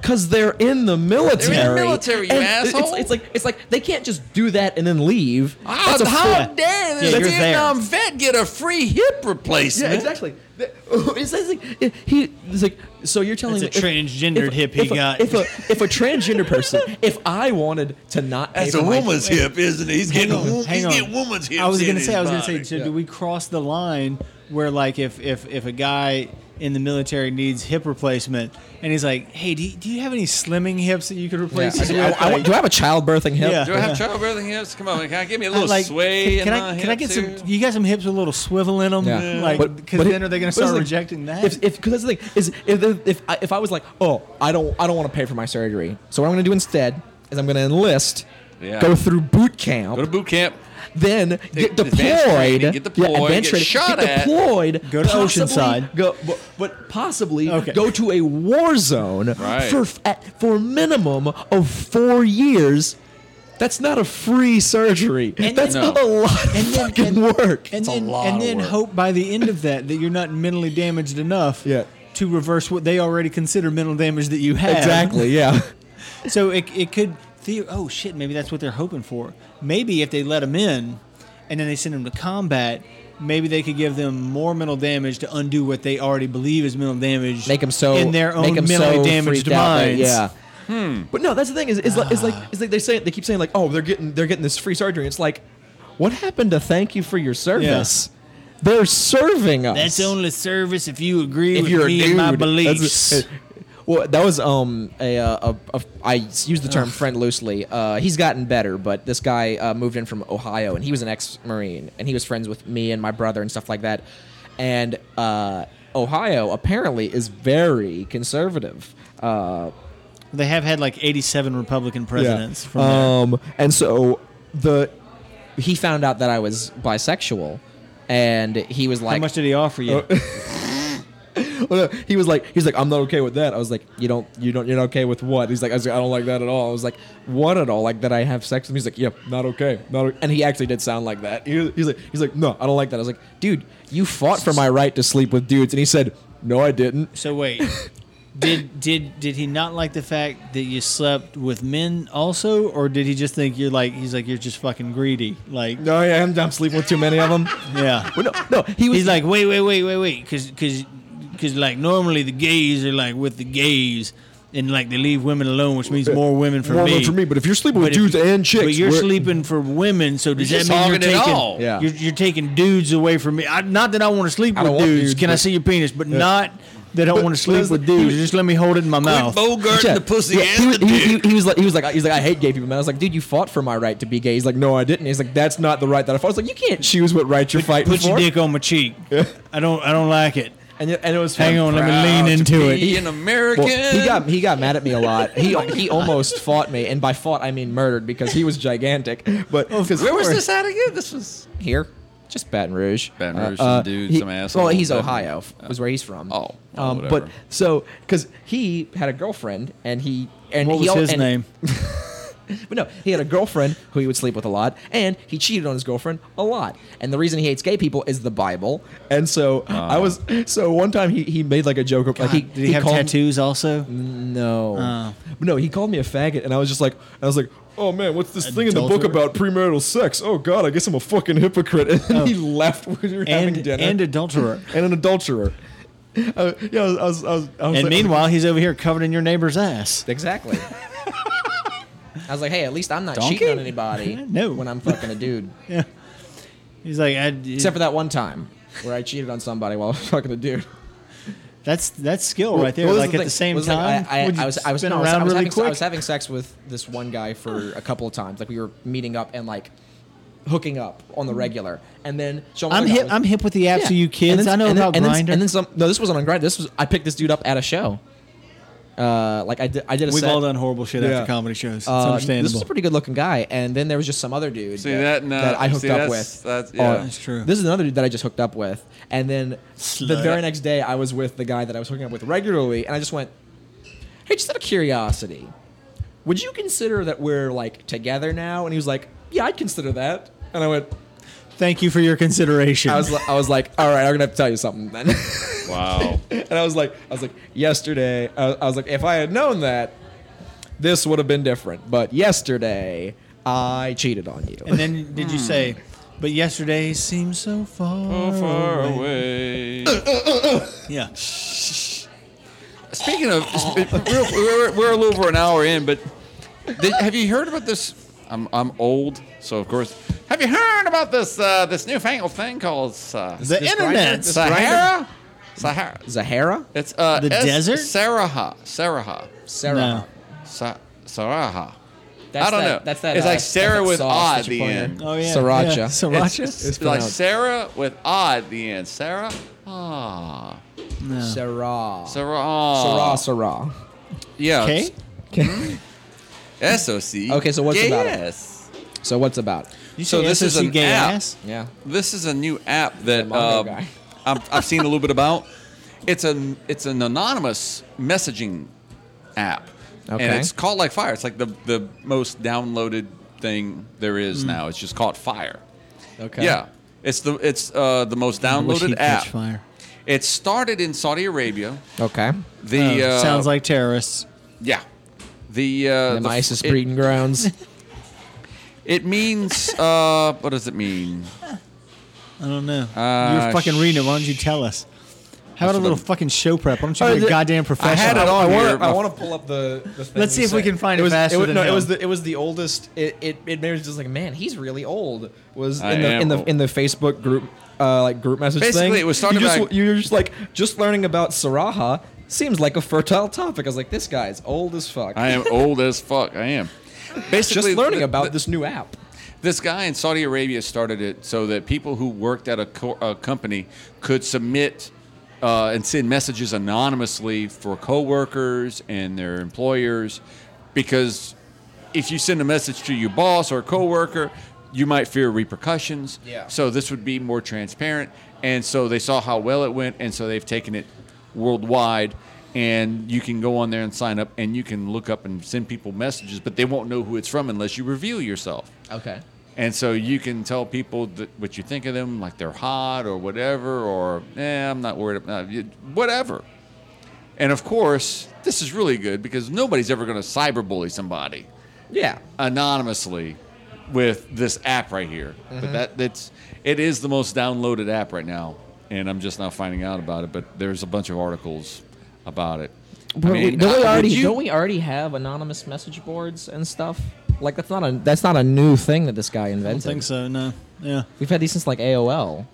Speaker 3: Cause they're in the military.
Speaker 1: military, you
Speaker 3: And it's-
Speaker 1: asshole.
Speaker 3: It's, like it's like they can't just do that and then leave.
Speaker 1: Ah,
Speaker 3: That's a
Speaker 1: how
Speaker 3: full-
Speaker 1: dare this
Speaker 2: Yeah, you're there.
Speaker 1: Vietnam vet get a free hip replacement?
Speaker 3: Yeah, exactly. The- It's, it's like it- he. It's like so. You're telling
Speaker 2: That's
Speaker 3: me
Speaker 2: a transgendered hip he
Speaker 3: if a,
Speaker 2: got.
Speaker 3: If a if a transgender person, if I wanted to not, pay
Speaker 1: That's
Speaker 3: for
Speaker 1: a
Speaker 3: my-
Speaker 1: woman's hip, isn't it? He's getting, a wo- he's getting woman's hips.
Speaker 2: I was
Speaker 1: going
Speaker 2: gonna
Speaker 1: to
Speaker 2: say, I was going to say, so
Speaker 3: Yeah.
Speaker 2: do we cross the line where, like, if, if, if a guy in the military needs hip replacement and he's like, hey, do you, do you have any slimming hips that you could
Speaker 3: Yeah,
Speaker 2: replace?
Speaker 3: I-
Speaker 2: this
Speaker 3: I-
Speaker 2: with?"
Speaker 3: I-
Speaker 2: Like,
Speaker 3: do I have a childbirthing hip?
Speaker 2: Yeah.
Speaker 1: Do I have childbirthing hips? Come on, man. Can I give me a
Speaker 2: I'm
Speaker 1: little
Speaker 2: like,
Speaker 1: sway
Speaker 2: can, can
Speaker 1: in my
Speaker 2: I, can I get
Speaker 1: hips
Speaker 2: some?
Speaker 1: here?
Speaker 2: You got some hips with a little swivel in them,
Speaker 3: Yeah.
Speaker 2: like
Speaker 3: But-
Speaker 2: because
Speaker 3: but
Speaker 2: then
Speaker 3: it-
Speaker 2: are they
Speaker 3: but
Speaker 2: going to
Speaker 3: it's
Speaker 2: start
Speaker 3: like-
Speaker 2: rejecting that?
Speaker 3: If because that's the thing is if the- if I, if I was like oh I don't I don't want to pay for my surgery so what I'm gonna do instead is I'm gonna enlist
Speaker 1: Yeah.
Speaker 3: go through boot camp
Speaker 1: Go to boot camp.
Speaker 3: then get
Speaker 1: advanced training,
Speaker 3: deployed.
Speaker 1: get deployed,
Speaker 3: advanced
Speaker 1: get
Speaker 3: training,
Speaker 1: shot
Speaker 3: get
Speaker 1: at.
Speaker 3: deployed.
Speaker 2: Go to
Speaker 3: possibly
Speaker 2: Oceanside.
Speaker 3: Go, but, but possibly
Speaker 2: Okay.
Speaker 3: go to a war zone
Speaker 1: Right.
Speaker 3: for f- at, for a minimum of four years. That's not a free surgery. That's
Speaker 1: then-
Speaker 3: not a lot of
Speaker 2: And then-
Speaker 3: fucking
Speaker 2: and-
Speaker 3: work.
Speaker 2: and
Speaker 3: It's a
Speaker 2: then,
Speaker 3: lot
Speaker 2: and
Speaker 3: of
Speaker 2: then
Speaker 3: work.
Speaker 2: hope by the end of that that you're not mentally damaged enough
Speaker 3: Yeah.
Speaker 2: to reverse what they already consider mental damage that you have.
Speaker 3: Exactly. Yeah.
Speaker 2: So it, it could, the- oh shit, maybe that's what they're hoping for. Maybe if they let them in and then they send them to combat, maybe they could give them more mental damage to undo what they already believe is mental damage.
Speaker 3: Make them so
Speaker 2: in their own
Speaker 3: make 'em so
Speaker 2: mentally damaged
Speaker 3: freaked out that-
Speaker 2: minds.
Speaker 3: yeah. But no, that's the thing is, is like, is like, is like they say they keep saying like, oh, they're getting they're getting this free surgery. It's like, what happened to thank you for your service? They're serving us.
Speaker 2: That's only service if you agree
Speaker 3: if
Speaker 2: with
Speaker 3: you're
Speaker 2: me
Speaker 3: a dude.
Speaker 2: and my
Speaker 3: That's-
Speaker 2: beliefs.
Speaker 3: uh, well, that was um a, uh, a, a I use the term friend loosely. Uh, he's gotten better, but this guy uh, moved in from Ohio, and he was an ex-marine, and he was friends with me and my brother and stuff like that. And uh, Ohio apparently is very conservative. Uh,
Speaker 2: they have had like 87 Republican presidents from there.
Speaker 3: um, and so the he found out that I was bisexual, and he was
Speaker 2: How
Speaker 3: like,
Speaker 2: much did he offer you?
Speaker 6: Well, no, uh, he was like, he's like, I'm not okay with that. I was like, you don't, you don't, you're not okay with what? He's like, I, was like, I don't like that at all. I was like, what at all? Like that I have sex with him? He's like, yep, not okay, not. o-" And he actually did sound like that. He, he's like, he's like, no, I don't like that. I was like, dude, you fought for my right to sleep with dudes, and he said, no, I didn't.
Speaker 2: So wait, did did did he not like the fact that you slept with men also, or did he just think you're like he's like you're just fucking greedy? Like
Speaker 6: No, yeah, I'm, I'm sleeping with too many of them.
Speaker 2: yeah,
Speaker 6: Well, no, no, he was
Speaker 2: he's like wait wait wait wait wait because because because like normally the gays are like with the gays and like they leave women alone, which means more women for
Speaker 6: More
Speaker 2: me.
Speaker 6: women for me, but if you're sleeping with
Speaker 2: if-
Speaker 6: dudes and chicks,
Speaker 2: but you're
Speaker 6: we're-
Speaker 2: sleeping for women, so does
Speaker 1: You're
Speaker 2: that
Speaker 1: just
Speaker 2: mean you're
Speaker 1: hogging it
Speaker 2: taking
Speaker 1: all.
Speaker 6: Yeah.
Speaker 2: you're, you're taking dudes away from me? I, not that I want to sleep
Speaker 6: I don't
Speaker 2: with
Speaker 6: want
Speaker 2: dudes.
Speaker 6: dudes,
Speaker 2: Can I
Speaker 6: but-
Speaker 2: see your penis? But not that I
Speaker 6: But-
Speaker 2: want to sleep
Speaker 6: but-
Speaker 2: with dudes. Just let me hold it in my mouth.
Speaker 1: Bogart
Speaker 6: Yeah.
Speaker 1: the pussy
Speaker 6: Yeah,
Speaker 1: and
Speaker 6: he,
Speaker 1: the
Speaker 6: he-
Speaker 1: dick.
Speaker 6: he- he was like, he was like, he's like, I hate gay people, man. I was like, dude, you fought for my right to be gay. He's like, no, I didn't. He's like, that's not the right that I fought. I was like, you can't choose what right you're fighting
Speaker 2: Put
Speaker 6: for.
Speaker 2: your dick on my cheek. I don't. I don't like it.
Speaker 6: And, it- and it was fun.
Speaker 2: Hang on, let
Speaker 1: Proud
Speaker 2: me
Speaker 1: to
Speaker 2: lean into it.
Speaker 1: be an American.
Speaker 6: Well, he got he got mad at me a lot. He he almost fought me, and by fought I mean murdered because he was gigantic. But
Speaker 1: Where was this at again? This was.
Speaker 6: Here, just Baton Rouge.
Speaker 1: Baton Rouge,
Speaker 6: Uh,
Speaker 1: some
Speaker 6: uh,
Speaker 1: dude,
Speaker 6: he-
Speaker 1: some asshole.
Speaker 6: Well, he's
Speaker 1: Baton-
Speaker 6: Ohio, f- was where he's from.
Speaker 1: Oh, oh,
Speaker 6: um, but
Speaker 1: whatever.
Speaker 6: so because he had a girlfriend, and he and
Speaker 2: What
Speaker 6: he
Speaker 2: was
Speaker 6: al-
Speaker 2: his
Speaker 6: and-
Speaker 2: name?
Speaker 6: But no, he had a girlfriend who he would sleep with a lot, and he cheated on his girlfriend a lot. And the reason he hates gay people is the Bible. And so I was so one time he, he made like a joke of like he,
Speaker 2: Did he, have
Speaker 6: called-
Speaker 2: tattoos also?
Speaker 6: No,
Speaker 2: Oh.
Speaker 6: no, he called me a faggot, and I was just like I was like. Oh man, what's this thing in the book
Speaker 2: Adulterer.
Speaker 6: about premarital sex? Oh god, I guess I'm a fucking hypocrite. And then he left when we were having
Speaker 2: Oh. And
Speaker 6: dinner.
Speaker 2: and adulterer.
Speaker 6: and an adulterer. Uh, yeah, I was, I was, I was, I was
Speaker 2: and
Speaker 6: like-
Speaker 2: meanwhile, he's over here covered in your neighbor's ass.
Speaker 3: Exactly. I was like, hey, at least I'm not
Speaker 2: Donkey?
Speaker 3: cheating on anybody
Speaker 2: No.
Speaker 3: when I'm fucking a dude.
Speaker 2: He's like, I,
Speaker 3: Except for that one time where I cheated on somebody while I was fucking a dude.
Speaker 2: that's that's skill right there.
Speaker 3: Well, this
Speaker 2: like
Speaker 3: is
Speaker 2: at
Speaker 3: thing.
Speaker 2: the same
Speaker 3: Was like,
Speaker 2: time,
Speaker 3: I, I,
Speaker 2: would you
Speaker 3: I was, I was,
Speaker 2: spin
Speaker 3: no, I was- I
Speaker 2: around
Speaker 3: was
Speaker 2: really
Speaker 3: having, se-
Speaker 2: quick.
Speaker 3: I was having sex with this one guy for a couple of times. Like we were meeting up and like hooking up on the regular, and then Sean
Speaker 2: Mm-hmm. I'm
Speaker 3: Monaco
Speaker 2: hip.
Speaker 3: was-
Speaker 2: I'm hip with the apps
Speaker 3: Yeah.
Speaker 2: of you kids.
Speaker 3: And then-
Speaker 2: I know
Speaker 3: and then-
Speaker 2: about
Speaker 3: and then-
Speaker 2: Grinder.
Speaker 3: And then some. No, this wasn't on Grinder. This was I picked this dude up at a show. Uh, like I did. I did a
Speaker 2: We've
Speaker 3: set.
Speaker 2: all done horrible shit
Speaker 6: Yeah.
Speaker 2: after comedy shows. It's
Speaker 3: Uh, This
Speaker 2: understandable.
Speaker 3: was a pretty good looking guy, and then there was just some other dude
Speaker 1: See that? No,
Speaker 3: that I hooked
Speaker 1: see,
Speaker 3: up
Speaker 1: that's-
Speaker 3: with.
Speaker 1: That's,
Speaker 3: on-
Speaker 1: yeah.
Speaker 2: That's true.
Speaker 3: This is another dude that I just hooked up with, and then the
Speaker 2: Slut.
Speaker 3: very next day I was with the guy that I was hooking up with regularly, and I just went, "Hey, just out of curiosity, would you consider that we're like together now?" And he was like, "Yeah, I'd consider that." And I went,
Speaker 2: Thank you for your consideration.
Speaker 3: "I was, li- I was like, all right, I'm gonna have to tell you something then."
Speaker 1: wow.
Speaker 3: and I was like, I was like, yesterday, I, I was like, if I had known that, this would have been different. But yesterday, I cheated on you.
Speaker 2: and then did you say, "But yesterday seems so far,
Speaker 1: hmm. So far away.
Speaker 2: Yeah.
Speaker 1: Speaking of, we're, we're, we're a little over an hour in, but did, have you heard about this? I'm, I'm old, so of course. Have you heard about this uh, this newfangled thing called uh,
Speaker 2: The internet.
Speaker 1: Sahara? Sahara.
Speaker 3: Zahara?
Speaker 1: It's uh,
Speaker 2: The
Speaker 1: S-
Speaker 2: desert?
Speaker 1: Saraha. Saraha.
Speaker 3: Sarah.
Speaker 2: No.
Speaker 1: Sa- Saraha.
Speaker 3: That's
Speaker 1: I
Speaker 3: that,
Speaker 1: don't know.
Speaker 3: That's that.
Speaker 1: It's
Speaker 3: uh,
Speaker 1: like Sarah
Speaker 3: that
Speaker 1: with
Speaker 3: sauce
Speaker 1: ah
Speaker 3: that
Speaker 1: at
Speaker 3: you
Speaker 1: the
Speaker 3: put in.
Speaker 1: end.
Speaker 2: Oh yeah.
Speaker 3: Sriracha.
Speaker 2: Yeah. Sriracha.
Speaker 1: It's like
Speaker 3: pronounced-
Speaker 1: Sarah with ah at the end. Sarah. Ah.
Speaker 3: Sarah.
Speaker 1: Sarah.
Speaker 3: Sarah.
Speaker 1: Ah.
Speaker 3: Sarah.
Speaker 1: Yeah.
Speaker 2: okay.
Speaker 1: S O C.
Speaker 3: Okay, so what's about it?
Speaker 1: yes.
Speaker 3: So what's about?
Speaker 2: You
Speaker 1: So
Speaker 2: say
Speaker 1: this is
Speaker 2: SOC
Speaker 1: an
Speaker 2: gay
Speaker 1: app.
Speaker 2: ass?
Speaker 3: Yeah.
Speaker 1: This is a new app
Speaker 3: a
Speaker 1: that
Speaker 3: Mongo
Speaker 1: um,
Speaker 3: guy.
Speaker 1: I'm, I've seen a little bit about. It's an it's an anonymous messaging app, and
Speaker 3: Okay.
Speaker 1: it's caught like fire. It's like the the most downloaded thing there is now. It's just caught fire.
Speaker 3: Okay.
Speaker 1: Yeah, it's the it's uh, the most
Speaker 2: I wish
Speaker 1: downloaded
Speaker 2: he'd catch
Speaker 1: app.
Speaker 2: Fire.
Speaker 1: It started in Saudi Arabia.
Speaker 3: Okay.
Speaker 1: The
Speaker 2: Oh,
Speaker 1: uh,
Speaker 2: sounds like terrorists.
Speaker 1: yeah. The uh,
Speaker 3: Them
Speaker 1: the-
Speaker 3: ISIS
Speaker 1: it-
Speaker 3: breeding grounds.
Speaker 1: It means uh, what does it mean?
Speaker 2: I don't know.
Speaker 1: Uh,
Speaker 2: You're fucking reading it. Why don't you tell us? How about a
Speaker 1: what
Speaker 2: little
Speaker 1: I'm-
Speaker 2: fucking show prep? Why don't
Speaker 6: Oh,
Speaker 2: you be
Speaker 6: the-
Speaker 2: a goddamn
Speaker 1: I
Speaker 2: professional?
Speaker 1: had it on here.
Speaker 6: I
Speaker 1: My-
Speaker 6: want to pull up the. the thing
Speaker 2: Let's see
Speaker 6: you
Speaker 2: if we
Speaker 6: sent.
Speaker 2: can find it
Speaker 6: was,
Speaker 2: faster
Speaker 6: was,
Speaker 2: than
Speaker 6: no, it
Speaker 2: him.
Speaker 6: was the it was the oldest. It it it made me just like man, he's really old. Was
Speaker 1: I
Speaker 6: in the
Speaker 1: am
Speaker 6: in the
Speaker 1: old.
Speaker 6: in the Facebook group uh like group message
Speaker 1: Basically,
Speaker 6: thing.
Speaker 1: it was talking
Speaker 6: you just,
Speaker 1: about-
Speaker 6: you're just like just learning about Saraha seems like a fertile topic. I was like, this guy's old as fuck.
Speaker 1: I am old as fuck. I am. Basically,
Speaker 6: just learning
Speaker 1: th-
Speaker 6: about
Speaker 1: th-
Speaker 6: this new app.
Speaker 1: This guy in Saudi Arabia started it so that people who worked at a, co- a company could submit uh, and send messages anonymously for coworkers and their employers, because if you send a message to your boss or a coworker, you might fear repercussions.
Speaker 3: Yeah.
Speaker 1: So this would be more transparent, and so they saw how well it went, and so they've taken it worldwide. And you can go on there and sign up, and you can look up and send people messages, but they won't know who it's from unless you reveal yourself.
Speaker 3: Okay.
Speaker 1: And so you can tell people that what you think of them, like they're hot or whatever, or eh, I'm not worried about you- whatever. And of course, this is really good because nobody's ever going to cyberbully somebody
Speaker 3: Yeah.
Speaker 1: anonymously with this app right here.
Speaker 3: Mm-hmm.
Speaker 1: But that that's it is the most downloaded app right now, and I'm just now finding out about it. But there's a bunch of articles about it. I
Speaker 3: But we-
Speaker 1: mean, uh,
Speaker 3: don't we
Speaker 1: would
Speaker 3: already
Speaker 1: you-
Speaker 3: don't we already have anonymous message boards and stuff? Like that's not a that's not a new thing that this guy
Speaker 2: I don't
Speaker 3: invented.
Speaker 2: think so. No. Yeah.
Speaker 3: We've had these since like AOL.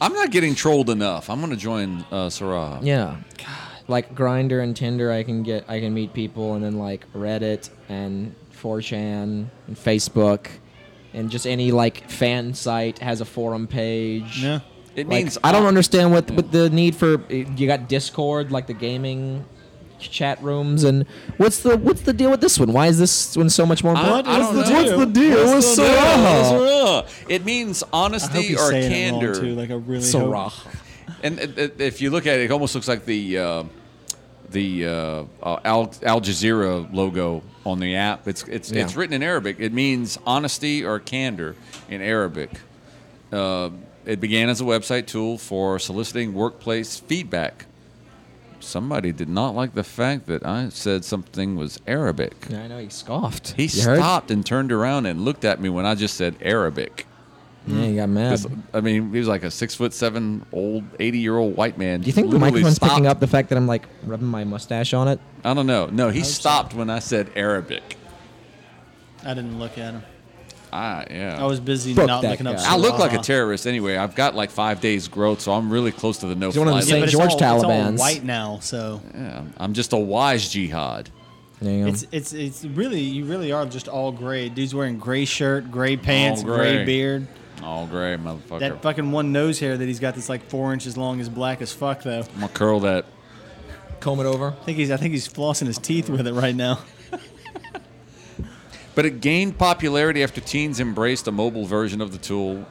Speaker 1: I'm not getting trolled enough. I'm going to join uh, Sarah.
Speaker 3: Yeah. God. Like Grinder and Tinder, I can get I can meet people, and then like Reddit and 4chan and Facebook, and just any like fan site has a forum page.
Speaker 2: Yeah.
Speaker 1: It
Speaker 3: Like,
Speaker 1: means
Speaker 3: I don't understand what what the need for you got Discord like the gaming chat rooms and what's the what's the deal with this one? Why is this one so much more
Speaker 1: I-
Speaker 3: important?
Speaker 1: I don't know.
Speaker 3: What's the deal with
Speaker 2: What's the deal?
Speaker 3: Sarah?
Speaker 1: Sarah. It means
Speaker 2: I hope
Speaker 1: honesty
Speaker 2: you
Speaker 1: or
Speaker 2: say it wrong
Speaker 1: candor.
Speaker 2: too. Like I really
Speaker 3: Sarah.
Speaker 2: hope.
Speaker 1: And it- it- if you look at it, it almost looks like the uh, the uh, uh, Al, Al Jazeera logo on the app. It's it's
Speaker 3: Yeah.
Speaker 1: it's written in Arabic. It means honesty or candor in Arabic. Uh, it began as a website tool for soliciting workplace feedback. Somebody did not like the fact that I said something was Arabic.
Speaker 3: Yeah, I know he scoffed.
Speaker 1: He
Speaker 3: You heard?
Speaker 1: stopped and turned around and looked at me when I just said Arabic.
Speaker 3: Yeah, he got mad.
Speaker 1: This- I mean, he was like a six foot seven old, eighty year old white man.
Speaker 3: Do you think the microphone's picking up the fact that I'm like rubbing my mustache on it?
Speaker 1: I don't know. No,
Speaker 2: Oh,
Speaker 1: he stopped when I said Arabic.
Speaker 2: I didn't look at him.
Speaker 1: Ah, yeah.
Speaker 2: I was busy
Speaker 3: Fuck
Speaker 2: not
Speaker 3: that
Speaker 2: looking up.
Speaker 3: guy.
Speaker 1: I look like a
Speaker 2: Sarah.
Speaker 1: terrorist anyway. I've got like five days growth, so I'm really close to the no
Speaker 3: He's one of
Speaker 1: fly.
Speaker 3: those
Speaker 2: Yeah,
Speaker 3: St.
Speaker 2: but it's
Speaker 3: George
Speaker 2: all, it's all
Speaker 3: Talibans.
Speaker 2: white now, so
Speaker 1: Yeah, I'm just a wise jihad.
Speaker 3: There you go.
Speaker 2: it's it's it's really you really are just all gray. Dude's wearing gray shirt, gray pants, gray.
Speaker 1: gray.
Speaker 2: beard.
Speaker 1: All gray, motherfucker.
Speaker 2: That fucking one nose hair that he's got that's like four inches long is black as fuck though.
Speaker 1: I'm gonna curl that.
Speaker 3: comb it over.
Speaker 2: I think he's I think he's flossing his teeth with it right now.
Speaker 1: But it gained popularity after teens embraced a mobile version of the tool,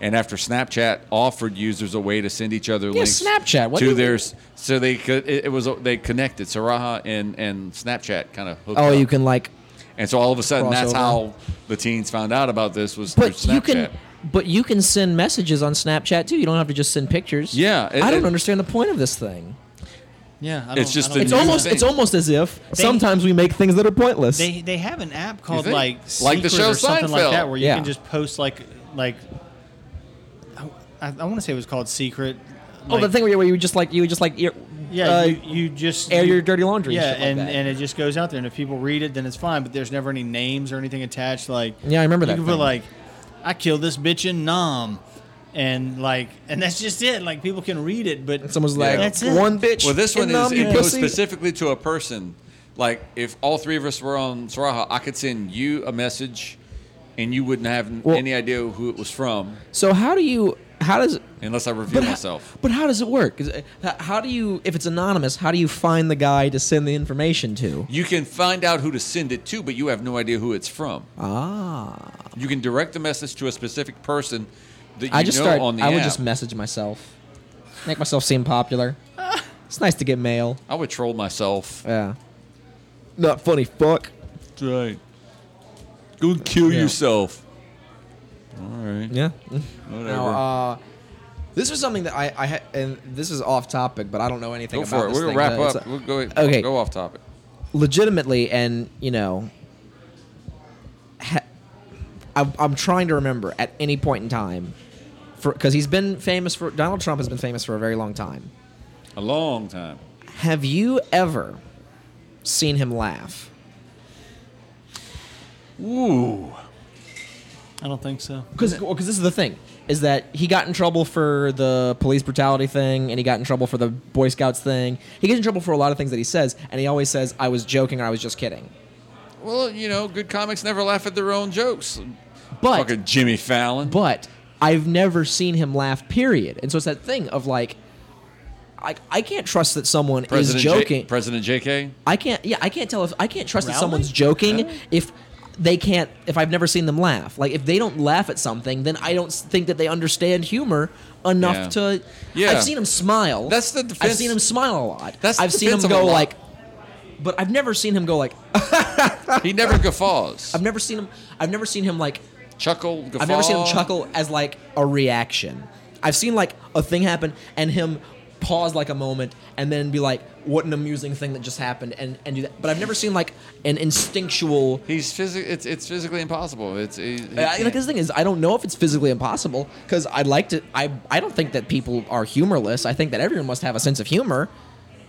Speaker 1: and after Snapchat offered users a way to send each other links.
Speaker 3: Snapchat. What
Speaker 1: to
Speaker 3: do-
Speaker 1: their so they could it, it was they connected. Saraha and and Snapchat kind of hooked
Speaker 3: Oh,
Speaker 1: up.
Speaker 3: you can like,
Speaker 1: And so all of a sudden, that's
Speaker 3: Crossover.
Speaker 1: how the teens found out about this was through
Speaker 3: but
Speaker 1: Snapchat.
Speaker 3: you can, but you can send messages on Snapchat too. You don't have to just send pictures.
Speaker 1: Yeah, it-
Speaker 3: I don't
Speaker 1: it-
Speaker 3: understand the point of this thing.
Speaker 2: Yeah, I
Speaker 1: It's just a
Speaker 3: It's
Speaker 1: new
Speaker 3: almost,
Speaker 1: thing.
Speaker 3: it's almost as if sometimes we make things that are pointless.
Speaker 2: They they have an app called
Speaker 1: think?
Speaker 2: like
Speaker 1: Like the
Speaker 2: Secret
Speaker 1: show
Speaker 2: or something
Speaker 1: Seinfeld.
Speaker 2: like that where you
Speaker 3: Yeah.
Speaker 2: can just post like like I, I want to say it was called Secret.
Speaker 3: oh, the
Speaker 2: like-
Speaker 3: thing where you, where you just like, you just like, ear-
Speaker 2: Yeah,
Speaker 3: uh,
Speaker 2: you, you just
Speaker 3: air
Speaker 2: you-
Speaker 3: your dirty laundry and
Speaker 2: Yeah,
Speaker 3: shit like
Speaker 2: and,
Speaker 3: that.
Speaker 2: and it just goes out there, and if people read it, then it's fine. But there's never any names or anything attached. Like
Speaker 3: Yeah, I remember
Speaker 2: you
Speaker 3: that
Speaker 2: Can
Speaker 3: thing.
Speaker 2: put like, I killed this bitch in Nam, and like, and that's just it. Like people can read it, but
Speaker 3: someone's like,
Speaker 2: That's it.
Speaker 3: one bitch.
Speaker 1: Well, this one
Speaker 3: in
Speaker 1: is
Speaker 3: Nam, you
Speaker 1: it goes
Speaker 3: pussy."
Speaker 1: specifically to a person. Like if all three of us were on Saraha, I could send you a message, and you wouldn't have n
Speaker 3: Well-
Speaker 1: any idea who it was from
Speaker 3: So how do you, how does,
Speaker 1: unless I reveal
Speaker 3: but ho-
Speaker 1: myself.
Speaker 3: but how does it work? Is it- h- How do you, if it's anonymous, how do you find the guy to send the information to?
Speaker 1: You can find out who to send it to, but you have no idea who it's from.
Speaker 3: Ah.
Speaker 1: You can direct the message to a specific person that you
Speaker 3: I just
Speaker 1: know
Speaker 3: start.
Speaker 1: on the
Speaker 3: I would
Speaker 1: app.
Speaker 3: just message myself, make myself seem popular. it's nice to get mail.
Speaker 1: I would troll myself.
Speaker 3: Yeah. Not funny, fuck.
Speaker 1: That's right. Go and kill
Speaker 3: Yeah.
Speaker 1: yourself. All right.
Speaker 3: Yeah.
Speaker 1: Whatever.
Speaker 3: Now, uh, this is something that I, I ha- and this is off topic, but I don't know anything
Speaker 1: go
Speaker 3: about
Speaker 1: for it.
Speaker 3: this
Speaker 1: We're
Speaker 3: thing.
Speaker 1: gonna wrap
Speaker 3: Uh, it's
Speaker 1: up.
Speaker 3: a-
Speaker 1: we'll go.
Speaker 3: Okay.
Speaker 1: Go off topic.
Speaker 3: legitimately, and you know, ha- I, I'm trying to remember at any point in time, for because he's been famous for Donald Trump has been famous for a very long time.
Speaker 1: A long time.
Speaker 3: Have you ever seen him laugh?
Speaker 1: Ooh.
Speaker 2: I don't think so.
Speaker 3: because this is the thing is that he got in trouble for the police brutality thing and he got in trouble for the boy scouts thing he gets in trouble for a lot of things that he says and he always says i was joking or i was just kidding
Speaker 1: Well, you know, good comics never laugh at their own jokes.
Speaker 3: but
Speaker 1: Fucking Jimmy Fallon.
Speaker 3: but i've never seen him laugh period and so it's that thing of like i, I can't trust that someone
Speaker 1: President
Speaker 3: is joking
Speaker 1: J- President JK.
Speaker 3: I can't. Yeah, I can't tell if I can't trust that
Speaker 2: Rowling?
Speaker 3: someone's joking if they can't if I've never seen them laugh. Like if they don't laugh at something, then I don't s- think that they understand humor enough
Speaker 1: Yeah.
Speaker 3: to.
Speaker 1: Yeah.
Speaker 3: I've seen them smile.
Speaker 1: That's the
Speaker 3: I've
Speaker 1: defense-
Speaker 3: seen him smile a lot.
Speaker 1: That's the
Speaker 3: I've seen him
Speaker 1: defense of a
Speaker 3: go
Speaker 1: lot.
Speaker 3: like, but I've never seen him go like.
Speaker 1: He never guffaws.
Speaker 3: I've never seen him. I've never seen him like.
Speaker 1: chuckle, guffaw.
Speaker 3: I've never seen him chuckle as like a reaction. I've seen like a thing happen and him pause like a moment and then be like, "What an amusing thing that just happened," and and do that. But I've never seen like an instinctual.
Speaker 1: He's physi- it's, it's physically impossible. It's he, he
Speaker 3: I, like
Speaker 1: can't.
Speaker 3: this thing is, I don't know if it's physically impossible because I'd like to. I I don't think that people are humorless. I think that everyone must have a sense of humor,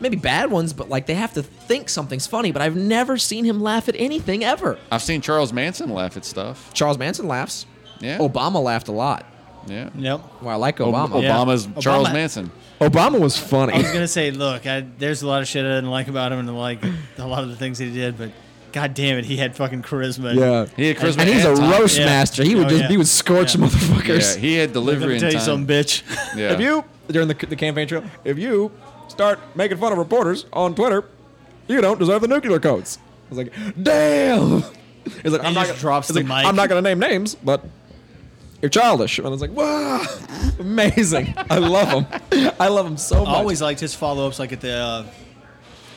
Speaker 3: maybe bad ones, but like they have to think something's funny. But I've never seen him laugh at anything ever.
Speaker 1: I've seen Charles Manson laugh at stuff.
Speaker 3: Charles Manson laughs.
Speaker 1: Yeah.
Speaker 3: Obama laughed a lot.
Speaker 1: Yeah.
Speaker 2: Yep.
Speaker 3: Well, I like
Speaker 1: Ob-
Speaker 3: Obama.
Speaker 2: Yeah.
Speaker 1: Obama's Charles
Speaker 2: Obama-
Speaker 1: Manson.
Speaker 6: Obama was funny.
Speaker 2: I was gonna say, look, I, there's a lot of shit I didn't like about him, and like a lot of the things he did, but god damn it, he had fucking charisma.
Speaker 6: yeah.
Speaker 1: He had charisma
Speaker 6: and he's a
Speaker 1: and time.
Speaker 6: roast
Speaker 2: Yeah.
Speaker 6: master. He would
Speaker 2: Oh,
Speaker 6: just
Speaker 2: yeah.
Speaker 6: he would scorch
Speaker 2: Yeah.
Speaker 1: Yeah,
Speaker 6: motherfuckers.
Speaker 1: he had
Speaker 2: Let
Speaker 1: delivery
Speaker 2: me
Speaker 1: in
Speaker 2: tell
Speaker 1: time.
Speaker 2: you something, bitch.
Speaker 1: Yeah.
Speaker 6: If you during the, the campaign trail, if you start making fun of reporters on Twitter, you don't deserve the nuclear codes. I was like, damn. He's like, I'm not
Speaker 2: just
Speaker 6: gonna,
Speaker 2: drops
Speaker 6: he's
Speaker 2: the
Speaker 6: like,
Speaker 2: mic.
Speaker 6: I'm not gonna name names, but you're childish. And I was like, wow, amazing. I love him. I love him so much.
Speaker 2: I always liked his follow-ups, like at the uh,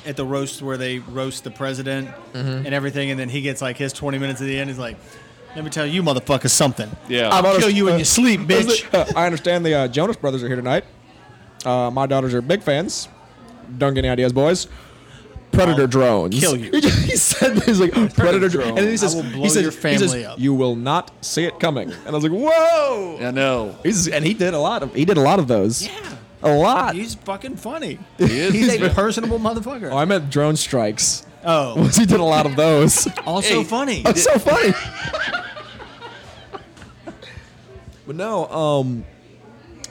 Speaker 2: at the roast where they roast the president
Speaker 1: Mm-hmm.
Speaker 2: and everything, and then he gets like his 20 minutes at the end. He's like, "Let me tell you, motherfuckers, something.
Speaker 1: Yeah.
Speaker 6: I'm
Speaker 2: Kill you in
Speaker 6: uh,
Speaker 2: your sleep, bitch."
Speaker 6: Uh, I understand the uh, Jonas Brothers are here tonight. Uh, my daughters are big fans. Don't get any ideas, boys. Predator
Speaker 2: I'll
Speaker 6: drones.
Speaker 2: kill you.
Speaker 6: He, just- he said this like predator, drones. And then he
Speaker 2: drones.
Speaker 6: says,
Speaker 2: I will blow
Speaker 6: he says,
Speaker 2: your
Speaker 6: he says,
Speaker 2: family up.
Speaker 6: You will not see it coming. And I was like, whoa.
Speaker 1: I know.
Speaker 6: He's, and he did a lot of he did a lot of those.
Speaker 2: Yeah.
Speaker 6: A lot.
Speaker 2: He's fucking funny.
Speaker 1: He is.
Speaker 2: He's a
Speaker 1: yeah.
Speaker 2: personable motherfucker.
Speaker 6: Oh, I meant drone strikes.
Speaker 2: oh,
Speaker 6: he did a lot of those.
Speaker 2: also
Speaker 1: Hey.
Speaker 2: funny.
Speaker 6: That's so funny. but no, um,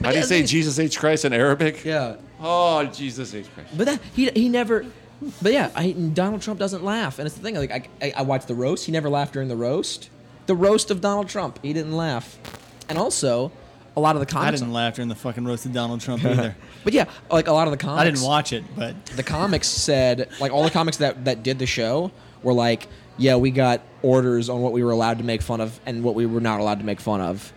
Speaker 1: How do you say Jesus H Christ in Arabic?
Speaker 3: yeah.
Speaker 1: Oh, Jesus H Christ.
Speaker 3: But that he he never. But yeah, I, Donald Trump doesn't laugh, and it's the thing. Like I, I, I watched the roast. He never laughed during the roast. The roast of Donald Trump, he didn't laugh. And also, a lot of the
Speaker 2: I
Speaker 3: comics.
Speaker 2: didn't laugh during the fucking roast of Donald Trump either.
Speaker 3: But yeah, like a lot of the comics.
Speaker 2: I didn't watch it, but
Speaker 3: The comics said like all the comics that that did the show were like, yeah, we got orders on what we were allowed to make fun of and what we were not allowed to make fun of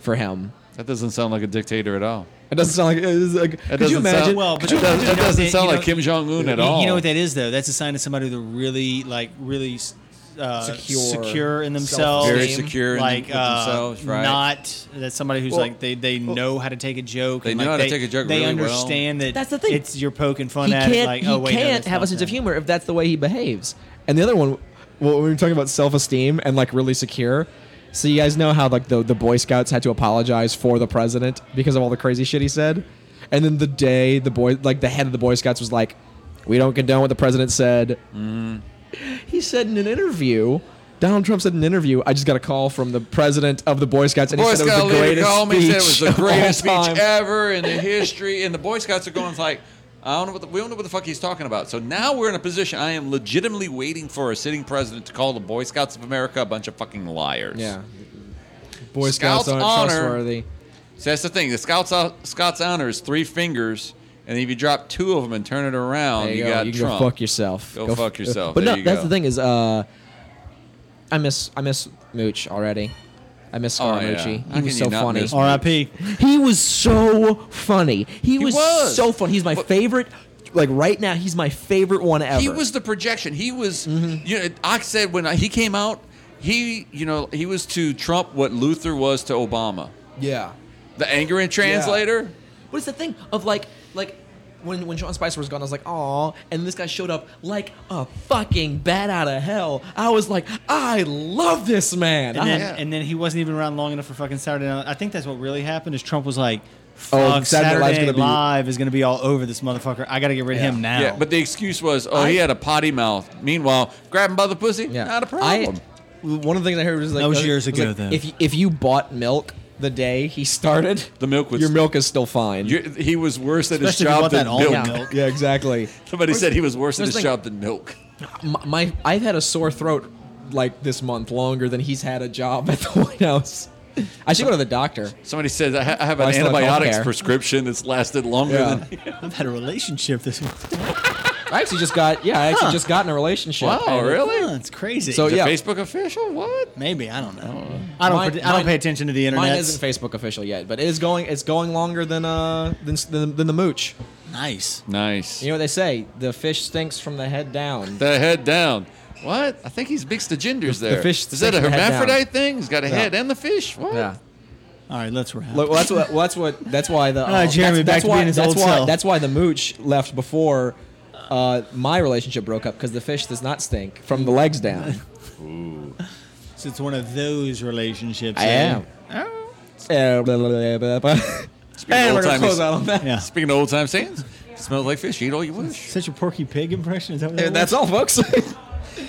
Speaker 3: for him.
Speaker 1: That doesn't sound like a dictator at all.
Speaker 6: it doesn't sound like. It's like
Speaker 1: That
Speaker 6: could you
Speaker 1: doesn't sound-
Speaker 6: imagine?
Speaker 2: Well, but
Speaker 1: that
Speaker 2: you know-
Speaker 1: doesn't, that
Speaker 2: you know,
Speaker 1: doesn't
Speaker 2: you
Speaker 1: sound
Speaker 2: know-
Speaker 1: like Kim Jong Un at
Speaker 2: You-
Speaker 1: all.
Speaker 2: You know what that is, though. That's a sign of somebody that really, like, really uh,
Speaker 3: Secure.
Speaker 2: secure, in themselves.
Speaker 1: Very
Speaker 3: Same.
Speaker 1: secure in
Speaker 2: like
Speaker 1: with
Speaker 2: uh,
Speaker 1: themselves, right?
Speaker 2: Not that's somebody who's
Speaker 6: Well,
Speaker 2: like they they know how to take a joke.
Speaker 1: They
Speaker 2: and,
Speaker 1: know
Speaker 2: like,
Speaker 1: how to
Speaker 2: they-
Speaker 1: take a joke
Speaker 2: They
Speaker 1: really
Speaker 2: understand that
Speaker 3: That's the thing.
Speaker 2: It's you're poking fun
Speaker 3: he
Speaker 2: at
Speaker 3: can't.
Speaker 2: it. Like,
Speaker 3: he
Speaker 2: oh wait, no,
Speaker 3: can't
Speaker 2: that's
Speaker 3: have a
Speaker 2: not
Speaker 3: sense of
Speaker 2: that.
Speaker 3: humor if that's the way he behaves.
Speaker 6: And the other one, well, when we were talking about self-esteem and like really secure. So you guys know how like the the Boy Scouts had to apologize for the president because of all the crazy shit he said, and then the day the boy like the head of the Boy Scouts was like, "We don't condone what the president said."
Speaker 3: Mm.
Speaker 6: He said in an interview. Donald Trump said in an interview, "I just got a call from the president of the Boy Scouts, and
Speaker 1: Boy
Speaker 6: he said it
Speaker 1: Scout
Speaker 6: was the
Speaker 1: leader
Speaker 6: greatest
Speaker 1: called me
Speaker 6: speech
Speaker 1: said it was the
Speaker 6: of all
Speaker 1: greatest speech
Speaker 6: time."
Speaker 1: ever in the history, and the Boy Scouts are going like, I don't know what the, we don't know what the fuck he's talking about. So now we're in a position. I am legitimately waiting for a sitting president to call the Boy Scouts of America a bunch of fucking liars.
Speaker 6: Yeah, Boy
Speaker 1: Scouts
Speaker 6: Scouts, aren't
Speaker 1: honor-
Speaker 6: trustworthy.
Speaker 1: So that's the thing. The Scouts Scott's honor is three fingers, and if you drop two of them and turn it around,
Speaker 3: There
Speaker 1: Oh, you,
Speaker 3: you go.
Speaker 1: got
Speaker 6: You can
Speaker 1: Trump.
Speaker 6: go fuck yourself.
Speaker 1: Go
Speaker 6: f-
Speaker 1: fuck yourself.
Speaker 6: But
Speaker 1: There
Speaker 6: no,
Speaker 1: you
Speaker 6: that's
Speaker 1: go.
Speaker 6: the thing is, uh, I miss I miss Mooch already. I miss
Speaker 1: Oh, yeah.
Speaker 3: Scaramucci.
Speaker 1: How
Speaker 3: He
Speaker 1: can
Speaker 3: was
Speaker 1: you
Speaker 3: so
Speaker 1: not
Speaker 3: funny.
Speaker 1: miss
Speaker 2: R.I.P.
Speaker 3: He was so funny. He, was,
Speaker 1: was.
Speaker 3: so funny. He's my
Speaker 1: What-
Speaker 3: favorite. Like right now, he's my favorite one ever.
Speaker 1: He was the projection. He was, you know, I said when I, he came out, he, you know, he was to Trump what Luther was to Obama.
Speaker 3: yeah.
Speaker 1: The anger in translator.
Speaker 3: But it's the thing of like like when when Sean Spicer was gone, I was like, "Aw!" And this guy showed up like a fucking bat out of hell. I was like, "I love this man."
Speaker 6: Oh,
Speaker 2: And
Speaker 3: I-
Speaker 2: then,
Speaker 1: yeah.
Speaker 2: and then he wasn't even around long enough for fucking Saturday Night. I think that's what really happened. Is Trump was like, "Fuck,
Speaker 6: Oh, Saturday
Speaker 2: Saturday
Speaker 6: Night's
Speaker 2: Night
Speaker 6: gonna be-
Speaker 2: Live is going to be all over this motherfucker. I got to get rid of him now."
Speaker 1: Yeah, but the excuse was, oh,
Speaker 3: I-
Speaker 1: he had a potty mouth. Meanwhile, grab him by the pussy,
Speaker 3: Yeah.
Speaker 1: not a problem.
Speaker 3: I, one of the things I heard was like
Speaker 2: That was
Speaker 3: uh,
Speaker 2: years ago,
Speaker 3: like,
Speaker 2: though.
Speaker 3: If you, if you bought milk the day he started,
Speaker 1: the milk was.
Speaker 6: Your milk is still fine.
Speaker 1: you- he was worse at his
Speaker 2: Especially if you
Speaker 1: job
Speaker 2: want
Speaker 1: than
Speaker 2: that
Speaker 1: milk.
Speaker 2: almond milk.
Speaker 6: yeah, exactly.
Speaker 1: Somebody said he was worse at
Speaker 3: Here's
Speaker 1: his
Speaker 3: the thing.
Speaker 1: job than milk.
Speaker 3: m- my I've had a sore throat like this month longer than he's had a job at the White House. I should go to the doctor.
Speaker 1: Somebody said I, ha- I have
Speaker 3: Well,
Speaker 1: an
Speaker 3: I still have
Speaker 1: antibiotics
Speaker 3: healthcare.
Speaker 1: prescription that's lasted longer
Speaker 6: Yeah.
Speaker 1: than.
Speaker 2: I've had a relationship this month.
Speaker 3: I actually just got yeah. I actually just got in a relationship.
Speaker 1: Wow,
Speaker 3: and-
Speaker 1: really?
Speaker 2: that's crazy.
Speaker 3: So,
Speaker 1: The
Speaker 3: yeah.
Speaker 1: Facebook official? What?
Speaker 2: maybe I don't know. I don't.
Speaker 3: Mine-
Speaker 2: put- I don't
Speaker 3: mine-
Speaker 2: pay attention to the internet.
Speaker 3: Mine isn't Facebook official yet, but it is going. It's going longer than uh than than, than the mooch.
Speaker 2: nice.
Speaker 1: Nice.
Speaker 3: You know what they say? The fish stinks from the head down.
Speaker 1: the head down. What? I think he's mixed the genders
Speaker 3: The- the
Speaker 1: there.
Speaker 3: fish
Speaker 1: Is that a
Speaker 3: sticks the head down.
Speaker 1: hermaphrodite thing? He's got a
Speaker 3: Yeah.
Speaker 1: head and the fish. What?
Speaker 3: yeah.
Speaker 2: All right, let's wrap.
Speaker 3: Look, well, that's what. Well, that's what. That's why the. uh,
Speaker 2: Ah, Jeremy,
Speaker 3: that's, that's
Speaker 2: back to
Speaker 3: why.
Speaker 2: being his
Speaker 3: that's
Speaker 2: old
Speaker 3: why.
Speaker 2: self.
Speaker 3: That's why the mooch left before uh, my relationship broke up because the fish does not stink from the legs down.
Speaker 2: So it's one of those relationships.
Speaker 3: I
Speaker 2: eh?
Speaker 3: am. and
Speaker 1: of
Speaker 3: we're gonna
Speaker 1: old-timey-
Speaker 3: close out on that.
Speaker 2: Yeah.
Speaker 1: Speaking of old time sayings, smells like fish. Eat all you wish.
Speaker 2: Such a Porky Pig impression. Is that what that
Speaker 3: And that's
Speaker 2: was?
Speaker 3: all, folks. All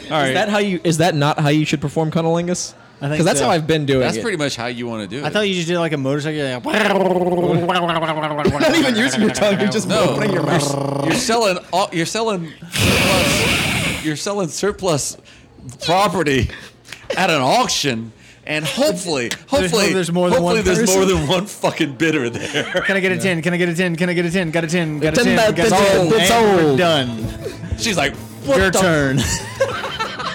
Speaker 3: right. Is that how you? Is that not how you should perform cunnilingus?
Speaker 2: I think
Speaker 3: Because that's
Speaker 2: so.
Speaker 3: how I've been doing
Speaker 1: That's
Speaker 3: it.
Speaker 1: pretty much how you want to do it.
Speaker 2: I thought you just did like a motorcycle. you're Like,
Speaker 3: not even using your tongue. You're just
Speaker 1: No.
Speaker 3: opening your mouth.
Speaker 1: you're selling. All, you're selling. Surplus, you're selling surplus property at an auction, and hopefully, hopefully,
Speaker 2: there's more than
Speaker 1: hopefully
Speaker 2: one
Speaker 1: there's
Speaker 2: person.
Speaker 1: more than one fucking bidder there.
Speaker 2: Can I get a tin? Can I get a tin? Can I get a tin? Got a tin. Got a
Speaker 3: Tin
Speaker 2: tin.
Speaker 3: that-
Speaker 2: Got a tin.
Speaker 3: that's old. That's
Speaker 2: And we're
Speaker 3: old.
Speaker 2: Done.
Speaker 1: She's like, what
Speaker 2: Your
Speaker 1: the
Speaker 2: turn.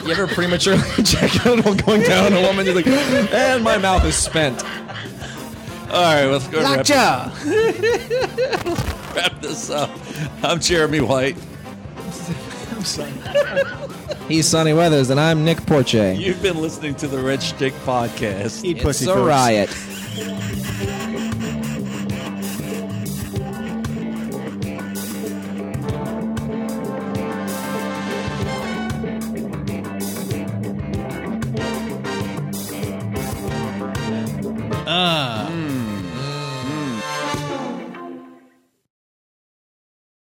Speaker 3: You ever prematurely check out while going down on a woman? You're like, and my mouth is spent.
Speaker 1: All right, let's go ahead and
Speaker 2: Gotcha.
Speaker 1: wrap, wrap this up. I'm Jeremy White.
Speaker 7: He's Sonny Weathers, and I'm Nick Porche.
Speaker 1: You've been listening to the Red Stick Podcast.
Speaker 2: Eat
Speaker 7: It's
Speaker 2: pussy.
Speaker 7: a
Speaker 2: folks.
Speaker 7: riot.